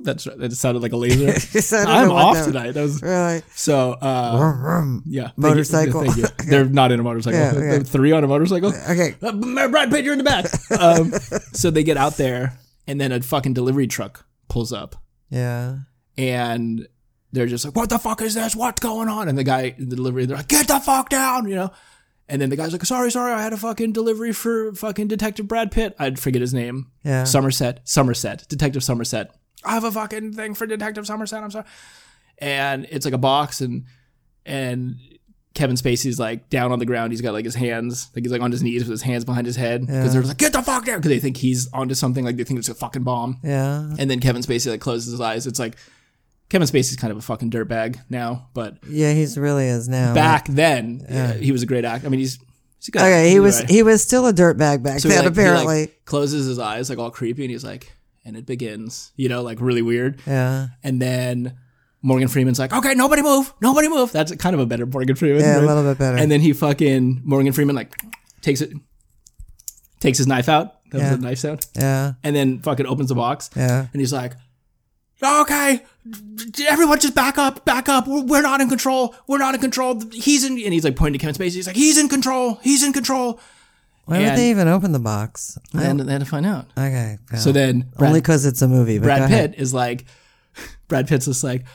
Speaker 1: That's that sounded like a laser.
Speaker 2: So (laughs) I don't
Speaker 1: I'm
Speaker 2: know what
Speaker 1: off
Speaker 2: that-
Speaker 1: tonight. That was
Speaker 2: Really.
Speaker 1: so. Uh,
Speaker 2: Vroom, vroom.
Speaker 1: yeah. Thank you.
Speaker 2: Motorcycle.
Speaker 1: Thank you.
Speaker 2: (laughs)
Speaker 1: They're not in a motorcycle.
Speaker 2: Yeah, okay.
Speaker 1: They're three on a motorcycle.
Speaker 2: Okay.
Speaker 1: Uh, Brad Pitt, you're in the
Speaker 2: (laughs)
Speaker 1: back. Um, so they get out there, and then a fucking delivery truck pulls up,
Speaker 2: Yeah.
Speaker 1: and they're just like, "What the fuck is this? What's going on?" And the guy, the delivery, they're like, "Get the fuck down," you know. And then the guy's like, "Sorry, sorry, I had a fucking delivery for fucking Detective Brad Pitt. I'd forget his name.
Speaker 2: Yeah.
Speaker 1: Somerset, Somerset, Detective Somerset. I have a fucking thing for Detective Somerset. I'm sorry. And it's like a box, and and Kevin Spacey's like down on the ground. He's got like his hands, like he's like on his knees with his hands behind his head because they're like, get the fuck down because they think he's onto something. Like they think it's a fucking bomb.
Speaker 2: Yeah.
Speaker 1: And then Kevin Spacey like closes his eyes. It's like Kevin Spacey's kind of a fucking dirtbag now, but
Speaker 2: Yeah, he's really is now.
Speaker 1: back then uh, he was a great actor. I mean, he's he's a good.
Speaker 2: Okay, he
Speaker 1: actor
Speaker 2: was
Speaker 1: anyway.
Speaker 2: he was still a dirtbag back
Speaker 1: So he,
Speaker 2: then,
Speaker 1: like- he, like,
Speaker 2: apparently.
Speaker 1: closes his eyes like all creepy, and he's like, and it begins. You know, like really weird.
Speaker 2: yeah.
Speaker 1: And then Morgan Freeman's like, okay, nobody move, nobody move. That's kind of a better Morgan Freeman.
Speaker 2: Yeah, a little bit better.
Speaker 1: And then he fucking Morgan Freeman like takes it, takes his knife out. That
Speaker 2: Yeah.
Speaker 1: was the knife sound.
Speaker 2: Yeah.
Speaker 1: And then fucking opens the box.
Speaker 2: Yeah.
Speaker 1: And he's like, okay, everyone just back up, back up. We're, we're not in control. We're not in control. He's in, and he's like pointing to Kevin Spacey. He's like, he's in control. He's in control.
Speaker 2: Why would
Speaker 1: And-
Speaker 2: they even open the box? I
Speaker 1: And they had to find out.
Speaker 2: don't- okay. well,
Speaker 1: So then Brad,
Speaker 2: only because it's a movie. But go
Speaker 1: Brad
Speaker 2: ahead.
Speaker 1: Pitt is like, Brad Pitt's just like,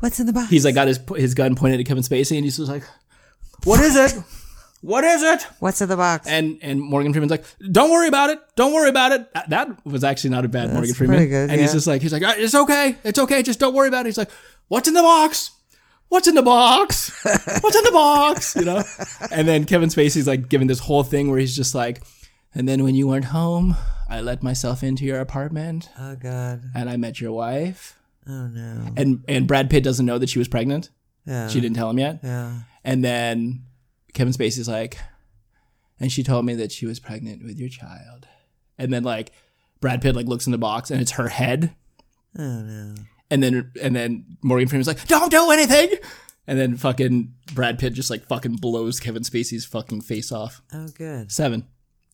Speaker 2: What's in the box?
Speaker 1: he's like got his his gun pointed at Kevin Spacey, and he's just like, what is it? What is it?
Speaker 2: What's in the box?
Speaker 1: And and Morgan Freeman's like, don't worry about it, don't worry about it. That- That was actually not a bad Morgan Freeman.
Speaker 2: pretty good,
Speaker 1: and he's
Speaker 2: yeah.
Speaker 1: just like, he's like, it's okay, it's okay, just don't worry about it. He's like, what's in the box? What's in the box? What's in the box? (laughs) You know. And then Kevin Spacey's like giving this whole thing where he's just like, and then when you weren't home, I let myself into your apartment
Speaker 2: oh God.
Speaker 1: and I met your wife.
Speaker 2: Oh no.
Speaker 1: And and Brad Pitt doesn't know that she was pregnant.
Speaker 2: Yeah.
Speaker 1: She didn't tell him yet.
Speaker 2: yeah.
Speaker 1: And then Kevin Spacey's like, and she told me that she was pregnant with your child. And then like Brad Pitt like looks in the box and it's her head.
Speaker 2: Oh no.
Speaker 1: And then and then Morgan Freeman's like, don't do anything. And then fucking Brad Pitt just like fucking blows Kevin Spacey's fucking face off.
Speaker 2: Oh good.
Speaker 1: Seven.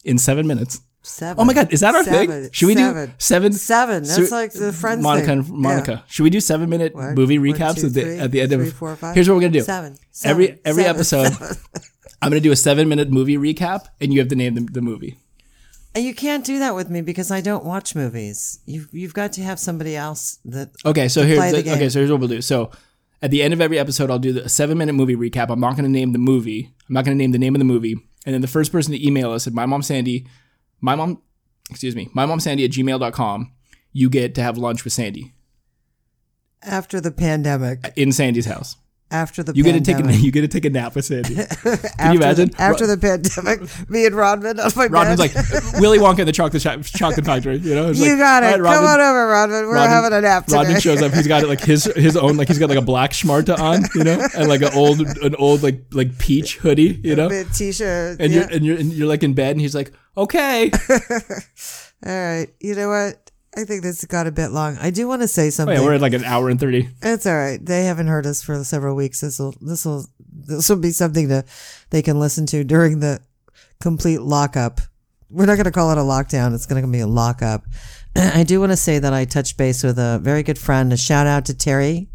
Speaker 1: In seven minutes.
Speaker 2: Seven.
Speaker 1: Oh my god, is that our
Speaker 2: Seven.
Speaker 1: thing? Should we
Speaker 2: Seven.
Speaker 1: do seven?
Speaker 2: Seven. That's
Speaker 1: So-
Speaker 2: like the Friends
Speaker 1: Monica
Speaker 2: thing.
Speaker 1: and Monica. Should we do seven minute
Speaker 2: One,
Speaker 1: movie
Speaker 2: one,
Speaker 1: recaps
Speaker 2: two,
Speaker 1: at, the,
Speaker 2: three,
Speaker 1: at the end
Speaker 2: three,
Speaker 1: of?
Speaker 2: four, five.
Speaker 1: Here's what we're gonna do.
Speaker 2: Yeah. Seven.
Speaker 1: every
Speaker 2: Seven.
Speaker 1: every
Speaker 2: Seven.
Speaker 1: episode, (laughs) I'm gonna do a seven minute movie recap, and you have to name the, the movie.
Speaker 2: (laughs) And you can't do that with me because I don't watch movies. You you've got to have somebody else that
Speaker 1: Okay, so here's
Speaker 2: play the
Speaker 1: the- okay,
Speaker 2: game.
Speaker 1: so here's what we'll do. So at the end of every episode, I'll do the, a seven minute movie recap. I'm not gonna name the movie. I'm not gonna name the name of the movie. And then the first person to email us at my mom Sandy, my mom, excuse me, my mom Sandy at gmail.com, you get to have lunch with Sandy
Speaker 2: after the pandemic,
Speaker 1: in Sandy's house.
Speaker 2: after the
Speaker 1: You get to
Speaker 2: pandemic,
Speaker 1: take a, (laughs) you get to take a nap with
Speaker 2: (laughs)
Speaker 1: Sandy.
Speaker 2: after
Speaker 1: you imagine?
Speaker 2: the, after the pandemic, me and Rodman on my
Speaker 1: Rodman's
Speaker 2: bed. (laughs)
Speaker 1: like Willy Wonka and the Chocolate Shop, Chocolate Factory. You know, It's
Speaker 2: you
Speaker 1: like,
Speaker 2: got it.
Speaker 1: "All right,
Speaker 2: Come
Speaker 1: Rodman,
Speaker 2: on over, Rodman. We're
Speaker 1: Rodman-
Speaker 2: having a nap today.
Speaker 1: Rodman
Speaker 2: (laughs)
Speaker 1: shows up. He's got like his his own like he's got like a black schmarta on, you know, and like an old an old like like peach hoodie, you know.
Speaker 2: Big T-shirt.
Speaker 1: And
Speaker 2: yeah.
Speaker 1: you're and you're and you're like in bed, and he's like, okay,
Speaker 2: All right. You know what? I think this got a bit long. I do want to say
Speaker 1: oh,
Speaker 2: something.
Speaker 1: yeah, we're at like an hour and thirty.
Speaker 2: It's all right. They haven't heard us for several weeks. This will this will this will be something to they can listen to during the complete lockup. We're not going to call it a lockdown. It's going to be a lockup. (clears throat) I do want to say that I touched base with a very good friend. A shout out to Terry.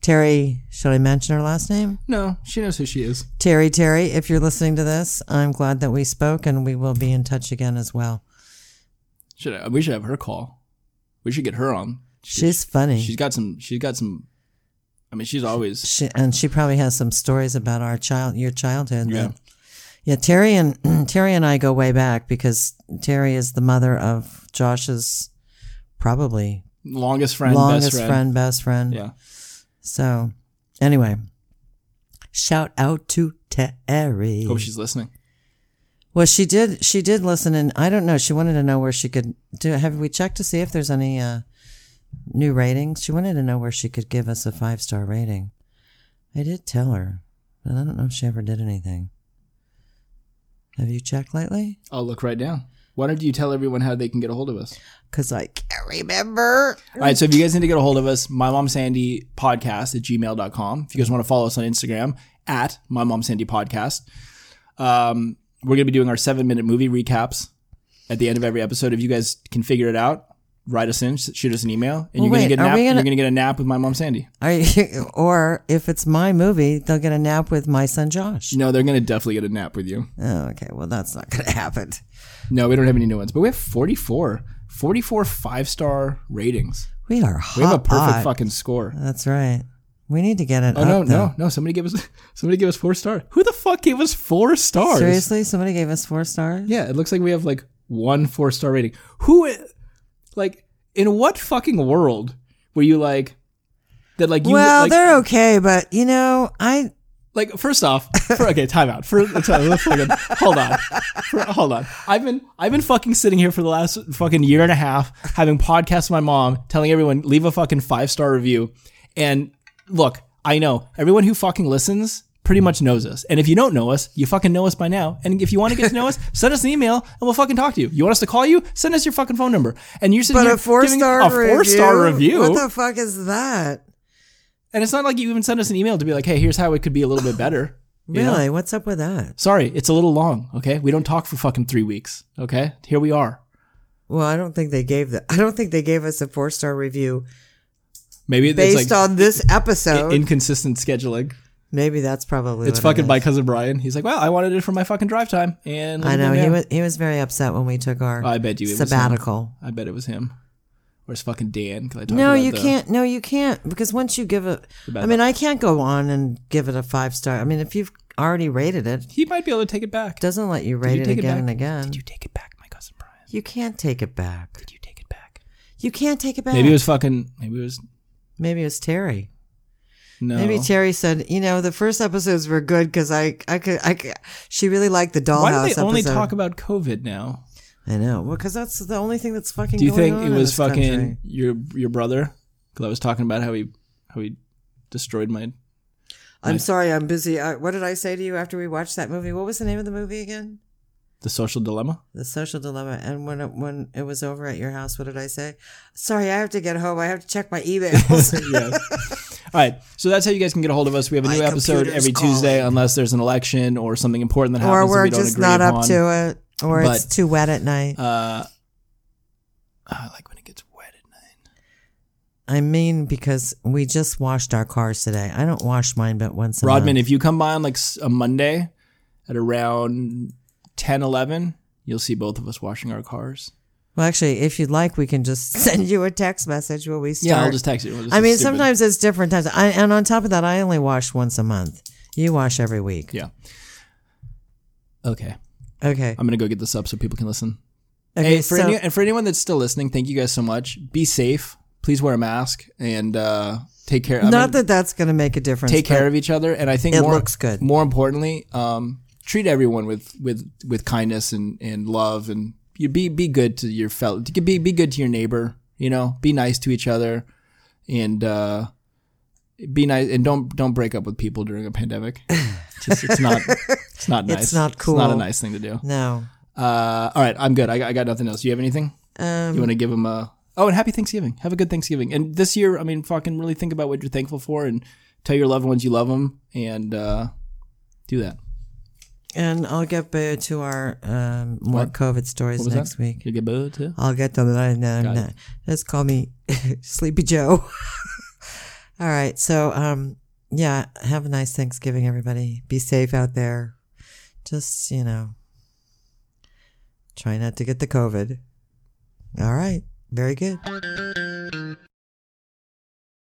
Speaker 2: Terry, should I mention her last name?
Speaker 1: No, she knows who she is.
Speaker 2: Terry, Terry, if you're listening to this, I'm glad that we spoke and we will be in touch again as well.
Speaker 1: Should I, we should have her call? We should get her on.
Speaker 2: She's funny.
Speaker 1: She's got some. She's got some. I mean, she's always.
Speaker 2: She, and she probably has some stories about our child, your childhood.
Speaker 1: Yeah.
Speaker 2: that- yeah. Terry and (clears throat) Terry and I go way back because Terry is the mother of Josh's probably
Speaker 1: Longest friend,
Speaker 2: longest
Speaker 1: best friend.
Speaker 2: friend. best friend.
Speaker 1: Yeah.
Speaker 2: So, anyway, shout out to Terry.
Speaker 1: Hope she's listening.
Speaker 2: well, she did. She did listen, and I don't know. She wanted to know where she could do. Have we checked to see if there's any uh, new ratings? She wanted to know where she could give us a five star rating. I did tell her, but I don't know if she ever did anything. Have you checked lately?
Speaker 1: I'll look right down. Why don't you tell everyone how they can get a hold of us?
Speaker 2: Cause I can't remember.
Speaker 1: All right, so if you guys need to get a hold of us, my mom Sandy podcast at gmail.com. If you guys want to follow us on Instagram at my mom Sandy podcast, um, we're going to be doing our seven minute movie recaps at the end of every episode. If you guys can figure it out, write us in, s- shoot us an email, and
Speaker 2: Well,
Speaker 1: you're going
Speaker 2: wait,
Speaker 1: to get a
Speaker 2: are
Speaker 1: nap.
Speaker 2: we
Speaker 1: You're
Speaker 2: gonna-
Speaker 1: going to get a nap with my mom Sandy.
Speaker 2: Are you, (laughs) or if it's my movie, they'll get a nap with my son Josh.
Speaker 1: No, they're going to definitely get a nap with you.
Speaker 2: Oh, okay. Well, that's not gonna happen.
Speaker 1: No, we don't have any new ones, but we have 44, 44 five star ratings.
Speaker 2: We are hot.
Speaker 1: We have a perfect
Speaker 2: hot.
Speaker 1: fucking score.
Speaker 2: That's right. We need to get it.
Speaker 1: Oh no, no, no! Somebody give us, (laughs) somebody give us four star. Who the fuck gave us four stars?
Speaker 2: Seriously, somebody gave us four stars.
Speaker 1: Yeah, it looks like we have like one four star rating. Who, i- like, in what fucking world were you like that? Like, you
Speaker 2: well,
Speaker 1: like,
Speaker 2: they're okay, but you know, I
Speaker 1: like first off, for, okay, time out. For, let's- let's fucking- hold on, For- hold on. I've been I've been fucking sitting here for the last fucking year and a half having podcasts with my mom, telling everyone leave a fucking five star review. And look, I know everyone who fucking listens pretty much knows us. And if you don't know us, you fucking know us by now. And if you want to get to know us, (laughs) send us an email and we'll fucking talk to you. You want us to call you? Send us your fucking phone number. And you're sitting
Speaker 2: but
Speaker 1: here
Speaker 2: a four
Speaker 1: giving
Speaker 2: star
Speaker 1: a four star review.
Speaker 2: What the fuck is that?
Speaker 1: And it's not like you even sent us an email to be like, hey, here's how it could be a little bit better. you know?
Speaker 2: Really? What's up with that?
Speaker 1: Sorry, it's a little long. Okay. We don't talk for fucking three weeks. Okay. Here we are.
Speaker 2: Well, I don't think they gave the I don't think they gave us a four star review
Speaker 1: Maybe it's
Speaker 2: based
Speaker 1: like
Speaker 2: on this episode.
Speaker 1: inconsistent scheduling.
Speaker 2: Maybe that's probably
Speaker 1: It's
Speaker 2: what it
Speaker 1: fucking
Speaker 2: is.
Speaker 1: my cousin Brian. He's like, well, I wanted it for my fucking drive time. And
Speaker 2: I
Speaker 1: look
Speaker 2: know
Speaker 1: at me
Speaker 2: he
Speaker 1: now.
Speaker 2: was he was very upset when we took our
Speaker 1: I bet you it was him.
Speaker 2: sabbatical.
Speaker 1: I bet it was him. Or it's fucking Dan. 'cause I talked
Speaker 2: No,
Speaker 1: about
Speaker 2: you
Speaker 1: the-
Speaker 2: can't. No, you can't. Because once you give it, I mean, I can't go on and give it a five star. I mean, if you've already rated it, it
Speaker 1: He might be able to take it back.
Speaker 2: doesn't let you rate
Speaker 1: you
Speaker 2: it
Speaker 1: take it
Speaker 2: again
Speaker 1: back?
Speaker 2: and again.
Speaker 1: Did you
Speaker 2: You,
Speaker 1: take it back, my cousin Brian?
Speaker 2: can't take it back.
Speaker 1: Did you take it back?
Speaker 2: You can't take it back.
Speaker 1: Maybe it was fucking. Maybe it was.
Speaker 2: Maybe it was Terry.
Speaker 1: No.
Speaker 2: Maybe Terry said, you know, the first episodes were good because I, I could, I could. She really liked the dollhouse
Speaker 1: Why do they
Speaker 2: episode.
Speaker 1: only talk about COVID now?
Speaker 2: I know. Well, because that's the only thing that's fucking.
Speaker 1: Do you
Speaker 2: going
Speaker 1: think
Speaker 2: on
Speaker 1: it
Speaker 2: in
Speaker 1: was
Speaker 2: this
Speaker 1: fucking
Speaker 2: country.
Speaker 1: your your brother? Because I was talking about how he how he destroyed my.
Speaker 2: I'm sorry, I'm busy. I, what did I say to you after we watched that movie? What was the name of the movie again?
Speaker 1: The social dilemma.
Speaker 2: The Social Dilemma. And when it, when it was over at your house, what did I say? Sorry, I have to get home. I have to check my
Speaker 1: (laughs)
Speaker 2: emails.
Speaker 1: yeah. (laughs) All right. So that's how you guys can get a hold of us. We have a new
Speaker 2: My
Speaker 1: episode
Speaker 2: computer's
Speaker 1: every Tuesday, unless there's an election or something important that happens.
Speaker 2: (laughs) or
Speaker 1: that
Speaker 2: we're
Speaker 1: we don't
Speaker 2: just
Speaker 1: agree
Speaker 2: not up
Speaker 1: upon.
Speaker 2: to it. Or it's
Speaker 1: But-
Speaker 2: too wet at night.
Speaker 1: Uh, I like when it gets wet at night.
Speaker 2: I mean, because we just washed our cars today. I don't wash mine but once a
Speaker 1: Rodman,
Speaker 2: month.
Speaker 1: if you come by on like s- a Monday at around 10, 11, you'll see both of us washing our cars.
Speaker 2: Well, actually, if you'd like, we can just (laughs) send you a text message where we start.
Speaker 1: Yeah, I'll just text you. We'll just-
Speaker 2: I mean,
Speaker 1: it's stupid.
Speaker 2: sometimes it's different times. I, and on top of that, I only wash once a month. You wash every week.
Speaker 1: Yeah. Okay.
Speaker 2: Okay.
Speaker 1: I'm going to go get this up so people can listen. Hey,
Speaker 2: Okay.
Speaker 1: for
Speaker 2: so,
Speaker 1: any, and for anyone that's still listening, thank you guys so much. Be safe. Please wear a mask and uh, take care. I
Speaker 2: not
Speaker 1: mean,
Speaker 2: that that's going to make a difference.
Speaker 1: take
Speaker 2: but-
Speaker 1: care of each other. And I think
Speaker 2: It
Speaker 1: more,
Speaker 2: looks good.
Speaker 1: More importantly, um, treat everyone with with with kindness and and love, and you be be good to your fellow. to Be be good to your neighbor. You know, be nice to each other, and uh, be nice. And don't don't break up with people during a
Speaker 2: (laughs)
Speaker 1: pandemic. Just, it's not it's not nice.
Speaker 2: not
Speaker 1: It's not a
Speaker 2: cool.
Speaker 1: nice thing to do.
Speaker 2: No.
Speaker 1: Uh, all right, I'm good. I got, I got nothing else. Do you have anything?
Speaker 2: Um,
Speaker 1: you want to give them a oh, and happy Thanksgiving. Have a good Thanksgiving. And this year, I mean, fucking really think about what you're thankful for, and tell your loved ones you love them, and uh, do that.
Speaker 2: And I'll get back to our um, more COVID stories
Speaker 1: was
Speaker 2: next
Speaker 1: that?
Speaker 2: week.
Speaker 1: You get booed too.
Speaker 2: I'll get to that. No, no. Just call me (laughs) Sleepy Joe. (laughs) All right. So, um, yeah, have a nice Thanksgiving, everybody. Be safe out there. Just, you know, try not to get the COVID. All right. Very good.